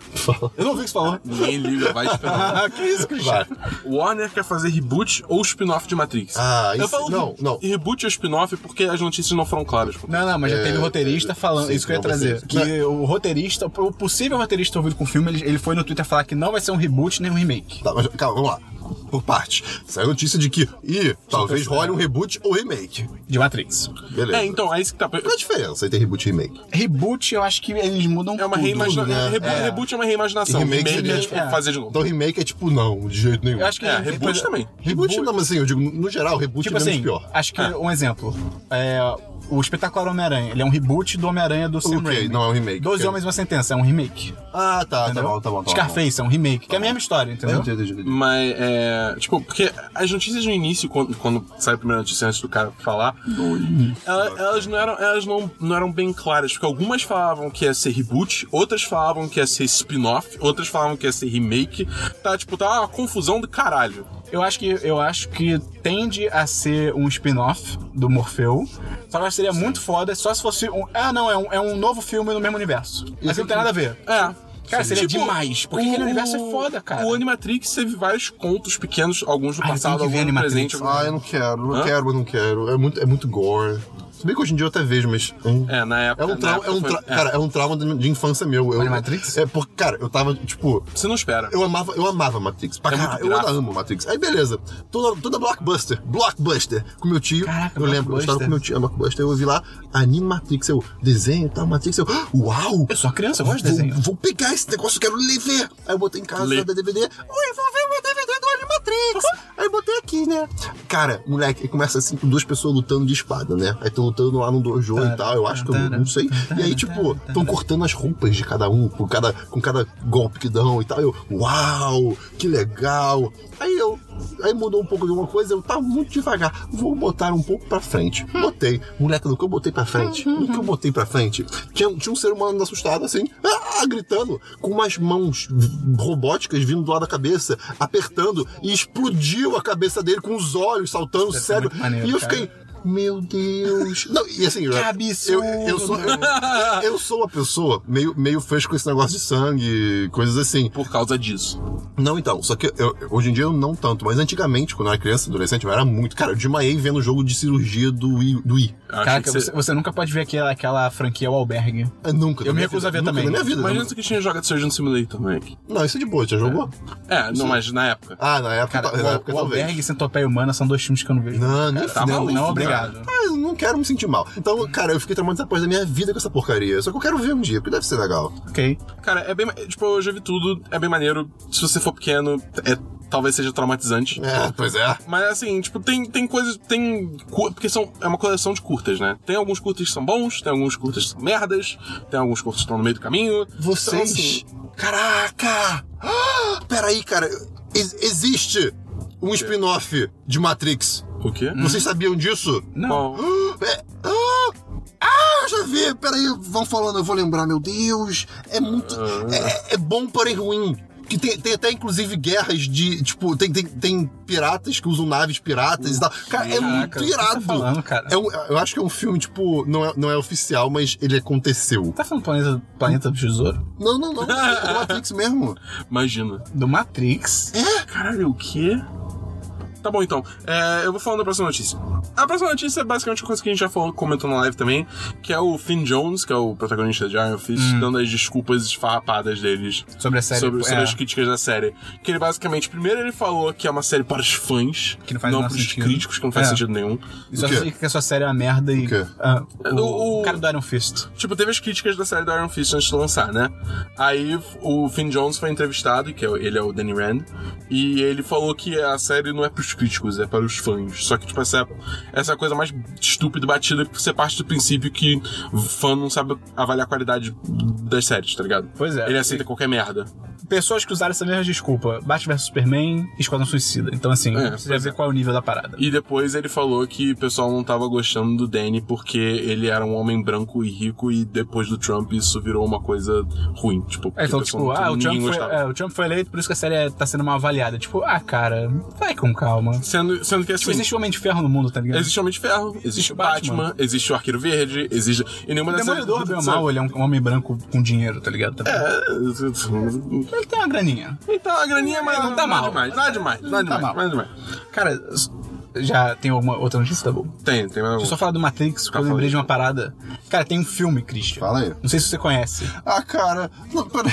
[SPEAKER 1] Eu não ouvi o que você falou.
[SPEAKER 3] Ninguém liga, vai esperar.
[SPEAKER 1] Ah, que isso, Cristiano?
[SPEAKER 3] Warner quer fazer reboot ou spin-off de Matrix.
[SPEAKER 2] Ah,
[SPEAKER 3] Eu
[SPEAKER 2] isso-
[SPEAKER 3] falo assim,
[SPEAKER 2] não,
[SPEAKER 3] re-
[SPEAKER 2] não.
[SPEAKER 3] Reboot ou spin-off porque as notícias não foram claras. pô.
[SPEAKER 1] Não, não, mas já teve roteirista falando,
[SPEAKER 2] É, sim,
[SPEAKER 1] isso que eu ia
[SPEAKER 2] não vai ser
[SPEAKER 1] trazer.
[SPEAKER 2] isso.
[SPEAKER 1] Que o roteirista, o possível roteirista ouvido com o filme, ele, ele foi no Twitter falar que não vai ser um reboot nem um remake.
[SPEAKER 2] Tá, mas calma, vamos lá. por partes. Saiu a notícia de que, ih, talvez role um reboot ou remake.
[SPEAKER 1] De Matrix.
[SPEAKER 2] Beleza.
[SPEAKER 3] É, então, é isso que tá.
[SPEAKER 2] Qual a diferença entre reboot e remake?
[SPEAKER 1] Reboot, eu acho que eles mudam
[SPEAKER 3] É uma
[SPEAKER 1] tudo.
[SPEAKER 3] reimaginação.
[SPEAKER 2] né?
[SPEAKER 3] Reboot,
[SPEAKER 2] É.
[SPEAKER 3] reboot é uma reimaginação.
[SPEAKER 2] E remake
[SPEAKER 3] Remake, é
[SPEAKER 2] seria-
[SPEAKER 3] tipo
[SPEAKER 1] é.
[SPEAKER 3] fazer de novo.
[SPEAKER 2] Então remake é tipo, não, de jeito nenhum.
[SPEAKER 1] Eu acho que
[SPEAKER 3] É, reboot também.
[SPEAKER 2] Reboot, não, mas assim, eu digo, no geral, reboot
[SPEAKER 1] Tipo
[SPEAKER 2] é menos
[SPEAKER 1] assim,
[SPEAKER 2] pior.
[SPEAKER 1] acho que um exemplo. É, o espetacular Homem-Aranha, ele é um reboot do Homem-Aranha do Sam
[SPEAKER 2] Ok,
[SPEAKER 1] Raimi.
[SPEAKER 2] não é um remake,
[SPEAKER 1] Doze
[SPEAKER 2] ok.
[SPEAKER 1] Homens e uma Sentença, é um remake.
[SPEAKER 2] Ah, tá, tá
[SPEAKER 1] entendeu?
[SPEAKER 2] bom, tá bom. Tá bom.
[SPEAKER 1] Scarface é um remake, que é a mesma história,
[SPEAKER 2] Eu
[SPEAKER 1] entendeu?
[SPEAKER 2] entendi, eu entendi.
[SPEAKER 3] Mas, é. Tipo, porque as notícias no início, quando, quando sai a primeira notícia antes do cara falar, ela- elas, não eram, elas não, não eram bem claras. Porque algumas falavam que ia ser reboot, outras falavam que ia ser spin-off, outras falavam que ia ser remake. Tá, tipo, tá uma confusão do caralho.
[SPEAKER 1] Eu acho que eu acho que tende a ser um spin-off do Morfeu. Só que eu acho que seria muito foda só se fosse um. Ah, não, é um, é um novo filme no mesmo universo. Mas não tem nada a ver.
[SPEAKER 3] É.
[SPEAKER 1] Cara, seria demais, porque aquele universo é foda, cara.
[SPEAKER 3] O Animatrix teve vários contos pequenos, alguns do
[SPEAKER 1] Ah, eu
[SPEAKER 3] passado,
[SPEAKER 1] tenho que ver
[SPEAKER 3] alguns do
[SPEAKER 1] Animatrix.
[SPEAKER 3] presente. alguns-
[SPEAKER 2] Ah, eu não quero, eu
[SPEAKER 3] Hã?
[SPEAKER 2] quero, mas não quero. É muito, é muito gore. Se bem que hoje em dia eu até vejo, mas. hein?
[SPEAKER 3] É, na época.
[SPEAKER 2] É um
[SPEAKER 3] na
[SPEAKER 2] trauma,
[SPEAKER 3] época
[SPEAKER 2] é um
[SPEAKER 3] foi-
[SPEAKER 2] tra-
[SPEAKER 3] é.
[SPEAKER 2] cara, é um trauma de, de infância meu. Eu,
[SPEAKER 1] Matrix?
[SPEAKER 2] É porque, cara, eu tava, tipo,
[SPEAKER 3] Você não espera.
[SPEAKER 2] eu amava, eu amava Matrix. Pra
[SPEAKER 3] É muito
[SPEAKER 2] caralho, eu
[SPEAKER 3] pirata.
[SPEAKER 2] amo Matrix. Aí beleza, toda, toda blockbuster, blockbuster, com meu tio.
[SPEAKER 1] Caraca,
[SPEAKER 2] eu lembro, eu estava
[SPEAKER 1] Blockbuster.
[SPEAKER 2] com meu tio, a blockbuster, eu vi lá, Animatrix, eu desenho e tal, Matrix, eu, "Ah, uau!
[SPEAKER 1] Eu sou uma criança, eu gosto de
[SPEAKER 2] vou,
[SPEAKER 1] desenho.
[SPEAKER 2] vou pegar esse negócio, eu quero ler, ver. Aí eu botei em casa
[SPEAKER 3] Lê.
[SPEAKER 2] da DVD. Oi, eu vou ver meu DVD do Animatrix. Aí eu botei aqui, né? Cara, moleque, aí começa assim com duas pessoas lutando de espada, né? Aí estão lutando lá no dojo e tal, eu acho que eu não- não sei. E aí, tipo, estão cortando as roupas de cada um, com cada, com cada golpe que dão e tal. Eu, uau, que legal. Aí eu. Aí mudou um pouco de uma coisa, eu tava muito devagar. Vou botar um pouco pra frente. Botei. Moleque, no que eu botei pra frente,
[SPEAKER 1] Uhum.
[SPEAKER 2] no que eu botei pra frente, tinha, tinha um ser humano assustado, assim, ah, gritando, com umas mãos robóticas vindo do lado da cabeça, apertando, e explodiu a cabeça dele com os olhos saltando,
[SPEAKER 1] ser
[SPEAKER 2] sério.
[SPEAKER 1] muito maneiro,
[SPEAKER 2] E eu
[SPEAKER 1] cara.
[SPEAKER 2] fiquei. Meu Deus. Não, e assim, eu, eu,
[SPEAKER 1] absurdo. né?
[SPEAKER 2] eu sou eu, eu sou uma pessoa meio meio fresca com esse negócio de sangue, coisas assim.
[SPEAKER 3] Por causa disso.
[SPEAKER 2] Não, então, só que eu- hoje em dia eu não tanto, mas antigamente, quando eu era criança, adolescente, eu era muito. Cara, eu desmaiei vendo o jogo de cirurgia do I. Do I.
[SPEAKER 3] Eu achei
[SPEAKER 1] Caraca,
[SPEAKER 3] que você-
[SPEAKER 1] você, você nunca pode ver aquela, aquela franquia O Albergue.
[SPEAKER 2] Eu nunca.
[SPEAKER 1] Eu
[SPEAKER 2] na
[SPEAKER 1] me
[SPEAKER 2] minha
[SPEAKER 1] recuso
[SPEAKER 2] vida,
[SPEAKER 1] a ver
[SPEAKER 2] nunca
[SPEAKER 1] também.
[SPEAKER 2] Na minha vida. né?
[SPEAKER 3] Imagina se o Cristina joga de Surgeon Simulator, moleque.
[SPEAKER 2] Não, isso é de boa, já jogou?
[SPEAKER 3] É, não, mas na época.
[SPEAKER 2] Ah, na época,
[SPEAKER 1] Cara,
[SPEAKER 2] ta- na época
[SPEAKER 1] o, o
[SPEAKER 2] talvez.
[SPEAKER 1] Albergue e Centopeia Humana são dois filmes que eu não vejo.
[SPEAKER 2] Não, nem
[SPEAKER 3] Tá
[SPEAKER 2] fudendo.
[SPEAKER 3] maluco,
[SPEAKER 1] não,
[SPEAKER 3] cara.
[SPEAKER 1] obrigado.
[SPEAKER 2] Ah, eu não quero me sentir mal. Então, cara, eu fiquei traumado depois da minha vida com essa porcaria. Só que eu quero ver um dia, porque deve ser legal.
[SPEAKER 1] Ok.
[SPEAKER 3] Cara, é bem. Tipo, eu já vi tudo, é bem maneiro. Se você for pequeno, é, talvez seja traumatizante.
[SPEAKER 2] É, pois é.
[SPEAKER 3] Mas assim, tipo, tem, tem coisas. Tem. cu- Porque são, é uma coleção de curtas, né? Tem alguns curtas que são bons, tem alguns curtas que são merdas, tem alguns curtas que estão no meio do caminho. Então,
[SPEAKER 2] Vocês.
[SPEAKER 3] assim,
[SPEAKER 2] Caraca! Ah, peraí, cara. Ex- existe um spin-off de Matrix.
[SPEAKER 3] o quê?
[SPEAKER 1] Uhum.
[SPEAKER 2] Vocês sabiam disso?
[SPEAKER 1] Não.
[SPEAKER 3] Bom,
[SPEAKER 2] É- Ah! Ah, eu já vi! Peraí, vão falando, eu vou lembrar, meu Deus! É muito.
[SPEAKER 1] Ah.
[SPEAKER 2] É, é bom, porém ruim. Que tem, tem até, inclusive, guerras de. Tipo, tem, tem, tem piratas que usam naves piratas e tal. Cara, é
[SPEAKER 1] Caraca,
[SPEAKER 2] muito
[SPEAKER 1] o que você tá
[SPEAKER 2] irado.
[SPEAKER 1] falando, cara?
[SPEAKER 2] É um- eu acho que é um filme, tipo, não é, não é oficial, mas ele aconteceu.
[SPEAKER 1] Tá falando do Planeta, Planeta do Tesouro?
[SPEAKER 2] Não, não, não. É do Matrix mesmo. É?
[SPEAKER 3] imagina.
[SPEAKER 1] Do Matrix?
[SPEAKER 3] Caralho, o quê? Tá bom, então. É, eu vou falando da próxima notícia. A próxima notícia é basicamente uma coisa que a gente já falou, comentou na live também, que é o Finn Jones, que é o protagonista de Iron Fist, dando as desculpas esfarrapadas deles
[SPEAKER 1] Sobre a Hum. série.
[SPEAKER 3] sobre, sobre
[SPEAKER 1] é.
[SPEAKER 3] as críticas da série. Que ele basicamente, primeiro ele falou que é uma série para os fãs,
[SPEAKER 1] Que não faz o menor
[SPEAKER 3] para os
[SPEAKER 1] sentido.
[SPEAKER 3] críticos, que não faz
[SPEAKER 1] É.
[SPEAKER 3] sentido nenhum.
[SPEAKER 1] Isso
[SPEAKER 2] O quê?
[SPEAKER 1] significa que a sua série é uma merda e.
[SPEAKER 2] O quê?
[SPEAKER 1] Ah, o,
[SPEAKER 3] O-
[SPEAKER 1] cara do Iron Fist.
[SPEAKER 3] Tipo, teve as críticas da série do Iron Fist antes de lançar, né? Aí o Finn Jones foi entrevistado, que é o- ele é o Danny Rand, e ele falou que a série não é pros críticos, é para os fãs. Só que, tipo, essa, essa coisa mais estúpida e batida que você parte do princípio que fã não sabe avaliar a qualidade das séries, tá ligado?
[SPEAKER 1] Pois é.
[SPEAKER 3] Ele aceita qualquer merda.
[SPEAKER 1] Pessoas que usaram essa mesma desculpa. Batman vs Superman, Esquadrão Suicida. Então, assim,
[SPEAKER 3] É,
[SPEAKER 1] você já
[SPEAKER 3] pois
[SPEAKER 1] vê
[SPEAKER 3] é.
[SPEAKER 1] qual é o nível da parada.
[SPEAKER 3] E depois ele falou que o pessoal não tava gostando do Danny porque ele era um homem branco e rico e depois do Trump isso virou uma coisa ruim. Tipo,
[SPEAKER 1] É, então,
[SPEAKER 3] o pessoal
[SPEAKER 1] tipo,
[SPEAKER 3] não-
[SPEAKER 1] ah, o
[SPEAKER 3] ninguém
[SPEAKER 1] Trump, foi,
[SPEAKER 3] gostava.
[SPEAKER 1] é, o Trump foi eleito, por isso que a série é- tá sendo mal avaliada. Tipo, ah, cara, vai com calma. Tipo,
[SPEAKER 3] Sendo, sendo que assim.
[SPEAKER 1] existe o Homem de Ferro no mundo, tá ligado?
[SPEAKER 3] Existe o Homem de Ferro, existe o
[SPEAKER 1] Batman.
[SPEAKER 3] Batman, existe o Arqueiro Verde, existe. E nenhuma
[SPEAKER 1] o
[SPEAKER 3] dessas.
[SPEAKER 1] Demolidor, bem ou mal, ele é um homem branco com dinheiro, tá ligado? Também.
[SPEAKER 3] É.
[SPEAKER 1] Ele tem uma graninha.
[SPEAKER 3] Então a graninha é mais.
[SPEAKER 1] Não tá
[SPEAKER 3] nada
[SPEAKER 1] mal.
[SPEAKER 3] Demais, nada demais,
[SPEAKER 1] Não
[SPEAKER 3] nada
[SPEAKER 1] tá
[SPEAKER 3] demais,
[SPEAKER 1] mal.
[SPEAKER 3] nada demais.
[SPEAKER 1] Cara, s- já tem alguma outra notícia, tá bom?
[SPEAKER 3] Tem, tem mais
[SPEAKER 1] Deixa eu só
[SPEAKER 3] algum.
[SPEAKER 1] falar do Matrix, que eu
[SPEAKER 3] Tá, Hum. fala
[SPEAKER 1] lembrei
[SPEAKER 3] aí.
[SPEAKER 1] de uma parada. Cara, tem um filme, Christian.
[SPEAKER 2] Fala aí.
[SPEAKER 1] Não sei se você conhece.
[SPEAKER 2] Ah, cara. Não, peraí.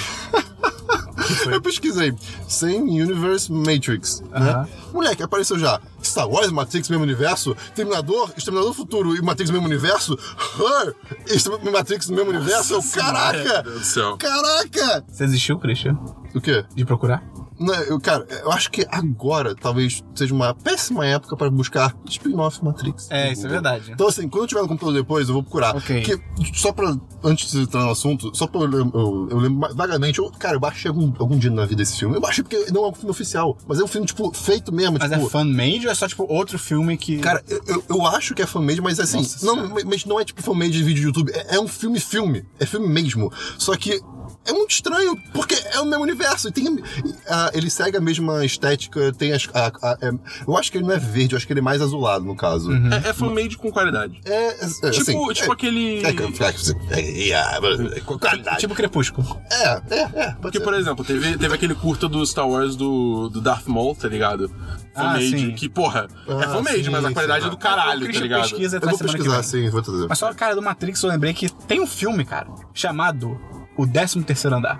[SPEAKER 2] Eu pesquisei. Same Universe Matrix, né? Moleque, apareceu já. Star Wars, Matrix, mesmo universo. Terminador, Exterminador do Futuro e Matrix, mesmo universo. Her, Extermin- Matrix, mesmo universo. Eu, Caraca!
[SPEAKER 3] Deus do céu.
[SPEAKER 2] Caraca!
[SPEAKER 1] Você desistiu, Christian?
[SPEAKER 2] O quê?
[SPEAKER 1] De procurar?
[SPEAKER 2] Não, Né, eu, cara, eu acho que agora talvez seja uma péssima época pra buscar spin-off Matrix.
[SPEAKER 1] É, isso é verdade.
[SPEAKER 2] Então, assim, quando eu tiver no computador depois, eu vou procurar.
[SPEAKER 1] Ok.
[SPEAKER 2] Porque, só pra. Antes de entrar no assunto, só pra eu, lem- eu, eu lembro mais vagamente. Eu, cara, eu baixei algum, algum dia na vida esse filme. Eu baixei porque não é um filme oficial, mas é um filme, tipo, feito mesmo.
[SPEAKER 1] Mas
[SPEAKER 2] tipo,
[SPEAKER 1] é fan-made ou é só, tipo, outro filme que...
[SPEAKER 2] Cara, eu- eu, eu acho que é fan-made, mas assim,
[SPEAKER 1] Nossa
[SPEAKER 2] não, mas não é tipo fan-made de vídeo de YouTube. É, é um filme-filme. É filme mesmo. Só que é muito estranho, porque é o mesmo universo. E tem, e, ah, ele segue a mesma estética, tem as. a- a- é- eu acho que ele não é verde, eu acho que ele é mais azulado, no caso.
[SPEAKER 1] Uhum.
[SPEAKER 3] É, é fan-made com qualidade.
[SPEAKER 2] É, é, é,
[SPEAKER 3] tipo
[SPEAKER 2] assim,
[SPEAKER 3] tipo
[SPEAKER 2] é,
[SPEAKER 3] aquele.
[SPEAKER 2] é, é, é, é, é, é, qualidade.
[SPEAKER 1] Tipo Crepúsculo.
[SPEAKER 2] É, é, é. pode
[SPEAKER 3] Porque,
[SPEAKER 2] ser.
[SPEAKER 3] por exemplo, teve, teve aquele curta do Star Wars do, do Darth Maul, tá ligado?
[SPEAKER 1] Ah,
[SPEAKER 3] Fan-made,
[SPEAKER 1] sim.
[SPEAKER 3] que, porra, é
[SPEAKER 2] Ah,
[SPEAKER 3] fan-made,
[SPEAKER 2] sim,
[SPEAKER 3] mas a
[SPEAKER 2] sim,
[SPEAKER 3] qualidade
[SPEAKER 2] sim.
[SPEAKER 3] é do caralho, tá
[SPEAKER 1] Christian
[SPEAKER 3] ligado?
[SPEAKER 1] pesquisa
[SPEAKER 2] Eu
[SPEAKER 1] atrás
[SPEAKER 2] vou
[SPEAKER 1] semana que vem.
[SPEAKER 2] pesquisar, sim, vou trazer.
[SPEAKER 1] Mas só, cara, do Matrix eu lembrei que tem um filme, cara, chamado O 13º Andar.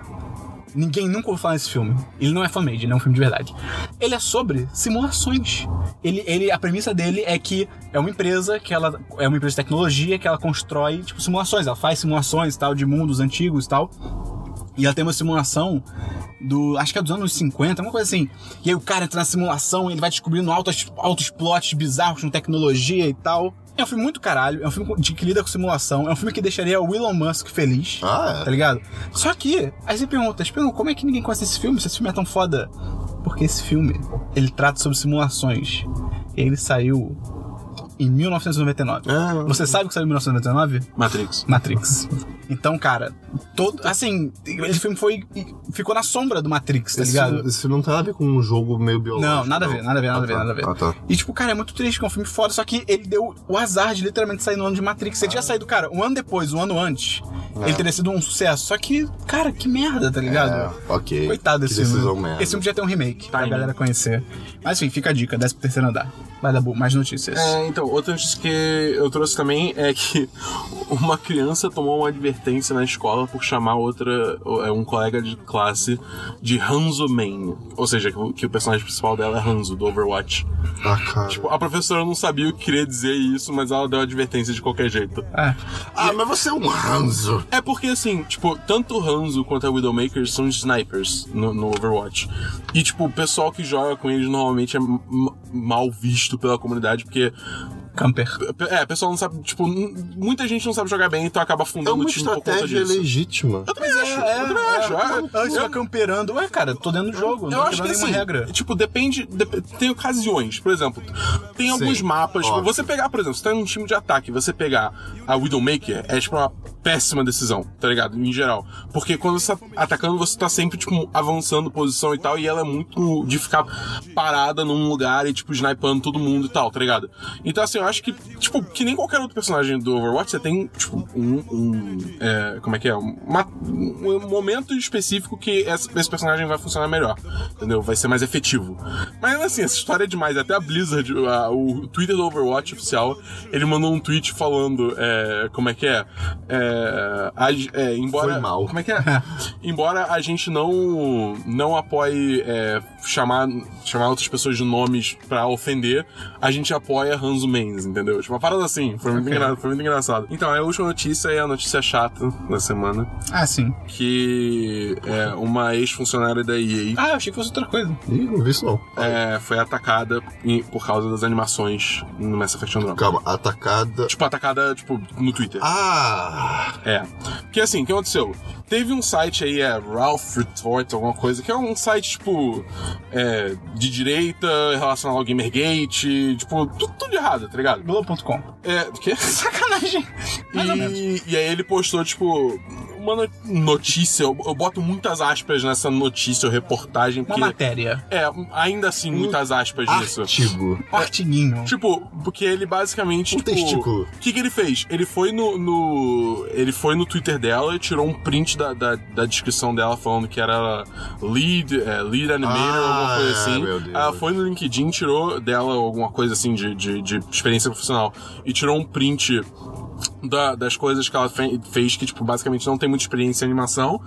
[SPEAKER 1] Ninguém nunca ouviu falar desse filme. Ele não é fan-made, ele é um filme de verdade. Ele é sobre simulações. Ele, ele, a premissa dele é que é uma empresa que ela é uma empresa de tecnologia que ela constrói tipo simulações, ela faz simulações e tal de mundos antigos e tal. E ela tem uma simulação do. Acho que é dos anos 50, uma coisa assim. E aí o cara entra na simulação ele vai descobrindo altos, altos plots bizarros com tecnologia e tal. É um filme muito caralho, é um filme com- de- que lida com simulação, é um filme que deixaria o Elon Musk feliz.
[SPEAKER 2] Ah,
[SPEAKER 1] Tá ligado? Só que, aí você pergunta, Espino, como é que ninguém conhece esse filme? Se esse filme é tão foda? Porque esse filme, ele trata sobre simulações. Ele saiu em 1999.
[SPEAKER 2] Ah.
[SPEAKER 1] Você sabe que saiu em 1999?
[SPEAKER 3] Matrix.
[SPEAKER 1] Matrix. Então, cara, todo. Assim, esse filme foi. Ficou na sombra do Matrix, tá
[SPEAKER 2] esse,
[SPEAKER 1] ligado?
[SPEAKER 2] filme- esse filme não tem nada a ver com um jogo meio biológico.
[SPEAKER 1] Não, nada a ver, nada a ver, nada a ver,
[SPEAKER 2] Ah, tá.
[SPEAKER 1] nada a ver.
[SPEAKER 2] Ah, tá.
[SPEAKER 1] E, tipo, cara, é muito triste que é um filme foda, só que ele deu o azar de literalmente sair no ano de Matrix. Se ele
[SPEAKER 2] Ah.
[SPEAKER 1] tinha saído, cara, um ano depois, um ano antes,
[SPEAKER 2] É.
[SPEAKER 1] ele teria sido um sucesso. Só que, cara, que merda, tá ligado?
[SPEAKER 2] É, ok.
[SPEAKER 1] Coitado desse
[SPEAKER 2] que decisão
[SPEAKER 1] filme.
[SPEAKER 2] merda.
[SPEAKER 1] Esse filme já tem um remake pra
[SPEAKER 3] Timing.
[SPEAKER 1] galera conhecer. Mas enfim, fica a dica, 13 terceiro andar. Vai dar boa, mais notícias.
[SPEAKER 3] É, então, outra notícia que eu trouxe também é que uma criança tomou uma advertência na escola por chamar outra, é, um colega de classe de Hanzo Man. Ou seja, que o- que o personagem principal dela é Hanzo, do Overwatch.
[SPEAKER 2] Ah, cara.
[SPEAKER 3] Tipo, a professora não sabia o que queria dizer isso, mas ela deu a advertência de qualquer jeito.
[SPEAKER 1] Ah,
[SPEAKER 2] ah, mas você é um ranzo.
[SPEAKER 3] É porque, assim, tipo, tanto o Hanzo quanto a Widowmaker são snipers no, no Overwatch. E, tipo, o pessoal que joga com eles normalmente é m- mal visto pela comunidade, porque
[SPEAKER 1] camper.
[SPEAKER 3] É, o pessoal não sabe, tipo, n- muita gente não sabe jogar bem, então acaba
[SPEAKER 2] É
[SPEAKER 3] afundando
[SPEAKER 2] uma
[SPEAKER 3] o time por conta
[SPEAKER 2] estratégia
[SPEAKER 3] disso.
[SPEAKER 2] legítima.
[SPEAKER 3] Eu também acho, eu também acho. é.
[SPEAKER 1] Antes eu camperando, ué, cara, tô dentro do jogo,
[SPEAKER 3] Eu
[SPEAKER 1] não tô
[SPEAKER 3] acho que
[SPEAKER 1] quebrando
[SPEAKER 3] assim,
[SPEAKER 1] nenhuma regra.
[SPEAKER 3] tipo, depende, dep- Tem ocasiões, por exemplo, tem alguns mapas. Tipo,
[SPEAKER 2] óbvio.
[SPEAKER 3] você pegar, por exemplo, você tá num time de ataque, você pegar a Widowmaker é, tipo, uma péssima decisão, tá ligado? Em geral. Porque quando você tá atacando, você tá sempre, tipo, avançando posição e tal, e ela é muito de ficar parada num lugar e, tipo, snipando todo mundo e tal, tá ligado? Então, assim, eu acho que, tipo, que nem qualquer outro personagem do Overwatch, você tem, tipo, um. um, é, como é que é? Uma- um momento específico que essa- esse personagem vai funcionar melhor. Entendeu? Vai ser mais efetivo. Mas assim, essa história é demais. Até a Blizzard, a- o Twitter do Overwatch oficial, ele mandou um tweet falando é, como é que é. É, a ge- é, embora,
[SPEAKER 2] Foi mal.
[SPEAKER 3] Como é que é? embora a gente não, não apoie é, chamar, chamar outras pessoas de nomes pra ofender, a gente apoia Hanzo Mains, entendeu? Tipo, uma parada assim. Foi muito, engra- foi muito engraçado. Então, a última notícia é a notícia chata da semana
[SPEAKER 1] Ah, sim.
[SPEAKER 3] que é, uma ex-funcionária da EA
[SPEAKER 1] Ah, eu achei que fosse outra coisa.
[SPEAKER 2] Ih, não vi isso não.
[SPEAKER 3] é, foi atacada em- por causa das animações no Mass Effect Andromeda.
[SPEAKER 2] Calma, atacada.
[SPEAKER 3] Tipo, atacada, tipo, no Twitter.
[SPEAKER 2] Ah!
[SPEAKER 3] É. Porque assim, o que aconteceu? Teve um site aí, é Ralph Retort, alguma coisa, que é um site, tipo, é, de direita, relacionado ao Gamergate, tipo, tudo, tudo de errado, tá ligado?
[SPEAKER 1] Globo.com.
[SPEAKER 3] É, o quê?
[SPEAKER 1] Sacanagem. Mais ou menos.
[SPEAKER 3] E, e aí ele postou, tipo, uma no- notícia, eu, eu boto muitas aspas nessa notícia ou reportagem,
[SPEAKER 1] Uma Hum. Ah,
[SPEAKER 3] porque...
[SPEAKER 1] matéria.
[SPEAKER 3] É, ainda assim, muitas aspas nisso.
[SPEAKER 2] Artigo.
[SPEAKER 1] Um artiguinho.
[SPEAKER 3] Tipo, porque ele basicamente.
[SPEAKER 2] Um
[SPEAKER 3] tipo,
[SPEAKER 2] testículo.
[SPEAKER 3] O que, que ele fez? Ele foi no, no- Ele foi no Twitter dela e tirou um print da, da, da descrição dela falando que era lead, é, lead animator ou
[SPEAKER 2] Ah,
[SPEAKER 3] alguma coisa
[SPEAKER 2] é,
[SPEAKER 3] assim.
[SPEAKER 2] meu Deus.
[SPEAKER 3] Ela foi no LinkedIn, tirou dela alguma coisa assim de, de, de experiência profissional e tirou um print da- das coisas que ela fe- fez, que, tipo, basicamente não tem muita experiência em animação.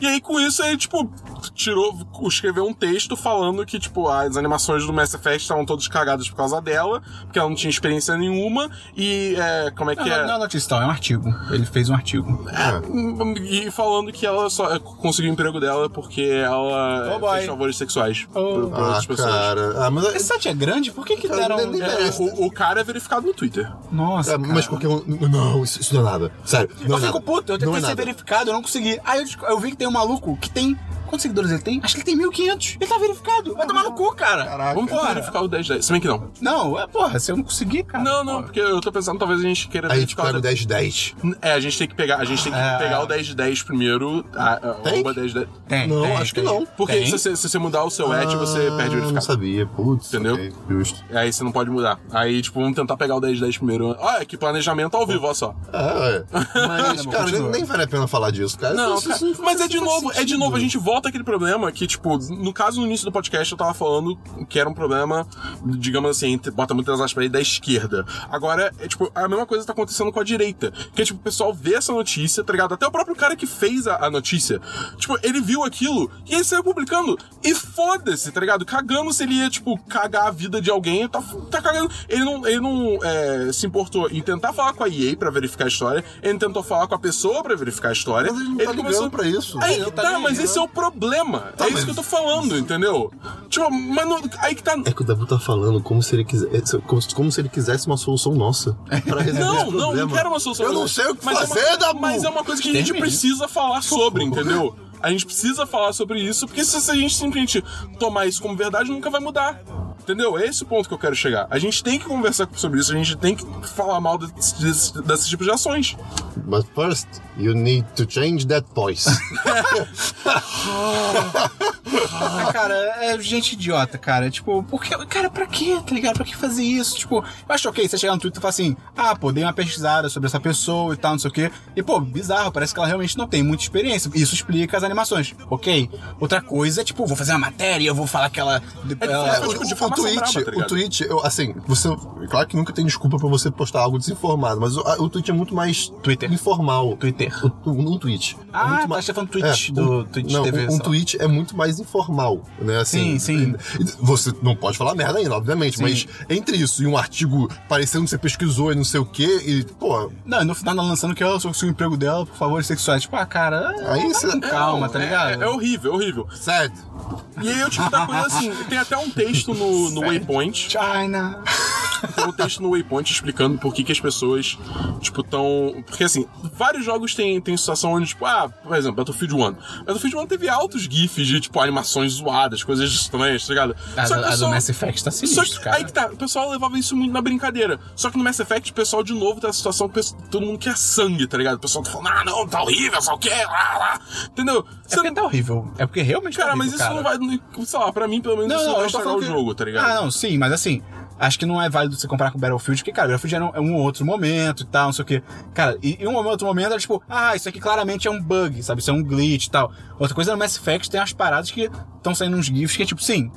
[SPEAKER 3] E aí, com isso, ele, tipo, tirou, escreveu um texto falando que, tipo, as animações do Mass Effect estavam todas cagadas por causa dela, porque ela não tinha experiência nenhuma, e, é, como é
[SPEAKER 1] Não,
[SPEAKER 3] que é?
[SPEAKER 1] não, não é notícia, tal, é um artigo. Ele fez um artigo.
[SPEAKER 2] É.
[SPEAKER 3] E falando que ela só é, conseguiu o emprego dela porque ela
[SPEAKER 1] Oh, boy.
[SPEAKER 3] fez favores sexuais
[SPEAKER 1] Oh.
[SPEAKER 3] pra
[SPEAKER 2] Ah,
[SPEAKER 3] outras pessoas.
[SPEAKER 2] cara. Ah, mas,
[SPEAKER 1] Esse site é grande? Por que que
[SPEAKER 2] Cara,
[SPEAKER 1] deram...
[SPEAKER 2] nem- nem
[SPEAKER 1] é,
[SPEAKER 2] merece.
[SPEAKER 3] O, o cara é verificado no Twitter.
[SPEAKER 1] Nossa,
[SPEAKER 2] ah, mas
[SPEAKER 1] cara.
[SPEAKER 2] qualquer um. Não, isso, isso não é nada. Sério. Não
[SPEAKER 1] Eu
[SPEAKER 2] é
[SPEAKER 1] fico
[SPEAKER 2] nada.
[SPEAKER 1] puto, eu
[SPEAKER 2] não
[SPEAKER 1] tentei
[SPEAKER 2] é
[SPEAKER 1] ser
[SPEAKER 2] nada.
[SPEAKER 1] verificado, eu não consegui. Aí eu, desco- eu vi que tem um maluco que tem... Quantos seguidores ele tem? Acho que ele tem 1.500. Ele tá verificado. Vai tomar no cu, Ah, cara.
[SPEAKER 2] Caraca.
[SPEAKER 1] Vamos
[SPEAKER 3] Vamos tentar
[SPEAKER 1] embora.
[SPEAKER 3] verificar o 10 10. Se bem que não.
[SPEAKER 1] Não, é, porra, se eu não conseguir, cara...
[SPEAKER 3] Não, não, porque eu tô pensando, talvez a gente queira
[SPEAKER 2] Aí a gente
[SPEAKER 3] verificar
[SPEAKER 2] pega um o
[SPEAKER 3] o
[SPEAKER 2] 10 de 10.
[SPEAKER 3] É, a gente tem que pegar, a gente tem que
[SPEAKER 1] É.
[SPEAKER 3] pegar o 10 de 10 primeiro. A, a,
[SPEAKER 2] Tem?
[SPEAKER 3] arroba 10 10.
[SPEAKER 1] Tem,
[SPEAKER 2] Não,
[SPEAKER 1] tem,
[SPEAKER 2] acho que
[SPEAKER 1] tem.
[SPEAKER 2] não.
[SPEAKER 3] Porque
[SPEAKER 1] Tem?
[SPEAKER 3] se você, se você mudar o seu ad, você perde o
[SPEAKER 2] Ah, Não
[SPEAKER 3] verificado.
[SPEAKER 2] sabia, putz.
[SPEAKER 3] Entendeu?
[SPEAKER 2] ok, justo.
[SPEAKER 3] Aí você não pode mudar. Aí, tipo, vamos tentar pegar o 10 de 10 primeiro. Olha, que planejamento ao vivo, olha só.
[SPEAKER 2] Ah, é. Mas,
[SPEAKER 1] Não,
[SPEAKER 2] cara, nem,
[SPEAKER 1] continua.
[SPEAKER 2] nem vale a pena falar disso, cara.
[SPEAKER 3] né, Não,
[SPEAKER 2] Isso-
[SPEAKER 3] cara,
[SPEAKER 2] isso- isso
[SPEAKER 3] mas é
[SPEAKER 2] não
[SPEAKER 3] de
[SPEAKER 2] faz
[SPEAKER 3] novo, é de
[SPEAKER 2] sentido.
[SPEAKER 3] novo, a gente volta àquele problema que, tipo, no caso, no início do podcast, eu tava falando que era um problema, digamos assim, entre- bota muitas aspas aí, da esquerda. Agora, é tipo, a mesma coisa tá acontecendo com a direita. Que, tipo, o pessoal vê essa notícia, tá ligado? Até o próprio cara que fez a, a notícia, tipo, ele viu aquilo e ele saiu publicando. E foda-se, tá ligado? Cagando se ele ia, tipo, cagar a vida de alguém, tá, tá cagando. Ele não, ele não é, se importou em tentar falar com a EA pra verificar a história, ele tentou falar com a pessoa pra verificar a história.
[SPEAKER 2] Mas ele não tá ligando pra isso.
[SPEAKER 3] Aí
[SPEAKER 2] Ele não
[SPEAKER 3] que tá,
[SPEAKER 2] tá
[SPEAKER 3] mas esse é o problema. é isso que eu tô falando, entendeu? Tipo, mas não- aí que tá.
[SPEAKER 2] É que o Dabu tá falando como se ele quisesse, como, se- como se ele quisesse uma solução nossa pra resolver esse
[SPEAKER 3] Não,
[SPEAKER 2] é problema.
[SPEAKER 3] não, não quero uma solução.
[SPEAKER 2] Eu não sei o que
[SPEAKER 3] Mas é uma-
[SPEAKER 2] fazer, Dabu!
[SPEAKER 3] Mas é uma coisa que a gente
[SPEAKER 1] Termine.
[SPEAKER 3] precisa falar sobre, entendeu? A gente precisa falar sobre isso, porque se se a gente simplesmente tomar isso como verdade, nunca vai mudar. Entendeu? É esse o ponto que eu quero chegar. A gente tem que conversar sobre isso, a gente tem que falar mal desse- desse- desses tipos de ações.
[SPEAKER 2] But first, you need to change that voice.
[SPEAKER 1] Ah, cara, é gente idiota, cara. Tipo, por que, cara, pra quê, tá ligado? Pra que fazer isso? Tipo, eu acho ok, você chegar no Twitter e falar assim, ah, pô, dei uma pesquisada sobre essa pessoa e tal, não sei o quê. E, pô, bizarro, parece que ela realmente não tem muita experiência. Isso explica as animações, ok? Outra coisa é, tipo, vou fazer uma matéria, eu vou falar que ela... ela-
[SPEAKER 3] diferente.
[SPEAKER 2] É, o,
[SPEAKER 3] tipo de
[SPEAKER 2] o, o
[SPEAKER 3] informação
[SPEAKER 2] tweet,
[SPEAKER 3] braba, tá ligado?
[SPEAKER 2] o tweet, eu, assim, você, claro que nunca tem desculpa pra você postar algo desinformado, mas o, a- o tweet é muito mais
[SPEAKER 1] Twitter.
[SPEAKER 2] informal.
[SPEAKER 1] Twitter.
[SPEAKER 2] O- um tweet.
[SPEAKER 1] Ah,
[SPEAKER 2] é muito
[SPEAKER 1] tá,
[SPEAKER 2] mais-
[SPEAKER 1] você tá falando tweet do- tweet
[SPEAKER 2] não,
[SPEAKER 1] TV,
[SPEAKER 2] um- Um,
[SPEAKER 1] sei lá.
[SPEAKER 2] tweet é muito mais informal, né? Assim,
[SPEAKER 1] Sim,
[SPEAKER 2] e- Você não pode falar merda ainda, obviamente, mas entre isso e um artigo parecendo que você pesquisou e não sei o quê, e, pô,
[SPEAKER 1] Não, e no final ela lançando que ela só conseguiu o emprego dela por favores sexuais. Tipo, ah, cara,
[SPEAKER 2] Aí
[SPEAKER 1] vai
[SPEAKER 2] cê-
[SPEAKER 1] com calma,
[SPEAKER 3] Não,
[SPEAKER 1] tá
[SPEAKER 3] é-
[SPEAKER 1] ligado?
[SPEAKER 3] é horrível, é horrível.
[SPEAKER 2] sad.
[SPEAKER 3] E aí eu tipo da coisa assim, tem até um texto no, no Waypoint,
[SPEAKER 1] China.
[SPEAKER 3] tem um texto no Waypoint explicando por que, que as pessoas, tipo, tão. Porque assim, vários jogos têm, têm situação onde, tipo, ah, por exemplo, Battlefield 1. Battlefield 1 teve altos GIFs de, tipo, animações zoadas, coisas estranhas, tá ligado?
[SPEAKER 1] A,
[SPEAKER 3] Só
[SPEAKER 1] do,
[SPEAKER 3] que
[SPEAKER 1] a
[SPEAKER 3] o
[SPEAKER 1] do
[SPEAKER 3] pessoal-
[SPEAKER 1] Mass Effect tá
[SPEAKER 3] só
[SPEAKER 1] sinistro,
[SPEAKER 3] que,
[SPEAKER 1] cara.
[SPEAKER 3] aí que tá, o pessoal levava isso muito na brincadeira. Só que no Mass Effect, o pessoal de novo tá na situação que o pessoal- todo mundo quer sangue, tá ligado? O pessoal tá falando, ah, não, tá horrível, só o quê, lá, lá. Entendeu?
[SPEAKER 1] É
[SPEAKER 3] Você-
[SPEAKER 1] porque tá horrível. É porque realmente tá
[SPEAKER 3] cara, mas
[SPEAKER 1] horrível,
[SPEAKER 3] isso
[SPEAKER 1] cara.
[SPEAKER 3] não vai. Sei lá, pra mim, pelo menos, isso não,
[SPEAKER 1] eu
[SPEAKER 3] vai
[SPEAKER 1] tô
[SPEAKER 3] estragar o
[SPEAKER 1] falando que-
[SPEAKER 3] jogo, tá ligado?
[SPEAKER 1] Ah, não, sim, mas assim, acho que não é válido você comparar com Battlefield, porque, cara, Battlefield era um- é um outro momento e tal, não sei o quê. Cara, e, e um outro momento era tipo, ah, isso aqui claramente é um bug, sabe? Isso é um glitch e tal. Outra coisa é no Mass Effect tem umas paradas que estão saindo uns GIFs que é tipo, sim.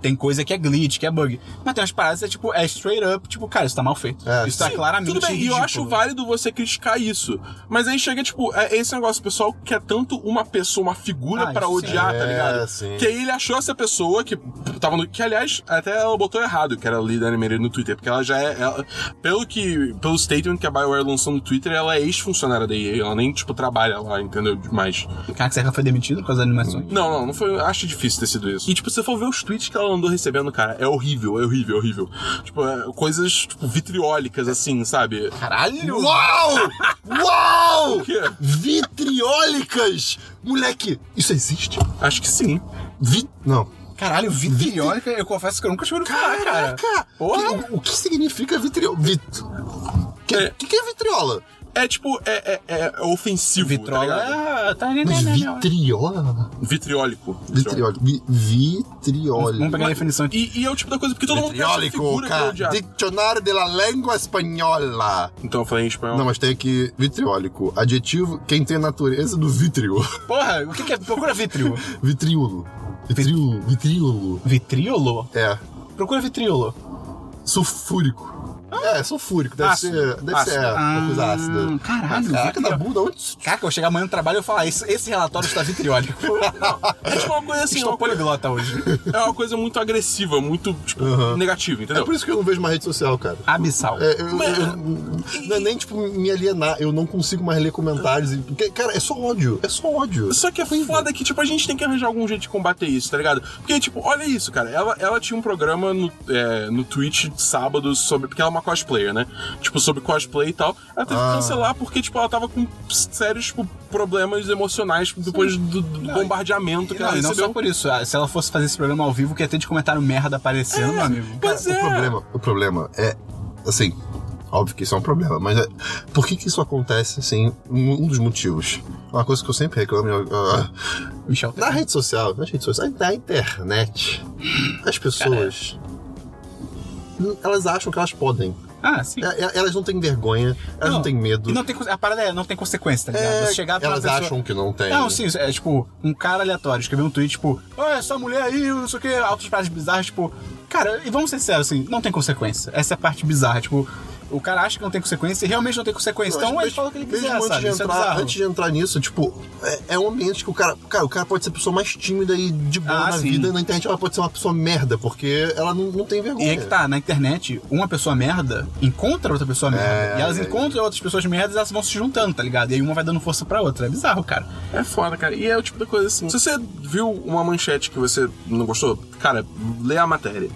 [SPEAKER 1] Tem coisa que é glitch, que é bug. Mas tem umas paradas que é tipo, é straight up, tipo, cara, isso tá mal feito.
[SPEAKER 2] É,
[SPEAKER 1] isso tá claramente.
[SPEAKER 3] Tudo bem, e eu
[SPEAKER 1] ridículo.
[SPEAKER 3] acho válido você criticar isso. Mas aí chega, tipo, é esse negócio, o pessoal quer tanto uma pessoa, uma figura
[SPEAKER 1] Ah,
[SPEAKER 3] pra
[SPEAKER 1] sim.
[SPEAKER 3] odiar, tá
[SPEAKER 2] É,
[SPEAKER 3] ligado?
[SPEAKER 2] sim.
[SPEAKER 3] Que aí ele achou essa pessoa que tava no. Que aliás, até ela botou errado, que era a Lida Animated no Twitter, porque ela já é. ela- pelo que. Pelo statement que a Bioware lançou no Twitter, ela é ex-funcionária da EA. Ela nem, tipo, trabalha lá, entendeu? Demais.
[SPEAKER 1] Cara, que será que ela foi demitido por causa das animações?
[SPEAKER 3] Não, não, não foi. Acho difícil ter sido isso. E, tipo, se você for ver os tweets que ela andou recebendo, cara, é horrível, é horrível, é horrível. Tipo, é, coisas, tipo, vitriólicas, assim, sabe?
[SPEAKER 1] Caralho!
[SPEAKER 2] Uau! Uau!
[SPEAKER 3] quê?
[SPEAKER 2] Vitriólicas! Moleque, isso existe?
[SPEAKER 3] Acho que sim.
[SPEAKER 2] Vi... Não.
[SPEAKER 1] Caralho, vitriólica, eu confesso que eu nunca tinha ouvido falar, cara.
[SPEAKER 2] Caraca!
[SPEAKER 1] Porra!
[SPEAKER 2] Que- O, o que significa vitriol... Vit... Que,
[SPEAKER 3] É.
[SPEAKER 2] que que é vitriola?
[SPEAKER 3] É tipo, é, é, é- é ofensivo. Tá ligado?
[SPEAKER 1] Vitrola é. Tá nem,
[SPEAKER 2] Mas vitriola?
[SPEAKER 3] Vitriólico.
[SPEAKER 2] Vitriola. Vi- Vitriola.
[SPEAKER 1] né. Vamos pegar a definição aqui.
[SPEAKER 3] E, e é o tipo da coisa, porque todo mundo quer essa
[SPEAKER 2] Vitriólico,
[SPEAKER 3] figura é
[SPEAKER 1] é
[SPEAKER 3] pra
[SPEAKER 2] cara.
[SPEAKER 3] odiar.
[SPEAKER 2] Dicionário de la língua espanhola.
[SPEAKER 3] Então eu falei em espanhol.
[SPEAKER 2] Não, mas tem aqui vitriólico. Adjetivo, quem tem a natureza do vítreo.
[SPEAKER 1] Porra, o que, que é? Procura vitriolo.
[SPEAKER 2] Vitriolo. Vitriolo. Vitriolo.
[SPEAKER 1] Vitriolo?
[SPEAKER 2] É.
[SPEAKER 1] Procura vitriolo.
[SPEAKER 2] Sulfúrico. É, sulfúrico, deve
[SPEAKER 1] Ácido.
[SPEAKER 2] ser. Deve
[SPEAKER 1] Ácido.
[SPEAKER 2] ser é, uma coisa
[SPEAKER 1] Ah,
[SPEAKER 2] ácida.
[SPEAKER 1] caralho,
[SPEAKER 2] Caraca,
[SPEAKER 1] que-
[SPEAKER 2] da bunda, onde isso
[SPEAKER 1] Caraca, eu chegar amanhã no trabalho e eu falar, esse, esse relatório está vitriólico.
[SPEAKER 3] Acho que é uma coisa assim, é
[SPEAKER 1] Estou
[SPEAKER 3] uma coisa,
[SPEAKER 1] poliglota hoje.
[SPEAKER 3] é uma coisa muito agressiva, muito, tipo, negativa,
[SPEAKER 2] É
[SPEAKER 3] entendeu?
[SPEAKER 2] por isso que eu não vejo mais rede social, cara.
[SPEAKER 1] Abissal.
[SPEAKER 2] É, eu- eu- eu- não é nem, tipo, me alienar. Eu não consigo mais ler comentários. e- porque, cara, é só ódio. É só ódio.
[SPEAKER 3] Só que é foda que, tipo, a gente tem que arranjar algum jeito de combater isso, tá ligado? Porque, tipo, olha isso, cara. Ela, ela tinha um programa no, é, no Twitch de sábado sobre. Porque ela é uma cosplayer, né? Tipo, sobre cosplay e tal. Ela teve
[SPEAKER 1] Ah.
[SPEAKER 3] que cancelar porque, tipo, ela tava com sérios, tipo, problemas emocionais depois do, do bombardeamento que
[SPEAKER 1] Não,
[SPEAKER 3] ela
[SPEAKER 1] e não
[SPEAKER 3] recebeu.
[SPEAKER 1] só por isso. ah, Se ela fosse fazer esse programa ao vivo, que ia ter de comentário merda aparecendo, meu amigo.
[SPEAKER 2] Cara,
[SPEAKER 3] Pois é.
[SPEAKER 2] o problema, o problema é, assim, óbvio que isso é um problema, mas é, por que que isso acontece, assim, um, um dos motivos? É Uma coisa que eu sempre reclamo, eu- eu-
[SPEAKER 1] Michel tá
[SPEAKER 2] na
[SPEAKER 1] Temer.
[SPEAKER 2] rede social, nas redes sociais, na internet, as pessoas, elas acham que elas podem.
[SPEAKER 1] Ah, sim.
[SPEAKER 2] E- e- Elas não têm vergonha, elas não, têm medo.
[SPEAKER 1] E não tem, conse- a parada é, não tem consequência, tá ligado?
[SPEAKER 2] É,
[SPEAKER 1] Você chegar pra uma
[SPEAKER 2] elas
[SPEAKER 1] pessoa-
[SPEAKER 2] acham que não tem.
[SPEAKER 1] Não, sim, é tipo, um cara aleatório escreveu um tweet, tipo, ó, essa mulher aí, não sei o que, altas paradas bizarras, tipo. Cara, e vamos ser sérios, assim, não tem consequência. Essa é a parte bizarra, tipo, o cara acha que não tem consequência e realmente não tem consequência. então
[SPEAKER 2] Mas-
[SPEAKER 1] ele fala o que ele
[SPEAKER 2] mesmo
[SPEAKER 1] quiser,
[SPEAKER 2] antes
[SPEAKER 1] sabe?
[SPEAKER 2] De
[SPEAKER 1] Isso é
[SPEAKER 2] entrar,
[SPEAKER 1] bizarro.
[SPEAKER 2] antes de entrar nisso, tipo, é, é um ambiente que o cara. Cara, o cara pode ser a pessoa mais tímida e de boa
[SPEAKER 1] Ah,
[SPEAKER 2] na
[SPEAKER 1] sim.
[SPEAKER 2] vida, na internet ela pode ser uma pessoa merda, porque ela não, não tem vergonha.
[SPEAKER 1] E é que tá, na internet, uma pessoa merda encontra outra pessoa merda. e elas
[SPEAKER 2] é, é.
[SPEAKER 1] encontram outras pessoas merdas e elas vão se juntando, tá ligado? E aí uma vai dando força pra outra. É bizarro, cara.
[SPEAKER 3] É foda, cara. E é o tipo da coisa assim. Se você viu uma manchete que você não gostou, cara, lê a matéria.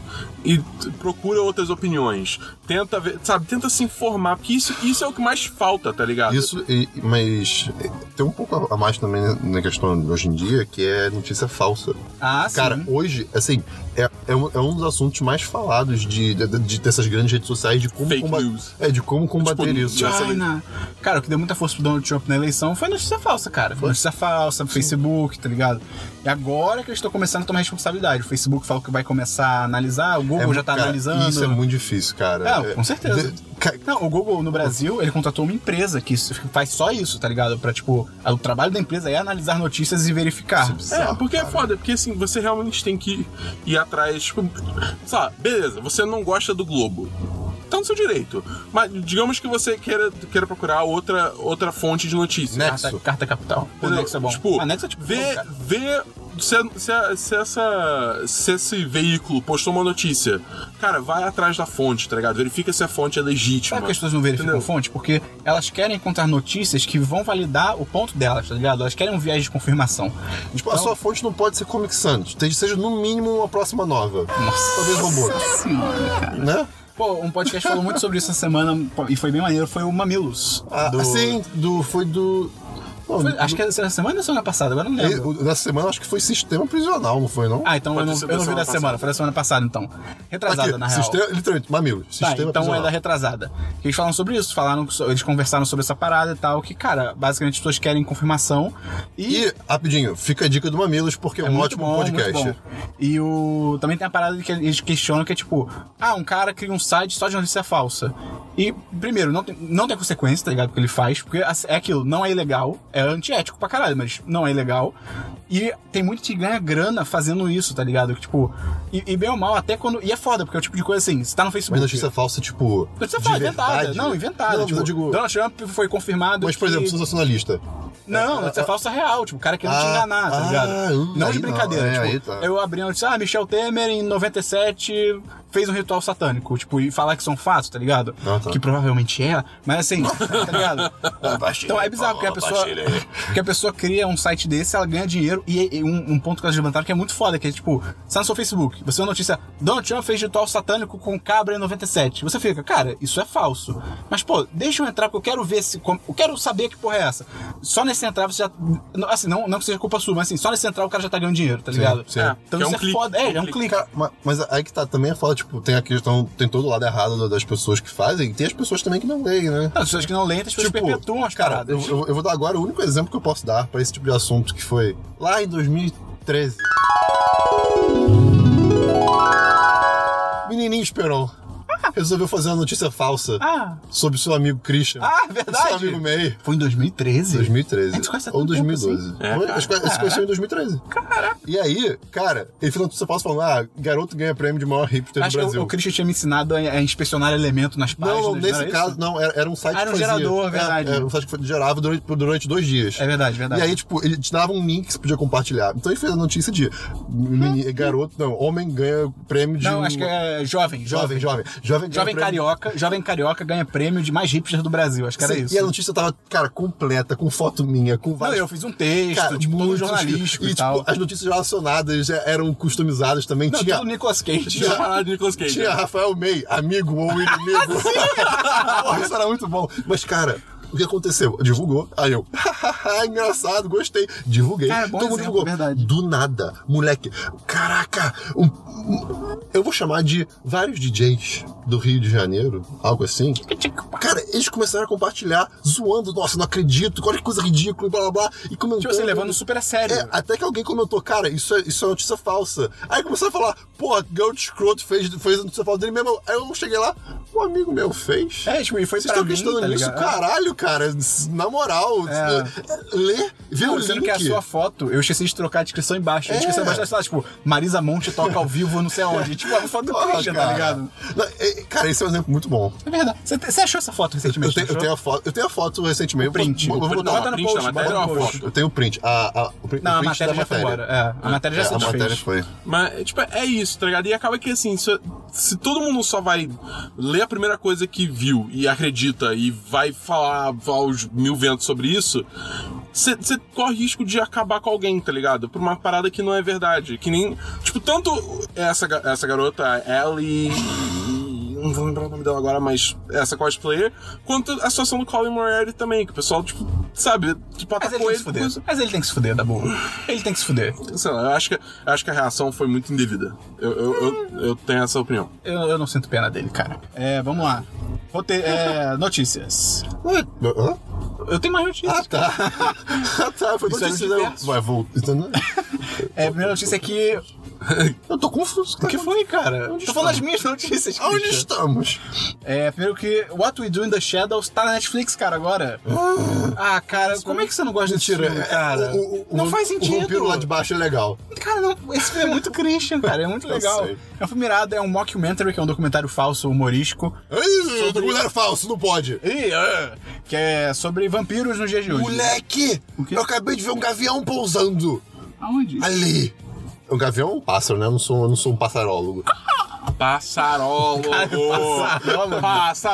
[SPEAKER 3] E t- procura outras opiniões. Tenta ver, sabe, tenta se informar. Porque isso, isso é o que mais falta, tá ligado?
[SPEAKER 2] Isso, e- mas tem um pouco a mais também na questão de hoje em dia, que é notícia falsa.
[SPEAKER 1] Ah,
[SPEAKER 2] Cara,
[SPEAKER 1] sim.
[SPEAKER 2] hoje, assim, é, é um, é um dos assuntos mais falados de, de- de- dessas grandes redes sociais de como
[SPEAKER 3] Fake
[SPEAKER 2] comba-
[SPEAKER 3] news.
[SPEAKER 2] É, de como combater
[SPEAKER 3] Tipo,
[SPEAKER 2] isso.
[SPEAKER 3] já-
[SPEAKER 1] China. Cara, o que deu muita força pro Donald Trump na eleição foi notícia falsa, cara. Foi notícia falsa, Facebook, tá ligado? E agora que eles estão começando a tomar responsabilidade. O Facebook falou que vai começar a analisar, o Google
[SPEAKER 2] É,
[SPEAKER 1] já tá
[SPEAKER 2] cara,
[SPEAKER 1] analisando.
[SPEAKER 2] Isso é muito difícil, cara.
[SPEAKER 1] É,
[SPEAKER 2] É,
[SPEAKER 1] com certeza.
[SPEAKER 2] de- ca-
[SPEAKER 1] Não, o Google no Brasil, ele contratou uma empresa que isso- que faz só isso, tá ligado? Pra, tipo, a- o trabalho da empresa é analisar notícias e verificar.
[SPEAKER 3] É, porque é foda, porque assim, você realmente tem que ir atrás, tipo, sabe, beleza, você não gosta do Globo. Tá no seu direito. Mas digamos que você queira, queira procurar outra, outra fonte de notícia.
[SPEAKER 2] é
[SPEAKER 1] Carta, carta capital. O
[SPEAKER 3] Entendeu?
[SPEAKER 1] Nexo é bom.
[SPEAKER 3] Tipo,
[SPEAKER 1] Ah, Nexo é tipo bom,
[SPEAKER 3] vê,
[SPEAKER 1] cara.
[SPEAKER 3] vê se, se- se é essa, se esse veículo postou uma notícia. Cara, vai atrás da fonte, tá ligado? Verifica se a fonte é legítima.
[SPEAKER 1] Sabe por que as pessoas não verificam
[SPEAKER 3] Entendeu?
[SPEAKER 1] fonte? Porque elas querem encontrar notícias que vão validar o ponto delas, tá ligado? Elas querem um viés de confirmação.
[SPEAKER 2] Tipo, a sua fonte não pode ser Comic Sans. Tem- Seja no mínimo uma próxima nova.
[SPEAKER 1] Nossa.
[SPEAKER 2] Talvez robô.
[SPEAKER 1] senhora, cara.
[SPEAKER 2] Né?
[SPEAKER 1] Pô, um podcast falou muito sobre isso essa semana pô, e foi bem maneiro, foi o Mamilos.
[SPEAKER 2] Ah,
[SPEAKER 1] do-
[SPEAKER 2] Assim, do, foi do. Não,
[SPEAKER 1] Foi-
[SPEAKER 2] do-
[SPEAKER 1] acho que era essa semana ou semana passada, agora eu não
[SPEAKER 2] ele-
[SPEAKER 1] lembro.
[SPEAKER 2] o- Nessa semana acho que foi sistema prisional, não foi, não?
[SPEAKER 1] Ah, então eu
[SPEAKER 3] Pode
[SPEAKER 1] não,
[SPEAKER 3] ser
[SPEAKER 1] eu
[SPEAKER 3] da
[SPEAKER 1] não vi
[SPEAKER 3] semana
[SPEAKER 1] da semana,
[SPEAKER 3] passada.
[SPEAKER 1] foi da semana passada então. Retrasada, na real.
[SPEAKER 2] sistema, literalmente, mamilo.
[SPEAKER 1] Tá,
[SPEAKER 2] Sistema
[SPEAKER 1] então é
[SPEAKER 2] prisional.
[SPEAKER 1] da retrasada. Eles falaram sobre isso, falaram, so- eles conversaram sobre essa parada e tal, que, cara, basicamente as pessoas querem confirmação e.
[SPEAKER 2] E, rapidinho, fica a dica do Mamilos, porque é, um
[SPEAKER 1] muito
[SPEAKER 2] ótimo
[SPEAKER 1] bom,
[SPEAKER 2] podcast.
[SPEAKER 1] muito bom. E o também tem a parada que eles questionam que é tipo, ah, um cara cria um site só de notícia falsa. E primeiro, não tem, não tem consequência, tá ligado? Que ele faz, porque as- é aquilo, não é ilegal, é antiético pra caralho, mas não é ilegal. E tem muito que ganha grana fazendo isso, tá ligado? Que, tipo, e, e bem ou mal, até quando. E é foda, porque é o tipo de coisa assim, você tá no Facebook.
[SPEAKER 2] Mas notícia falsa, tipo.
[SPEAKER 1] Notícia
[SPEAKER 2] de
[SPEAKER 1] falsa, inventada.
[SPEAKER 2] verdade.
[SPEAKER 1] Não, inventada.
[SPEAKER 2] Não,
[SPEAKER 1] tipo,
[SPEAKER 2] eu digo-
[SPEAKER 1] Donald Trump foi confirmado.
[SPEAKER 2] Mas, por
[SPEAKER 1] que-
[SPEAKER 2] exemplo, sensacionalista.
[SPEAKER 1] não, notícia falsa real, tipo, o cara querendo te
[SPEAKER 2] É, Ah,
[SPEAKER 1] enganar, tá
[SPEAKER 2] ah,
[SPEAKER 1] ligado?
[SPEAKER 2] hum,
[SPEAKER 1] não
[SPEAKER 2] aí
[SPEAKER 1] de
[SPEAKER 2] não,
[SPEAKER 1] brincadeira,
[SPEAKER 2] é, aí
[SPEAKER 1] tipo,
[SPEAKER 2] tá.
[SPEAKER 1] eu abri a notícia, ah, Michel Temer em 97 fez um ritual satânico, tipo, e falar que são fatos, tá ligado?
[SPEAKER 2] Ah, tá.
[SPEAKER 1] Que provavelmente é, mas assim, tá ligado? então é bizarro, porque a pessoa porque a pessoa cria um site desse, ela ganha dinheiro, e, e um, um ponto que elas levantaram que é muito foda, que é tipo, você tá no seu Facebook, você vê uma notícia, Donald Trump fez ritual satânico com cabra em 97, você fica, cara, isso é falso, mas pô, deixa eu entrar, porque eu quero ver se, como- eu quero saber que porra é essa. Só nesse entrar você já, assim, não, não que seja culpa sua, mas assim, só nesse entrar o cara já tá ganhando dinheiro, tá ligado?
[SPEAKER 2] sim.
[SPEAKER 1] É, Então
[SPEAKER 3] Que é
[SPEAKER 1] isso
[SPEAKER 3] um
[SPEAKER 1] é,
[SPEAKER 3] clique,
[SPEAKER 1] foda, é, é um clique.
[SPEAKER 2] Cara, ma- mas aí que tá também a fala, tipo, tem a questão, tem todo o lado errado da- das pessoas que fazem, e tem as pessoas também que não leem, né?
[SPEAKER 1] As pessoas que não leem, as pessoas perpetuam as
[SPEAKER 2] Tipo, cara, eu,
[SPEAKER 1] paradas.
[SPEAKER 2] eu- eu vou dar agora o único exemplo que eu posso dar pra esse tipo de assunto que foi lá em 2013. Menininho Esperon. resolveu fazer uma notícia falsa
[SPEAKER 1] Ah.
[SPEAKER 2] sobre seu amigo Christian.
[SPEAKER 1] Ah,
[SPEAKER 2] Seu
[SPEAKER 1] verdade.
[SPEAKER 2] amigo May.
[SPEAKER 1] Foi em 2013?
[SPEAKER 2] 2013.
[SPEAKER 1] A gente conhece há
[SPEAKER 2] Ou
[SPEAKER 1] tanto tempo assim. É,
[SPEAKER 2] 2012. Foi, acho que se conheceu em 2013. Caraca. E aí, cara, ele fez uma notícia falsa falando: ah, garoto ganha prêmio de maior hipster
[SPEAKER 1] Acho
[SPEAKER 2] do
[SPEAKER 1] que
[SPEAKER 2] Brasil.
[SPEAKER 1] o, o Christian tinha me ensinado a, a inspecionar elemento nas
[SPEAKER 2] Não,
[SPEAKER 1] páginas.
[SPEAKER 2] não, nesse
[SPEAKER 1] era isso?
[SPEAKER 2] caso, não, era, era um site
[SPEAKER 1] Ah, era
[SPEAKER 2] que
[SPEAKER 1] um
[SPEAKER 2] fazia.
[SPEAKER 1] gerador,
[SPEAKER 2] É,
[SPEAKER 1] verdade.
[SPEAKER 2] Era um site que foi- gerava durante, durante dois dias.
[SPEAKER 1] É verdade, verdade.
[SPEAKER 2] E aí, tipo, ele te dava um link que você podia compartilhar. Então ele fez a notícia de meni- garoto, não, homem ganha prêmio de.
[SPEAKER 1] Hum. Não,
[SPEAKER 2] um-
[SPEAKER 1] acho que é jovem,
[SPEAKER 2] Jovem,
[SPEAKER 1] jovem.
[SPEAKER 2] jovem. Jovem, ganha
[SPEAKER 1] Jovem
[SPEAKER 2] prêmio-
[SPEAKER 1] carioca, jovem carioca ganha prêmio de mais hipster do Brasil. Acho que era
[SPEAKER 2] Sim,
[SPEAKER 1] isso.
[SPEAKER 2] E a notícia tava, cara, completa, com foto minha, com
[SPEAKER 1] Não,
[SPEAKER 2] vários
[SPEAKER 1] eu fiz um texto, tipo, todo
[SPEAKER 2] muito
[SPEAKER 1] jornalístico e,
[SPEAKER 2] escrito.
[SPEAKER 1] tal.
[SPEAKER 2] Tipo, as notícias relacionadas é, eram customizadas também.
[SPEAKER 1] Não, tá
[SPEAKER 2] tinha,
[SPEAKER 1] tudo Nicolas Cage.
[SPEAKER 3] Deixa eu falar de Nicolas Cage.
[SPEAKER 1] né?
[SPEAKER 2] tinha Rafael May, amigo ou inimigo. Porra, isso era muito bom. Mas, cara. O que aconteceu? Divulgou. Aí eu, hahaha, engraçado, gostei. Divulguei.
[SPEAKER 1] Cara, bom
[SPEAKER 2] Todo mundo
[SPEAKER 1] exemplo,
[SPEAKER 2] divulgou.
[SPEAKER 1] verdade.
[SPEAKER 2] Do nada, moleque. Caraca, um- um- eu vou chamar de vários DJs do Rio de Janeiro, algo assim.
[SPEAKER 1] Tipo
[SPEAKER 2] Cara, eles começaram a compartilhar, zoando. Nossa, não acredito, olha que coisa ridícula, blá blá blá. E comentando.
[SPEAKER 1] Tipo assim, levando super a sério.
[SPEAKER 2] É, até que alguém comentou, cara, isso é, isso é notícia falsa. Aí começaram a falar, porra, garoto escroto fez, fez a notícia falsa dele mesmo. Aí eu cheguei lá, um amigo meu fez.
[SPEAKER 1] É, tipo, e foi
[SPEAKER 2] Vocês
[SPEAKER 1] pra
[SPEAKER 2] estão
[SPEAKER 1] mim,
[SPEAKER 2] acreditando
[SPEAKER 1] tá
[SPEAKER 2] nisso?
[SPEAKER 1] ligado?
[SPEAKER 2] Caralho, cara, na moral.
[SPEAKER 1] É.
[SPEAKER 2] Lê, vê o
[SPEAKER 1] Não,
[SPEAKER 2] link.
[SPEAKER 1] sendo que é a sua foto, eu esqueci de trocar a descrição embaixo. Eu
[SPEAKER 2] É.
[SPEAKER 1] esqueci embaixo, sei lá, tipo, Marisa Monte toca ao vivo não sei onde. Tipo, a foto do
[SPEAKER 2] Porra,
[SPEAKER 1] Christian,
[SPEAKER 2] cara.
[SPEAKER 1] tá ligado?
[SPEAKER 2] Não, é, cara, esse é um exemplo muito bom.
[SPEAKER 1] É verdade. Você, você achou essa foto
[SPEAKER 2] Eu
[SPEAKER 1] recentemente?
[SPEAKER 2] tenho, eu
[SPEAKER 1] não achou?
[SPEAKER 2] tenho a foto, eu tenho a foto recentemente. eu vou-
[SPEAKER 1] Print.
[SPEAKER 2] Eu vou, botar
[SPEAKER 1] Não,
[SPEAKER 2] lá.
[SPEAKER 1] bota no
[SPEAKER 3] print
[SPEAKER 1] post,
[SPEAKER 3] da
[SPEAKER 1] bota
[SPEAKER 3] matéria
[SPEAKER 1] no
[SPEAKER 3] ou a
[SPEAKER 1] post.
[SPEAKER 2] Eu tenho o print. A, a, o print
[SPEAKER 1] Não,
[SPEAKER 2] o
[SPEAKER 1] a
[SPEAKER 2] print
[SPEAKER 1] matéria
[SPEAKER 2] da
[SPEAKER 1] já foi embora. É, a matéria já se
[SPEAKER 2] a
[SPEAKER 1] desfez.
[SPEAKER 2] matéria foi.
[SPEAKER 3] Mas, tipo, é isso, tá ligado? E acaba que, assim, se, se todo mundo só vai ler a primeira coisa que viu e acredita e vai falar aos mil ventos sobre isso, você corre risco de acabar com alguém, tá ligado? Por uma parada que não é verdade. Que nem, tipo, tanto essa, ga- essa garota, a Ellie... Não vou lembrar o nome dela agora, mas essa cosplayer, quanto a situação do Colin Moriarty também, que o pessoal, tipo, sabe, tipo,
[SPEAKER 1] Mas ele tem
[SPEAKER 3] atacou
[SPEAKER 1] que
[SPEAKER 3] ele.
[SPEAKER 1] se fuder.
[SPEAKER 3] por isso.
[SPEAKER 1] Mas ele tem que se fuder, da boa. Ele tem que se fuder.
[SPEAKER 3] Sei lá, eu acho que, eu acho que a reação foi muito indevida. Eu, eu, eu, eu tenho essa opinião.
[SPEAKER 1] Eu, eu não sinto pena dele, cara. É, vamos lá. Rote é, notícias.
[SPEAKER 2] Ué, hã?
[SPEAKER 1] Eu tenho mais notícias.
[SPEAKER 2] Ah, tá. ah, tá. Foi
[SPEAKER 1] Isso era
[SPEAKER 2] notícia.
[SPEAKER 1] diverso.
[SPEAKER 2] Vai, voltando.
[SPEAKER 1] É, a primeira notícia é que.
[SPEAKER 2] Eu tô confuso.
[SPEAKER 1] O que foi, cara? Tô falando as minhas notícias.
[SPEAKER 2] Aonde
[SPEAKER 1] Christian.
[SPEAKER 2] estamos?
[SPEAKER 1] É, primeiro que What We Do in the Shadows tá na Netflix, cara, agora. Ah, cara, como é que você não gosta desse filme, cara?
[SPEAKER 2] é, O- o- o-
[SPEAKER 1] não
[SPEAKER 2] o-
[SPEAKER 1] faz
[SPEAKER 2] O
[SPEAKER 1] sentido.
[SPEAKER 2] vampiro lá de baixo é legal.
[SPEAKER 1] Cara, não, esse filme é muito Christian, cara, é muito
[SPEAKER 2] Eu
[SPEAKER 1] legal.
[SPEAKER 2] sei.
[SPEAKER 1] É um filme irado, é um mockumentary, que é um documentário falso, humorístico.
[SPEAKER 2] Ai, documentário falso, não pode.
[SPEAKER 1] Ih, ah, Que é sobre vampiros nos dias de hoje.
[SPEAKER 2] Moleque,
[SPEAKER 1] O quê?
[SPEAKER 2] eu acabei de ver um gavião pousando.
[SPEAKER 1] Aonde?
[SPEAKER 2] Ali. Um gavião é um pássaro, né? Eu não sou, eu não sou um passarólogo.
[SPEAKER 3] Passarólogo!
[SPEAKER 1] passarólogo.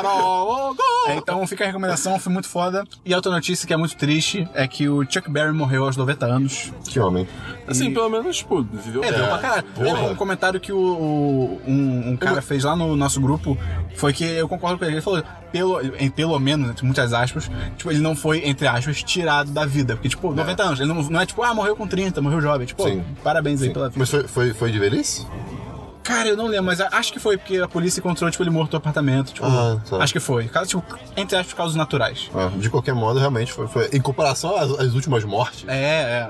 [SPEAKER 3] passarólogo!
[SPEAKER 1] É, então fica a recomendação, foi muito foda. E outra notícia que é muito triste é que o Chuck Berry morreu aos 90 anos.
[SPEAKER 2] Que homem.
[SPEAKER 3] Assim, pelo menos, tipo, viveu
[SPEAKER 1] É, deu pra caralho.
[SPEAKER 2] porra.
[SPEAKER 1] Lembra um comentário que o, o- um, um cara fez lá no nosso grupo foi que eu concordo com ele. Ele falou, pelo, em, pelo menos, entre muitas aspas, tipo, ele não foi, entre aspas, tirado da vida. Porque, tipo, 90 anos. Ele não, não é tipo, ah, morreu com 30, morreu jovem. Tipo,
[SPEAKER 2] Sim.
[SPEAKER 1] pô, parabéns aí pela vida.
[SPEAKER 2] Mas foi, foi, foi de velhice?
[SPEAKER 1] Cara, eu não lembro, mas a- acho que foi porque a polícia encontrou, tipo, ele morto no apartamento. Tipo,
[SPEAKER 2] Ah, tá.
[SPEAKER 1] acho que foi. Cara, tipo, entre aspas, causas naturais.
[SPEAKER 2] Ah, de qualquer modo, realmente foi. foi- Em comparação às, às últimas mortes,
[SPEAKER 1] É,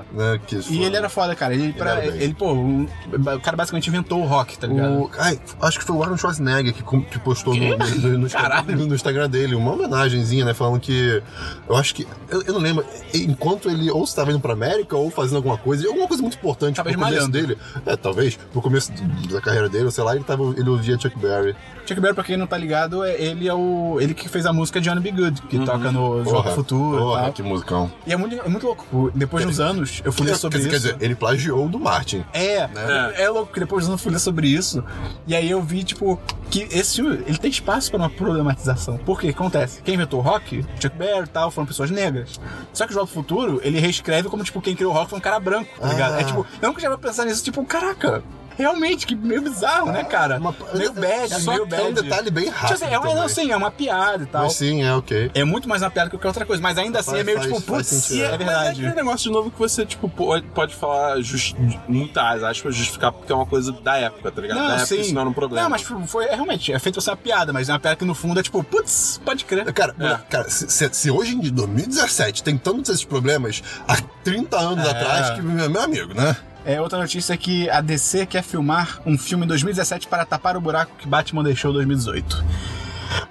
[SPEAKER 1] é.
[SPEAKER 2] né? Que
[SPEAKER 1] E ele era foda, cara. Ele, pra-
[SPEAKER 2] era bem.
[SPEAKER 1] ele, pô, um- o cara basicamente inventou o rock, tá ligado?
[SPEAKER 2] O- ai, acho que foi o Arnold Schwarzenegger que, com- que postou no, no- no Insta-
[SPEAKER 1] Caralho.
[SPEAKER 2] no Instagram dele uma homenagenzinha, né? Falando que. Eu acho que. Eu, eu não lembro. Enquanto ele ou estava indo pra América ou fazendo alguma coisa, alguma coisa muito importante
[SPEAKER 1] Tava
[SPEAKER 2] pro começo
[SPEAKER 1] esmalhando.
[SPEAKER 2] dele. É, talvez. Pro começo do- da carreira dele, sei lá, ele, tava, ele ouvia Chuck Berry.
[SPEAKER 1] Chuck Berry, pra quem não tá ligado, é, ele é o. ele que fez a música Johnny Be Good, que toca no Jogo
[SPEAKER 2] Uhum. Porra,
[SPEAKER 1] Futuro
[SPEAKER 2] porra,
[SPEAKER 1] e tal.
[SPEAKER 2] que musicão.
[SPEAKER 1] E é muito, é muito louco. pô. Depois de uns anos, eu fui ler sobre
[SPEAKER 2] quer, dizer-
[SPEAKER 1] isso.
[SPEAKER 2] quer dizer, né? ele plagiou o do Martin.
[SPEAKER 1] é, é, louco, porque depois de uns anos eu fui ler sobre isso. E aí eu vi, tipo, que esse filme, ele tem espaço pra uma problematização. Porque acontece, quem inventou o rock, Chuck Berry e tal, foram pessoas negras. Só que o Jogo Futuro, ele reescreve como, tipo, quem criou o rock foi um cara branco, tá ligado?
[SPEAKER 2] Ah.
[SPEAKER 1] É tipo, eu nunca tinha pensado nisso, tipo, caraca. Realmente, que meio bizarro, né, cara?
[SPEAKER 2] Ah, Uma-
[SPEAKER 1] meio bad,
[SPEAKER 2] é,
[SPEAKER 1] meio bad.
[SPEAKER 2] É um detalhe bem
[SPEAKER 1] Tipo
[SPEAKER 2] rápido.
[SPEAKER 1] assim, é uma,
[SPEAKER 2] também.
[SPEAKER 1] não, sim, é uma piada e tal.
[SPEAKER 2] Mas sim, é ok.
[SPEAKER 1] É muito mais uma piada que qualquer outra coisa, mas ainda assim
[SPEAKER 2] Faz-
[SPEAKER 1] é meio
[SPEAKER 2] faz-
[SPEAKER 1] tipo,
[SPEAKER 2] faz
[SPEAKER 1] putz,
[SPEAKER 2] sentido,
[SPEAKER 1] é,
[SPEAKER 2] é.
[SPEAKER 3] Mas é
[SPEAKER 1] verdade.
[SPEAKER 3] aquele negócio de novo que você, tipo, pode, pode falar just, muitas aspas, justificar porque é uma coisa da época, tá ligado? da época isso não era um problema.
[SPEAKER 1] Não, mas tipo, foi, é, realmente, é feito pra ser uma piada, mas é uma piada que no fundo é tipo, putz, pode crer.
[SPEAKER 2] Cara, moleque, cara se, se- se hoje em dia, 2017, tem tantos esses problemas, há 30 anos atrás, que meu meu amigo, né?
[SPEAKER 1] É, outra notícia é que a DC quer filmar um filme em 2017 para tapar o buraco que Batman deixou em 2018.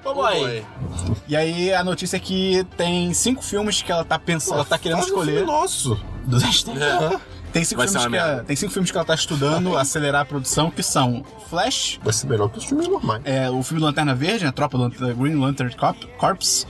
[SPEAKER 1] Vamos aí. E aí a notícia é que tem cinco filmes que ela tá pensando, ela tá querendo
[SPEAKER 2] Faz um filme
[SPEAKER 1] escolher.
[SPEAKER 2] Nosso.
[SPEAKER 1] Dos hashtag.
[SPEAKER 2] É.
[SPEAKER 1] Tem cinco,
[SPEAKER 3] Vai ser
[SPEAKER 1] filmes
[SPEAKER 3] uma
[SPEAKER 1] que ela,
[SPEAKER 3] merda.
[SPEAKER 1] tem cinco filmes que ela tá estudando acelerar a produção, que são Flash,
[SPEAKER 2] Vai ser melhor que os filmes normais.
[SPEAKER 1] é, o filme do Lanterna Verde, a tropa do Lanterna- Green Lantern Corp- Corps,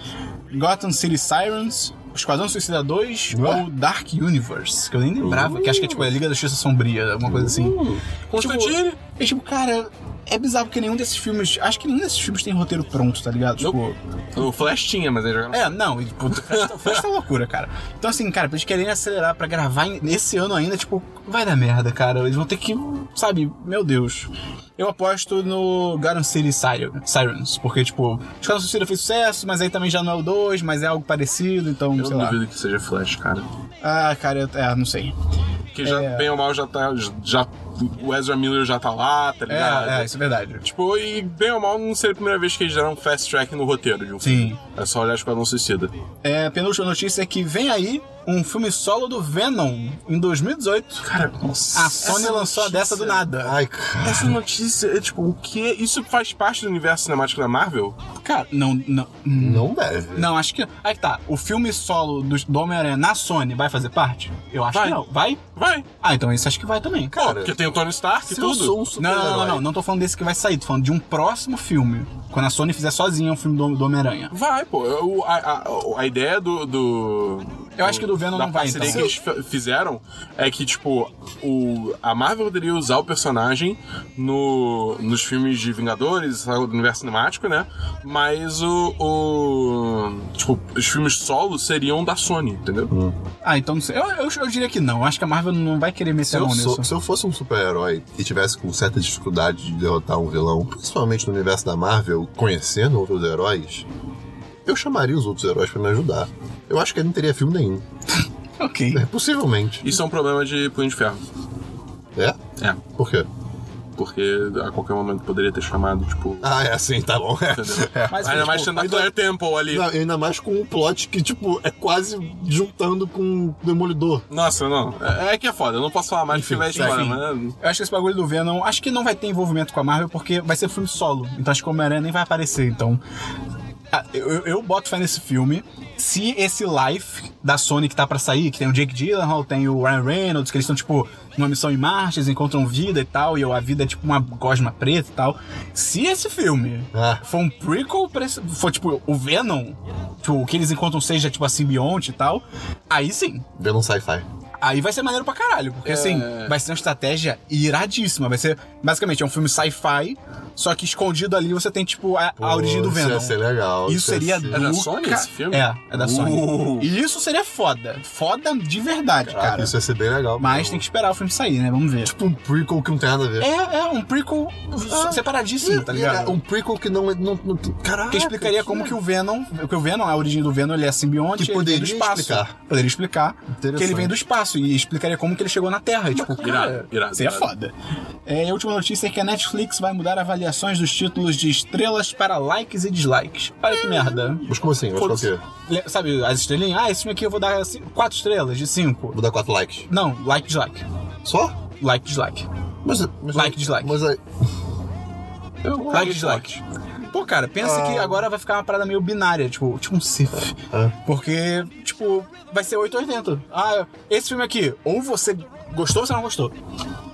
[SPEAKER 1] Gotham City Sirens, Esquadrão Suicida 2
[SPEAKER 2] Ué?
[SPEAKER 1] ou Dark Universe, que eu nem lembrava, que acho que é tipo a Liga da Justiça Sombria, alguma coisa assim.
[SPEAKER 3] Constantine.
[SPEAKER 1] Tipo, é tipo, cara, é bizarro que nenhum desses filmes. Acho que nenhum desses filmes tem roteiro pronto, tá ligado? Tipo.
[SPEAKER 3] O Flash tinha, mas ele jogava.
[SPEAKER 1] É, não, e, puta, festa, festa é loucura, cara. Então, assim, cara, pra eles quererem acelerar pra gravar em- nesse ano ainda, tipo, vai dar merda, cara. Eles vão ter que, sabe, meu Deus. Eu aposto no Garden City Siren- Sirens, porque, tipo, Escala Suicida fez sucesso, mas aí também já não é o 2, mas é algo parecido, então,
[SPEAKER 3] Eu
[SPEAKER 1] sei
[SPEAKER 3] não
[SPEAKER 1] lá.
[SPEAKER 3] duvido que seja Flash, cara.
[SPEAKER 1] Ah, cara, eu, é, não sei.
[SPEAKER 3] Que já,
[SPEAKER 1] É.
[SPEAKER 3] bem ou mal, já tá. Já, o Ezra Miller já tá lá, tá
[SPEAKER 1] É,
[SPEAKER 3] ligado?
[SPEAKER 1] é, isso é verdade. Tipo,
[SPEAKER 3] Tipo, e bem ou mal, não seria a primeira vez que eles deram um fast track no roteiro de um filme.
[SPEAKER 1] sim.
[SPEAKER 3] É só olhar Esquadrão Suicida.
[SPEAKER 1] É, a penúltima notícia é que vem aí um filme solo do Venom em 2018.
[SPEAKER 3] Cara, nossa.
[SPEAKER 1] A Sony
[SPEAKER 3] essa
[SPEAKER 1] lançou a dessa do
[SPEAKER 3] notícia-
[SPEAKER 1] nada.
[SPEAKER 2] Ai, cara.
[SPEAKER 3] Essa notícia é tipo, o que? Isso faz parte do universo cinemático da Marvel?
[SPEAKER 1] Cara, não, não.
[SPEAKER 2] Não deve.
[SPEAKER 1] Não, acho que. Aí que tá. O filme solo do, do Homem-Aranha na Sony vai fazer parte? Eu acho
[SPEAKER 3] Vai.
[SPEAKER 1] que não. Vai?
[SPEAKER 3] Vai.
[SPEAKER 1] Ah, então esse acho que vai também. é
[SPEAKER 3] Pô,
[SPEAKER 2] Cara,
[SPEAKER 3] porque tem o Tony Stark e
[SPEAKER 2] se eu
[SPEAKER 3] tudo.
[SPEAKER 2] sou
[SPEAKER 1] Não,
[SPEAKER 2] um
[SPEAKER 1] não, não,
[SPEAKER 2] super-herói...
[SPEAKER 1] não, não. Não tô falando desse que vai sair. Tô falando de um próximo filme. Quando a Sony fizer sozinha um filme do, do Homem-Aranha.
[SPEAKER 3] Vai, pô. Eu- a, a- a ideia do. do-
[SPEAKER 1] Eu acho que do Venom
[SPEAKER 3] da
[SPEAKER 1] não vai,
[SPEAKER 3] parceria
[SPEAKER 1] então.
[SPEAKER 3] que eles fi- fizeram é que, tipo, o, a Marvel poderia usar o personagem no, nos filmes de Vingadores, sabe, do universo cinemático, né? Mas o, o- Tipo, os filmes solo seriam da Sony, entendeu?
[SPEAKER 1] Ah, então não sei. Eu, eu, eu diria que não. Acho que a Marvel não vai querer meter
[SPEAKER 2] Se
[SPEAKER 1] a
[SPEAKER 2] eu,
[SPEAKER 1] mão
[SPEAKER 2] sou-
[SPEAKER 1] nisso.
[SPEAKER 2] se eu fosse um super-herói e tivesse com certa dificuldade de derrotar um vilão, principalmente no universo da Marvel, conhecendo outros heróis, eu chamaria os outros heróis pra me ajudar. Eu acho que ele não teria filme nenhum.
[SPEAKER 1] Ok.
[SPEAKER 2] É, possivelmente.
[SPEAKER 3] Isso é um problema de punho de ferro.
[SPEAKER 2] É?
[SPEAKER 3] É.
[SPEAKER 2] Por quê?
[SPEAKER 3] Porque a qualquer momento poderia ter chamado, tipo.
[SPEAKER 2] Ah, é assim, tá bom.
[SPEAKER 3] Entendeu?
[SPEAKER 2] É.
[SPEAKER 1] Mas,
[SPEAKER 3] ainda
[SPEAKER 1] tipo,
[SPEAKER 3] mais sendo da
[SPEAKER 2] ainda-
[SPEAKER 3] Claire Temple ali.
[SPEAKER 2] Não, e ainda mais com um plot que, tipo, é quase juntando com o Demolidor.
[SPEAKER 3] Nossa, não. É, é que é foda, eu não posso falar mais
[SPEAKER 2] Enfim,
[SPEAKER 3] porque vai
[SPEAKER 2] segue.
[SPEAKER 3] embora, né? mas.
[SPEAKER 1] Eu acho que esse bagulho do Venom, acho que não vai ter envolvimento com a Marvel, porque vai ser filme solo. Então acho que o Homem-Aranha nem vai aparecer. Então. Ah, Eu, eu- eu boto fé nesse filme. Se esse Life da Sony que tá pra sair, que tem o Jake Gyllenhaal, tem o Ryan Reynolds, que eles estão, tipo, numa missão em Marte, eles encontram vida e tal, e a vida é tipo uma gosma preta e tal. Se esse filme
[SPEAKER 2] Ah.
[SPEAKER 1] for um prequel, pra esse- for tipo o Venom, tipo, o que eles encontram seja tipo a simbionte e tal, aí sim,
[SPEAKER 2] Vendo um sci-fi.
[SPEAKER 1] Aí vai ser maneiro pra caralho, porque assim,
[SPEAKER 3] É.
[SPEAKER 1] vai ser uma estratégia iradíssima. Vai ser, basicamente, é um filme sci-fi, só que escondido ali você tem, tipo, a, a
[SPEAKER 2] Pô,
[SPEAKER 1] origem do Venom.
[SPEAKER 2] Isso ia ser legal.
[SPEAKER 1] Isso
[SPEAKER 2] ia
[SPEAKER 1] seria
[SPEAKER 2] ser-
[SPEAKER 3] É da
[SPEAKER 1] do
[SPEAKER 3] Sony
[SPEAKER 1] ca-
[SPEAKER 3] é esse filme?
[SPEAKER 1] É, é da
[SPEAKER 3] Uh.
[SPEAKER 1] Sony. E isso seria foda. Foda de verdade,
[SPEAKER 2] Caraca,
[SPEAKER 1] cara.
[SPEAKER 2] Isso ia ser bem
[SPEAKER 3] é
[SPEAKER 2] legal.
[SPEAKER 1] Mas
[SPEAKER 2] mesmo.
[SPEAKER 1] tem que esperar o filme sair, né? Vamos ver.
[SPEAKER 2] Tipo um prequel que não tem nada a ver.
[SPEAKER 1] É, é um prequel
[SPEAKER 3] Ah,
[SPEAKER 1] separadíssimo, tá
[SPEAKER 3] é,
[SPEAKER 1] ligado?
[SPEAKER 2] Um prequel que não... não, não caraca.
[SPEAKER 1] que explicaria como que o Venom, que o Venom, a origem do Venom, ele é simbionte,
[SPEAKER 2] Que
[SPEAKER 1] ele vem do
[SPEAKER 2] poderia
[SPEAKER 1] espaço.
[SPEAKER 2] explicar.
[SPEAKER 1] Poderia explicar
[SPEAKER 2] Interessante.
[SPEAKER 1] que ele vem do espaço e explicaria como que ele chegou na Terra. E, tipo, cara,
[SPEAKER 3] Irado, irado,
[SPEAKER 1] seria
[SPEAKER 3] irado.
[SPEAKER 1] foda. É, e a última notícia é que a Netflix vai mudar avaliações dos títulos de estrelas para likes e dislikes. Olha que merda.
[SPEAKER 3] Hum.
[SPEAKER 2] Mas como assim? Mas qual que é?
[SPEAKER 1] Le- Sabe, as estrelinhas? Ah, esse filme aqui eu vou dar assim, quatro estrelas de cinco.
[SPEAKER 2] Vou dar quatro likes.
[SPEAKER 1] Não, like, dislike.
[SPEAKER 2] Só?
[SPEAKER 1] Like, dislike.
[SPEAKER 2] Mas, mas é-
[SPEAKER 1] Like, dislike.
[SPEAKER 2] Mas aí...
[SPEAKER 1] Like, dislike. Pô, cara, pensa que agora vai ficar uma parada meio binária, tipo, tipo um Sif.
[SPEAKER 2] Ah.
[SPEAKER 1] Porque, tipo, vai ser 880. Ah, esse filme aqui, ou você gostou ou você não gostou.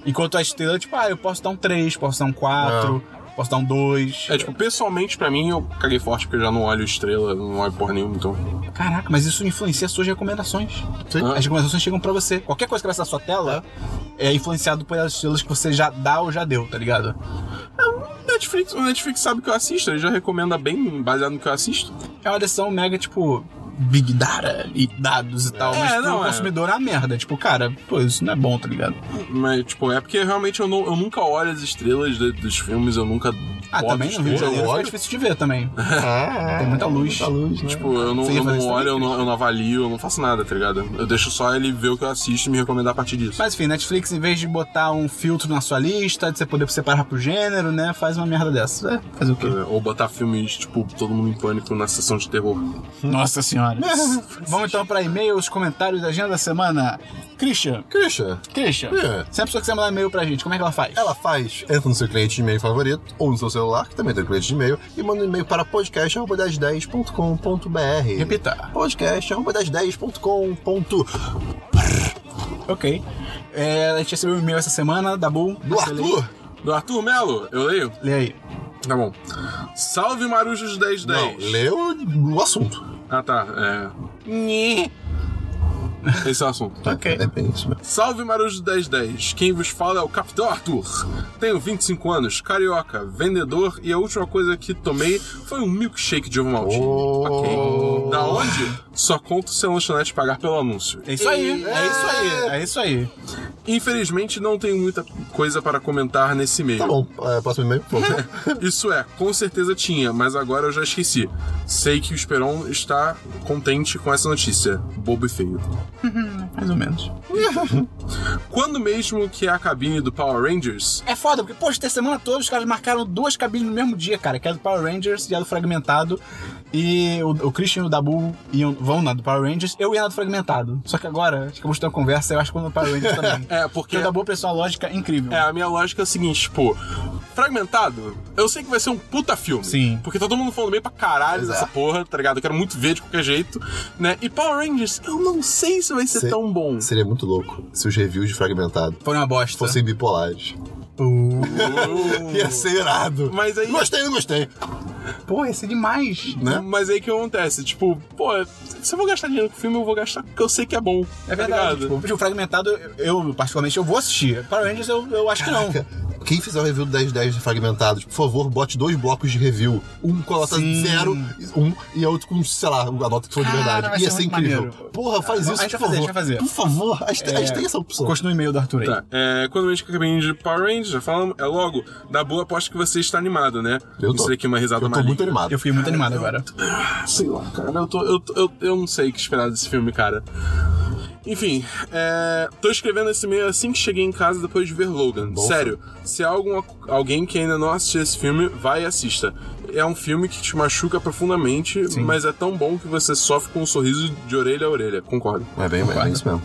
[SPEAKER 1] Enquanto a estrela, tipo, ah, eu posso dar um 3, posso dar um 4, posso dar um 2.
[SPEAKER 3] Ah. É tipo, pessoalmente, pra mim, eu caguei forte porque eu já não olho estrela, não olho porra nenhuma, então.
[SPEAKER 1] Caraca, mas isso influencia suas recomendações.
[SPEAKER 2] Sim.
[SPEAKER 1] As recomendações chegam pra você. Qualquer coisa que vai na sua tela é influenciado pelas estrelas que você já dá ou já deu, tá ligado?
[SPEAKER 3] Netflix, o Netflix sabe que eu assisto, ele já recomenda bem baseado no que eu assisto.
[SPEAKER 1] É uma decisão mega, tipo, big data e dados e tal,
[SPEAKER 3] É,
[SPEAKER 1] mas
[SPEAKER 3] não,
[SPEAKER 1] pro
[SPEAKER 3] é.
[SPEAKER 1] consumidor é uma merda. Tipo, cara, pô, isso não é bom, tá ligado?
[SPEAKER 3] Mas, tipo, é porque realmente eu, não- eu nunca olho as estrelas de- dos filmes, eu nunca.
[SPEAKER 1] Ah,
[SPEAKER 3] boto
[SPEAKER 1] também no Rio de
[SPEAKER 3] estrela.
[SPEAKER 1] Janeiro fica
[SPEAKER 2] óbvio.
[SPEAKER 1] difícil de ver também. Tem muita luz.
[SPEAKER 2] ah, Muita luz, né?
[SPEAKER 3] Tipo, eu não,
[SPEAKER 1] Sim,
[SPEAKER 3] eu
[SPEAKER 1] mas
[SPEAKER 3] não
[SPEAKER 1] isso também
[SPEAKER 3] olho, eu não, eu não avalio, eu não faço nada, tá ligado? Eu deixo só ele ver o que eu assisto e me recomendar a partir disso.
[SPEAKER 1] Mas enfim, Netflix, em vez de botar um filtro na sua lista, de você poder separar pro gênero, né? Faz uma merda dessa. É, fazer o quê?
[SPEAKER 3] É, Ou botar filmes, tipo, todo mundo em pânico na sessão de terror.
[SPEAKER 1] Nossa senhora. Vamos então pra e-mails, comentários da agenda da semana. Christian,
[SPEAKER 2] Christian,
[SPEAKER 1] Christian,
[SPEAKER 2] É.
[SPEAKER 1] se a pessoa quiser mandar e-mail pra gente, como é que ela faz?
[SPEAKER 2] ela faz, entra no seu cliente de e-mail favorito, ou no seu celular, que também tem um cliente de e-mail, e manda um e-mail para podcast.1010.com.br.
[SPEAKER 1] Repita.
[SPEAKER 2] podcast.1010.com.br.
[SPEAKER 1] Ok. É, a gente recebeu um e-mail essa semana da Bull.
[SPEAKER 2] Do Arthur?
[SPEAKER 3] Do Arthur Melo, eu leio?
[SPEAKER 1] Lê aí.
[SPEAKER 3] Tá bom. Salve Marujos 1010.
[SPEAKER 2] Não, leu o assunto.
[SPEAKER 3] Ah, tá. É. Nhe. Esse é o assunto.
[SPEAKER 1] Ok.
[SPEAKER 2] É bem isso mesmo.
[SPEAKER 3] Salve Marujo 1010, quem vos fala é o Capitão Arthur. Tenho 25 anos, carioca, vendedor e a última coisa que tomei foi um milkshake de ovo maltinho.
[SPEAKER 2] Oh.
[SPEAKER 3] Ok. Da onde? Só conto se a lanchonete pagar pelo anúncio.
[SPEAKER 1] É isso aí, é isso aí, é isso aí.
[SPEAKER 3] Infelizmente não tenho muita coisa para comentar nesse e-mail.
[SPEAKER 2] Tá bom, é, próximo e-mail, por favor.
[SPEAKER 3] Isso é, com certeza tinha, mas agora eu já esqueci. Sei que o Esperon está contente com essa notícia. Bobo e feio.
[SPEAKER 1] Mais ou menos.
[SPEAKER 3] Quando mesmo que é a cabine do Power Rangers?
[SPEAKER 1] É foda, porque, poxa, ter semana toda os caras marcaram duas cabines no mesmo dia, cara. Que é a do Power Rangers e a do Fragmentado. E o, o Christian e o Dabu iam, vão na do Power Rangers, eu ia na do Fragmentado. Só que agora, acho que eu mostrei uma conversa, eu acho que eu vou no Power Rangers também.
[SPEAKER 3] É, porque-
[SPEAKER 1] o Dabu prestou uma lógica incrível.
[SPEAKER 3] É, a minha lógica é a seguinte, tipo, fragmentado, eu sei que vai ser um puta filme.
[SPEAKER 1] Sim.
[SPEAKER 3] Porque tá todo mundo falando bem pra caralho
[SPEAKER 2] é.
[SPEAKER 3] dessa porra, tá ligado? Eu quero muito ver de qualquer jeito, né? E Power Rangers, eu não sei se vai ser
[SPEAKER 2] Se-
[SPEAKER 3] tão bom.
[SPEAKER 2] Seria muito louco se os reviews de Fragmentado
[SPEAKER 1] Foi uma bosta.
[SPEAKER 2] fossem bipolares. Ia ser irado.
[SPEAKER 3] Mas aí.
[SPEAKER 2] Gostei, não gostei.
[SPEAKER 1] Pô, ia ser demais.
[SPEAKER 2] né?
[SPEAKER 3] Mas aí que acontece, tipo, pô, se eu vou gastar dinheiro com o filme, eu vou gastar porque eu sei que é bom.
[SPEAKER 1] É verdade.
[SPEAKER 3] Tá ligado?
[SPEAKER 1] Tipo, o Fragmentado, eu, eu, particularmente, eu vou assistir. Power Rangers, eu, eu acho que não.
[SPEAKER 2] Quem fizer o review do 1010 de Fragmentados, por favor, bote dois blocos de review. Um com a nota
[SPEAKER 1] Sim.
[SPEAKER 2] zero, um e outro com, sei lá, a nota que for de
[SPEAKER 1] Cara, vai
[SPEAKER 2] verdade. Ia
[SPEAKER 1] ser
[SPEAKER 2] ser
[SPEAKER 1] muito
[SPEAKER 2] incrível.
[SPEAKER 1] maneiro.
[SPEAKER 2] Porra, faz
[SPEAKER 1] A
[SPEAKER 2] isso,
[SPEAKER 1] gente vai
[SPEAKER 2] por
[SPEAKER 1] fazer, a
[SPEAKER 2] favor.
[SPEAKER 1] gente vai fazer.
[SPEAKER 2] Por favor, a gente, a
[SPEAKER 1] É.
[SPEAKER 2] gente tem essa opção.
[SPEAKER 1] Continua o e-mail do Arthur aí.
[SPEAKER 3] Tá, é, quando a gente acabei de Power Rangers, já falamos, é logo, da boa aposto que você está animado, né?
[SPEAKER 2] Eu
[SPEAKER 3] Isso
[SPEAKER 2] tô.
[SPEAKER 3] daqui é uma risada
[SPEAKER 2] Eu tô
[SPEAKER 3] maligna.
[SPEAKER 2] muito animado.
[SPEAKER 1] Eu fiquei muito animado agora.
[SPEAKER 3] Sei lá, cara. Eu, tô, eu, tô- eu, eu não sei o que esperar desse filme, cara. Enfim, é, tô escrevendo esse e-mail assim que cheguei em casa depois de ver Logan. Sério, se há algum, alguém que ainda não assistiu esse filme, vai e assista. É um filme que te machuca profundamente, mas é tão bom que você sofre com um sorriso de orelha a orelha. Concordo.
[SPEAKER 2] É bem, é bem isso mesmo.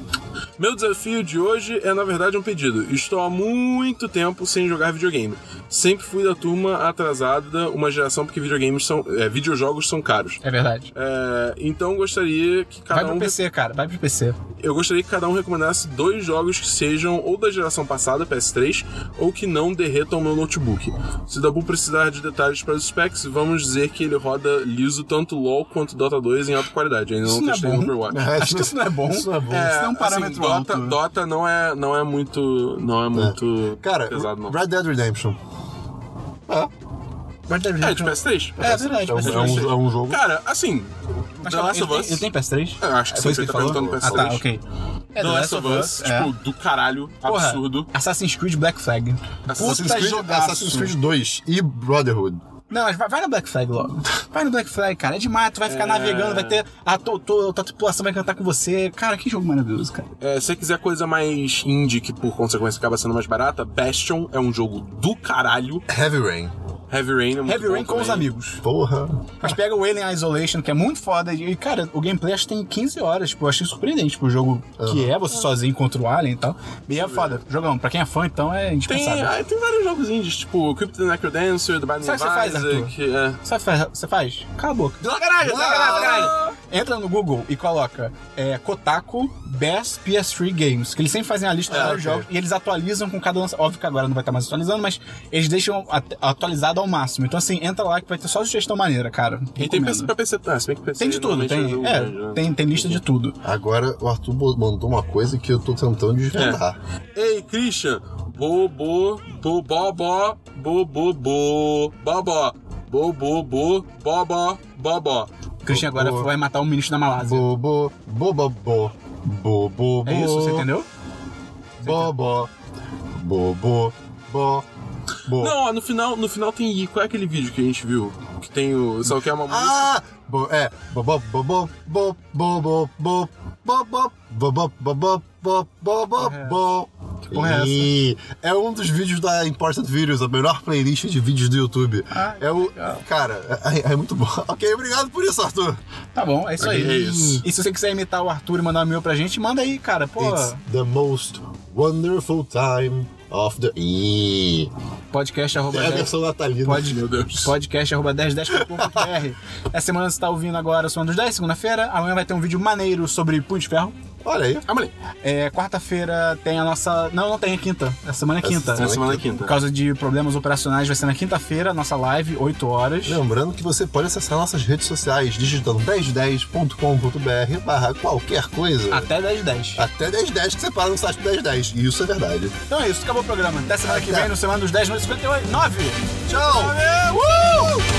[SPEAKER 3] Meu desafio de hoje é, na verdade, um pedido. Estou há muito tempo sem jogar videogame. Sempre fui da turma atrasada, uma geração porque videogames são. É, videojogos são caros.
[SPEAKER 1] É verdade.
[SPEAKER 3] É, então gostaria que
[SPEAKER 1] Vai
[SPEAKER 3] cada
[SPEAKER 1] pro
[SPEAKER 3] um.
[SPEAKER 1] PC, cara. Vai pro PC.
[SPEAKER 3] Eu gostaria que cada um recomendasse dois jogos que sejam ou da geração passada, PS3, ou que não derretam meu notebook. Se Dabu precisar de detalhes para os specs, vamos dizer que ele roda liso tanto LOL quanto Dota 2 em alta qualidade. Ainda
[SPEAKER 1] Isso
[SPEAKER 3] não
[SPEAKER 1] não é
[SPEAKER 3] testei
[SPEAKER 1] bom.
[SPEAKER 3] no Overwatch.
[SPEAKER 1] Acho que isso não é bom.
[SPEAKER 2] Isso não é bom.
[SPEAKER 1] isso não é um parâmetro
[SPEAKER 3] assim,
[SPEAKER 1] alto.
[SPEAKER 3] Dota, Dota não é não é muito não é muito
[SPEAKER 2] Cara,
[SPEAKER 3] pesado não.
[SPEAKER 2] Red Dead Redemption.
[SPEAKER 1] Vai dar
[SPEAKER 3] É
[SPEAKER 1] jeito.
[SPEAKER 3] de PS3.
[SPEAKER 1] É verdade.
[SPEAKER 2] É um,
[SPEAKER 1] mas-
[SPEAKER 2] é um- é um jogo.
[SPEAKER 3] Cara, assim,
[SPEAKER 1] mas
[SPEAKER 3] The Last
[SPEAKER 1] ele,
[SPEAKER 3] of
[SPEAKER 1] tem,
[SPEAKER 3] Us.
[SPEAKER 1] ele tem PS3?
[SPEAKER 3] Eu acho que
[SPEAKER 1] foi
[SPEAKER 3] sim,
[SPEAKER 1] É isso que
[SPEAKER 3] ele
[SPEAKER 1] ele falou.
[SPEAKER 3] tá perguntando
[SPEAKER 1] Ah, tá,
[SPEAKER 3] PS3.
[SPEAKER 1] ok. É,
[SPEAKER 3] The Last of Us,
[SPEAKER 1] é.
[SPEAKER 3] tipo, do caralho,
[SPEAKER 1] Porra,
[SPEAKER 3] absurdo.
[SPEAKER 1] Assassin's Creed Black Flag.
[SPEAKER 2] Assassin's
[SPEAKER 1] Puta
[SPEAKER 2] Creed,
[SPEAKER 1] jogaço.
[SPEAKER 2] Assassin's Creed 2 e Brotherhood.
[SPEAKER 1] Não, mas vai, vai no Black Flag logo. Vai no Black Flag, cara. É demais. Tu vai ficar navegando, vai ter. A tua, tua, tua tripulação vai cantar com você. Cara, que jogo maravilhoso, cara.
[SPEAKER 3] É, se você quiser coisa mais indie, que por consequência acaba sendo mais barata, Bastion é um jogo do caralho.
[SPEAKER 2] Heavy Rain.
[SPEAKER 3] Heavy Rain é muito
[SPEAKER 1] Heavy
[SPEAKER 3] bom
[SPEAKER 1] Rain com
[SPEAKER 3] também.
[SPEAKER 1] os amigos.
[SPEAKER 2] Porra.
[SPEAKER 1] Mas pega o Alien Isolation, que é muito foda. E, cara, o gameplay acho que tem 15 horas. Tipo, eu achei surpreendente. Tipo, o jogo que é você sozinho contra o Alien e tal. E é foda. Jogão, pra quem é fã, então é
[SPEAKER 3] Tem,
[SPEAKER 1] indispensável.
[SPEAKER 3] ah, tem vários jogos indies, tipo Crypt the Necrodancer, The Binding
[SPEAKER 1] Sabe o que
[SPEAKER 3] of
[SPEAKER 1] você faz, Arthur?
[SPEAKER 3] Isaac. é.
[SPEAKER 1] Sabe o que você faz? Cala a boca. Sacanagem, sacanagem, sacanagem. Entra no Google e coloca é, Kotaku Best PS3 Games, que eles sempre fazem a lista
[SPEAKER 3] Ah,
[SPEAKER 1] dos vários jogos e eles atualizam com cada lançamento. Óbvio que agora não vai estar mais atualizando, mas eles deixam at- atualizado ao máximo. Então, assim, entra lá que vai ter só sugestão maneira, cara.
[SPEAKER 3] E tem
[SPEAKER 1] Recomendo.
[SPEAKER 3] PC pra PC. Ah, se bem que PC
[SPEAKER 1] Tem de tudo,
[SPEAKER 3] normalmente é um
[SPEAKER 1] tem,
[SPEAKER 3] jogo
[SPEAKER 1] é,
[SPEAKER 3] grande, né?
[SPEAKER 1] tem, tem lista de tudo.
[SPEAKER 2] Agora o Arthur bo- mandou uma coisa que eu tô tentando
[SPEAKER 1] É.
[SPEAKER 2] desvendar.
[SPEAKER 3] Ei, Christian! Bo, bo, bo, bo, bo, bo, bo, bo, bo, bo, bo, bo, bo, bo, bo, bo, bo.
[SPEAKER 1] O Christian agora
[SPEAKER 2] Boa.
[SPEAKER 1] vai matar o ministro da Malásia.
[SPEAKER 2] Bobo, bobo, bo, bobo, bo,
[SPEAKER 1] É isso, você entendeu?
[SPEAKER 2] Bobo, bobo, bo, bo.
[SPEAKER 3] Não, ó, no final, no final tem I. Qual é aquele vídeo que a gente viu? Que tem o. Só que é uma música.
[SPEAKER 2] Ah! Bo, é, bobo, bobo, bo, bobo, bo, bobo, bobo, bobo, bo, bobo, bo. Que
[SPEAKER 1] porra é essa?
[SPEAKER 2] E é um dos vídeos da Important Videos, a melhor playlist de vídeos do YouTube.
[SPEAKER 1] Ah,
[SPEAKER 2] é o. Cara, é, é muito bom. Ok, obrigado por isso, Arthur.
[SPEAKER 1] Tá bom, é isso aí.
[SPEAKER 3] É isso.
[SPEAKER 1] E se você quiser imitar o Arthur e mandar um e-mail pra gente, manda aí, cara. Pô,
[SPEAKER 2] It's the most wonderful time of the. Ih,
[SPEAKER 1] podcast arroba
[SPEAKER 2] É a
[SPEAKER 1] 10.
[SPEAKER 2] versão natalina.
[SPEAKER 1] Ah! Pode,
[SPEAKER 3] Meu Deus.
[SPEAKER 1] podcast arroba 1010.com.br. Essa semana você tá ouvindo agora o Som dos 10, segunda-feira. Amanhã vai ter um vídeo maneiro sobre Punho de Ferro.
[SPEAKER 2] Olha aí.
[SPEAKER 3] Amanhã.
[SPEAKER 1] É, Quarta-feira tem a nossa. Não, não tem, é quinta. Essa semana é
[SPEAKER 2] Essa
[SPEAKER 1] quinta.
[SPEAKER 2] semana é
[SPEAKER 3] Tá, Semana
[SPEAKER 1] Por
[SPEAKER 3] quinta.
[SPEAKER 1] causa de problemas operacionais, vai ser na quinta-feira, nossa live, 8 horas.
[SPEAKER 2] Lembrando que você pode acessar nossas redes sociais digitando 1010.com.br barra qualquer coisa.
[SPEAKER 1] Até 10 10.
[SPEAKER 2] Até 1010 que você para no site do 1010. E isso é verdade.
[SPEAKER 1] Então é isso, acabou o programa. Até semana que
[SPEAKER 2] Até.
[SPEAKER 1] vem, no Semana dos 10, noite 58, 9.
[SPEAKER 2] Tchau!
[SPEAKER 1] Valeu! Uh!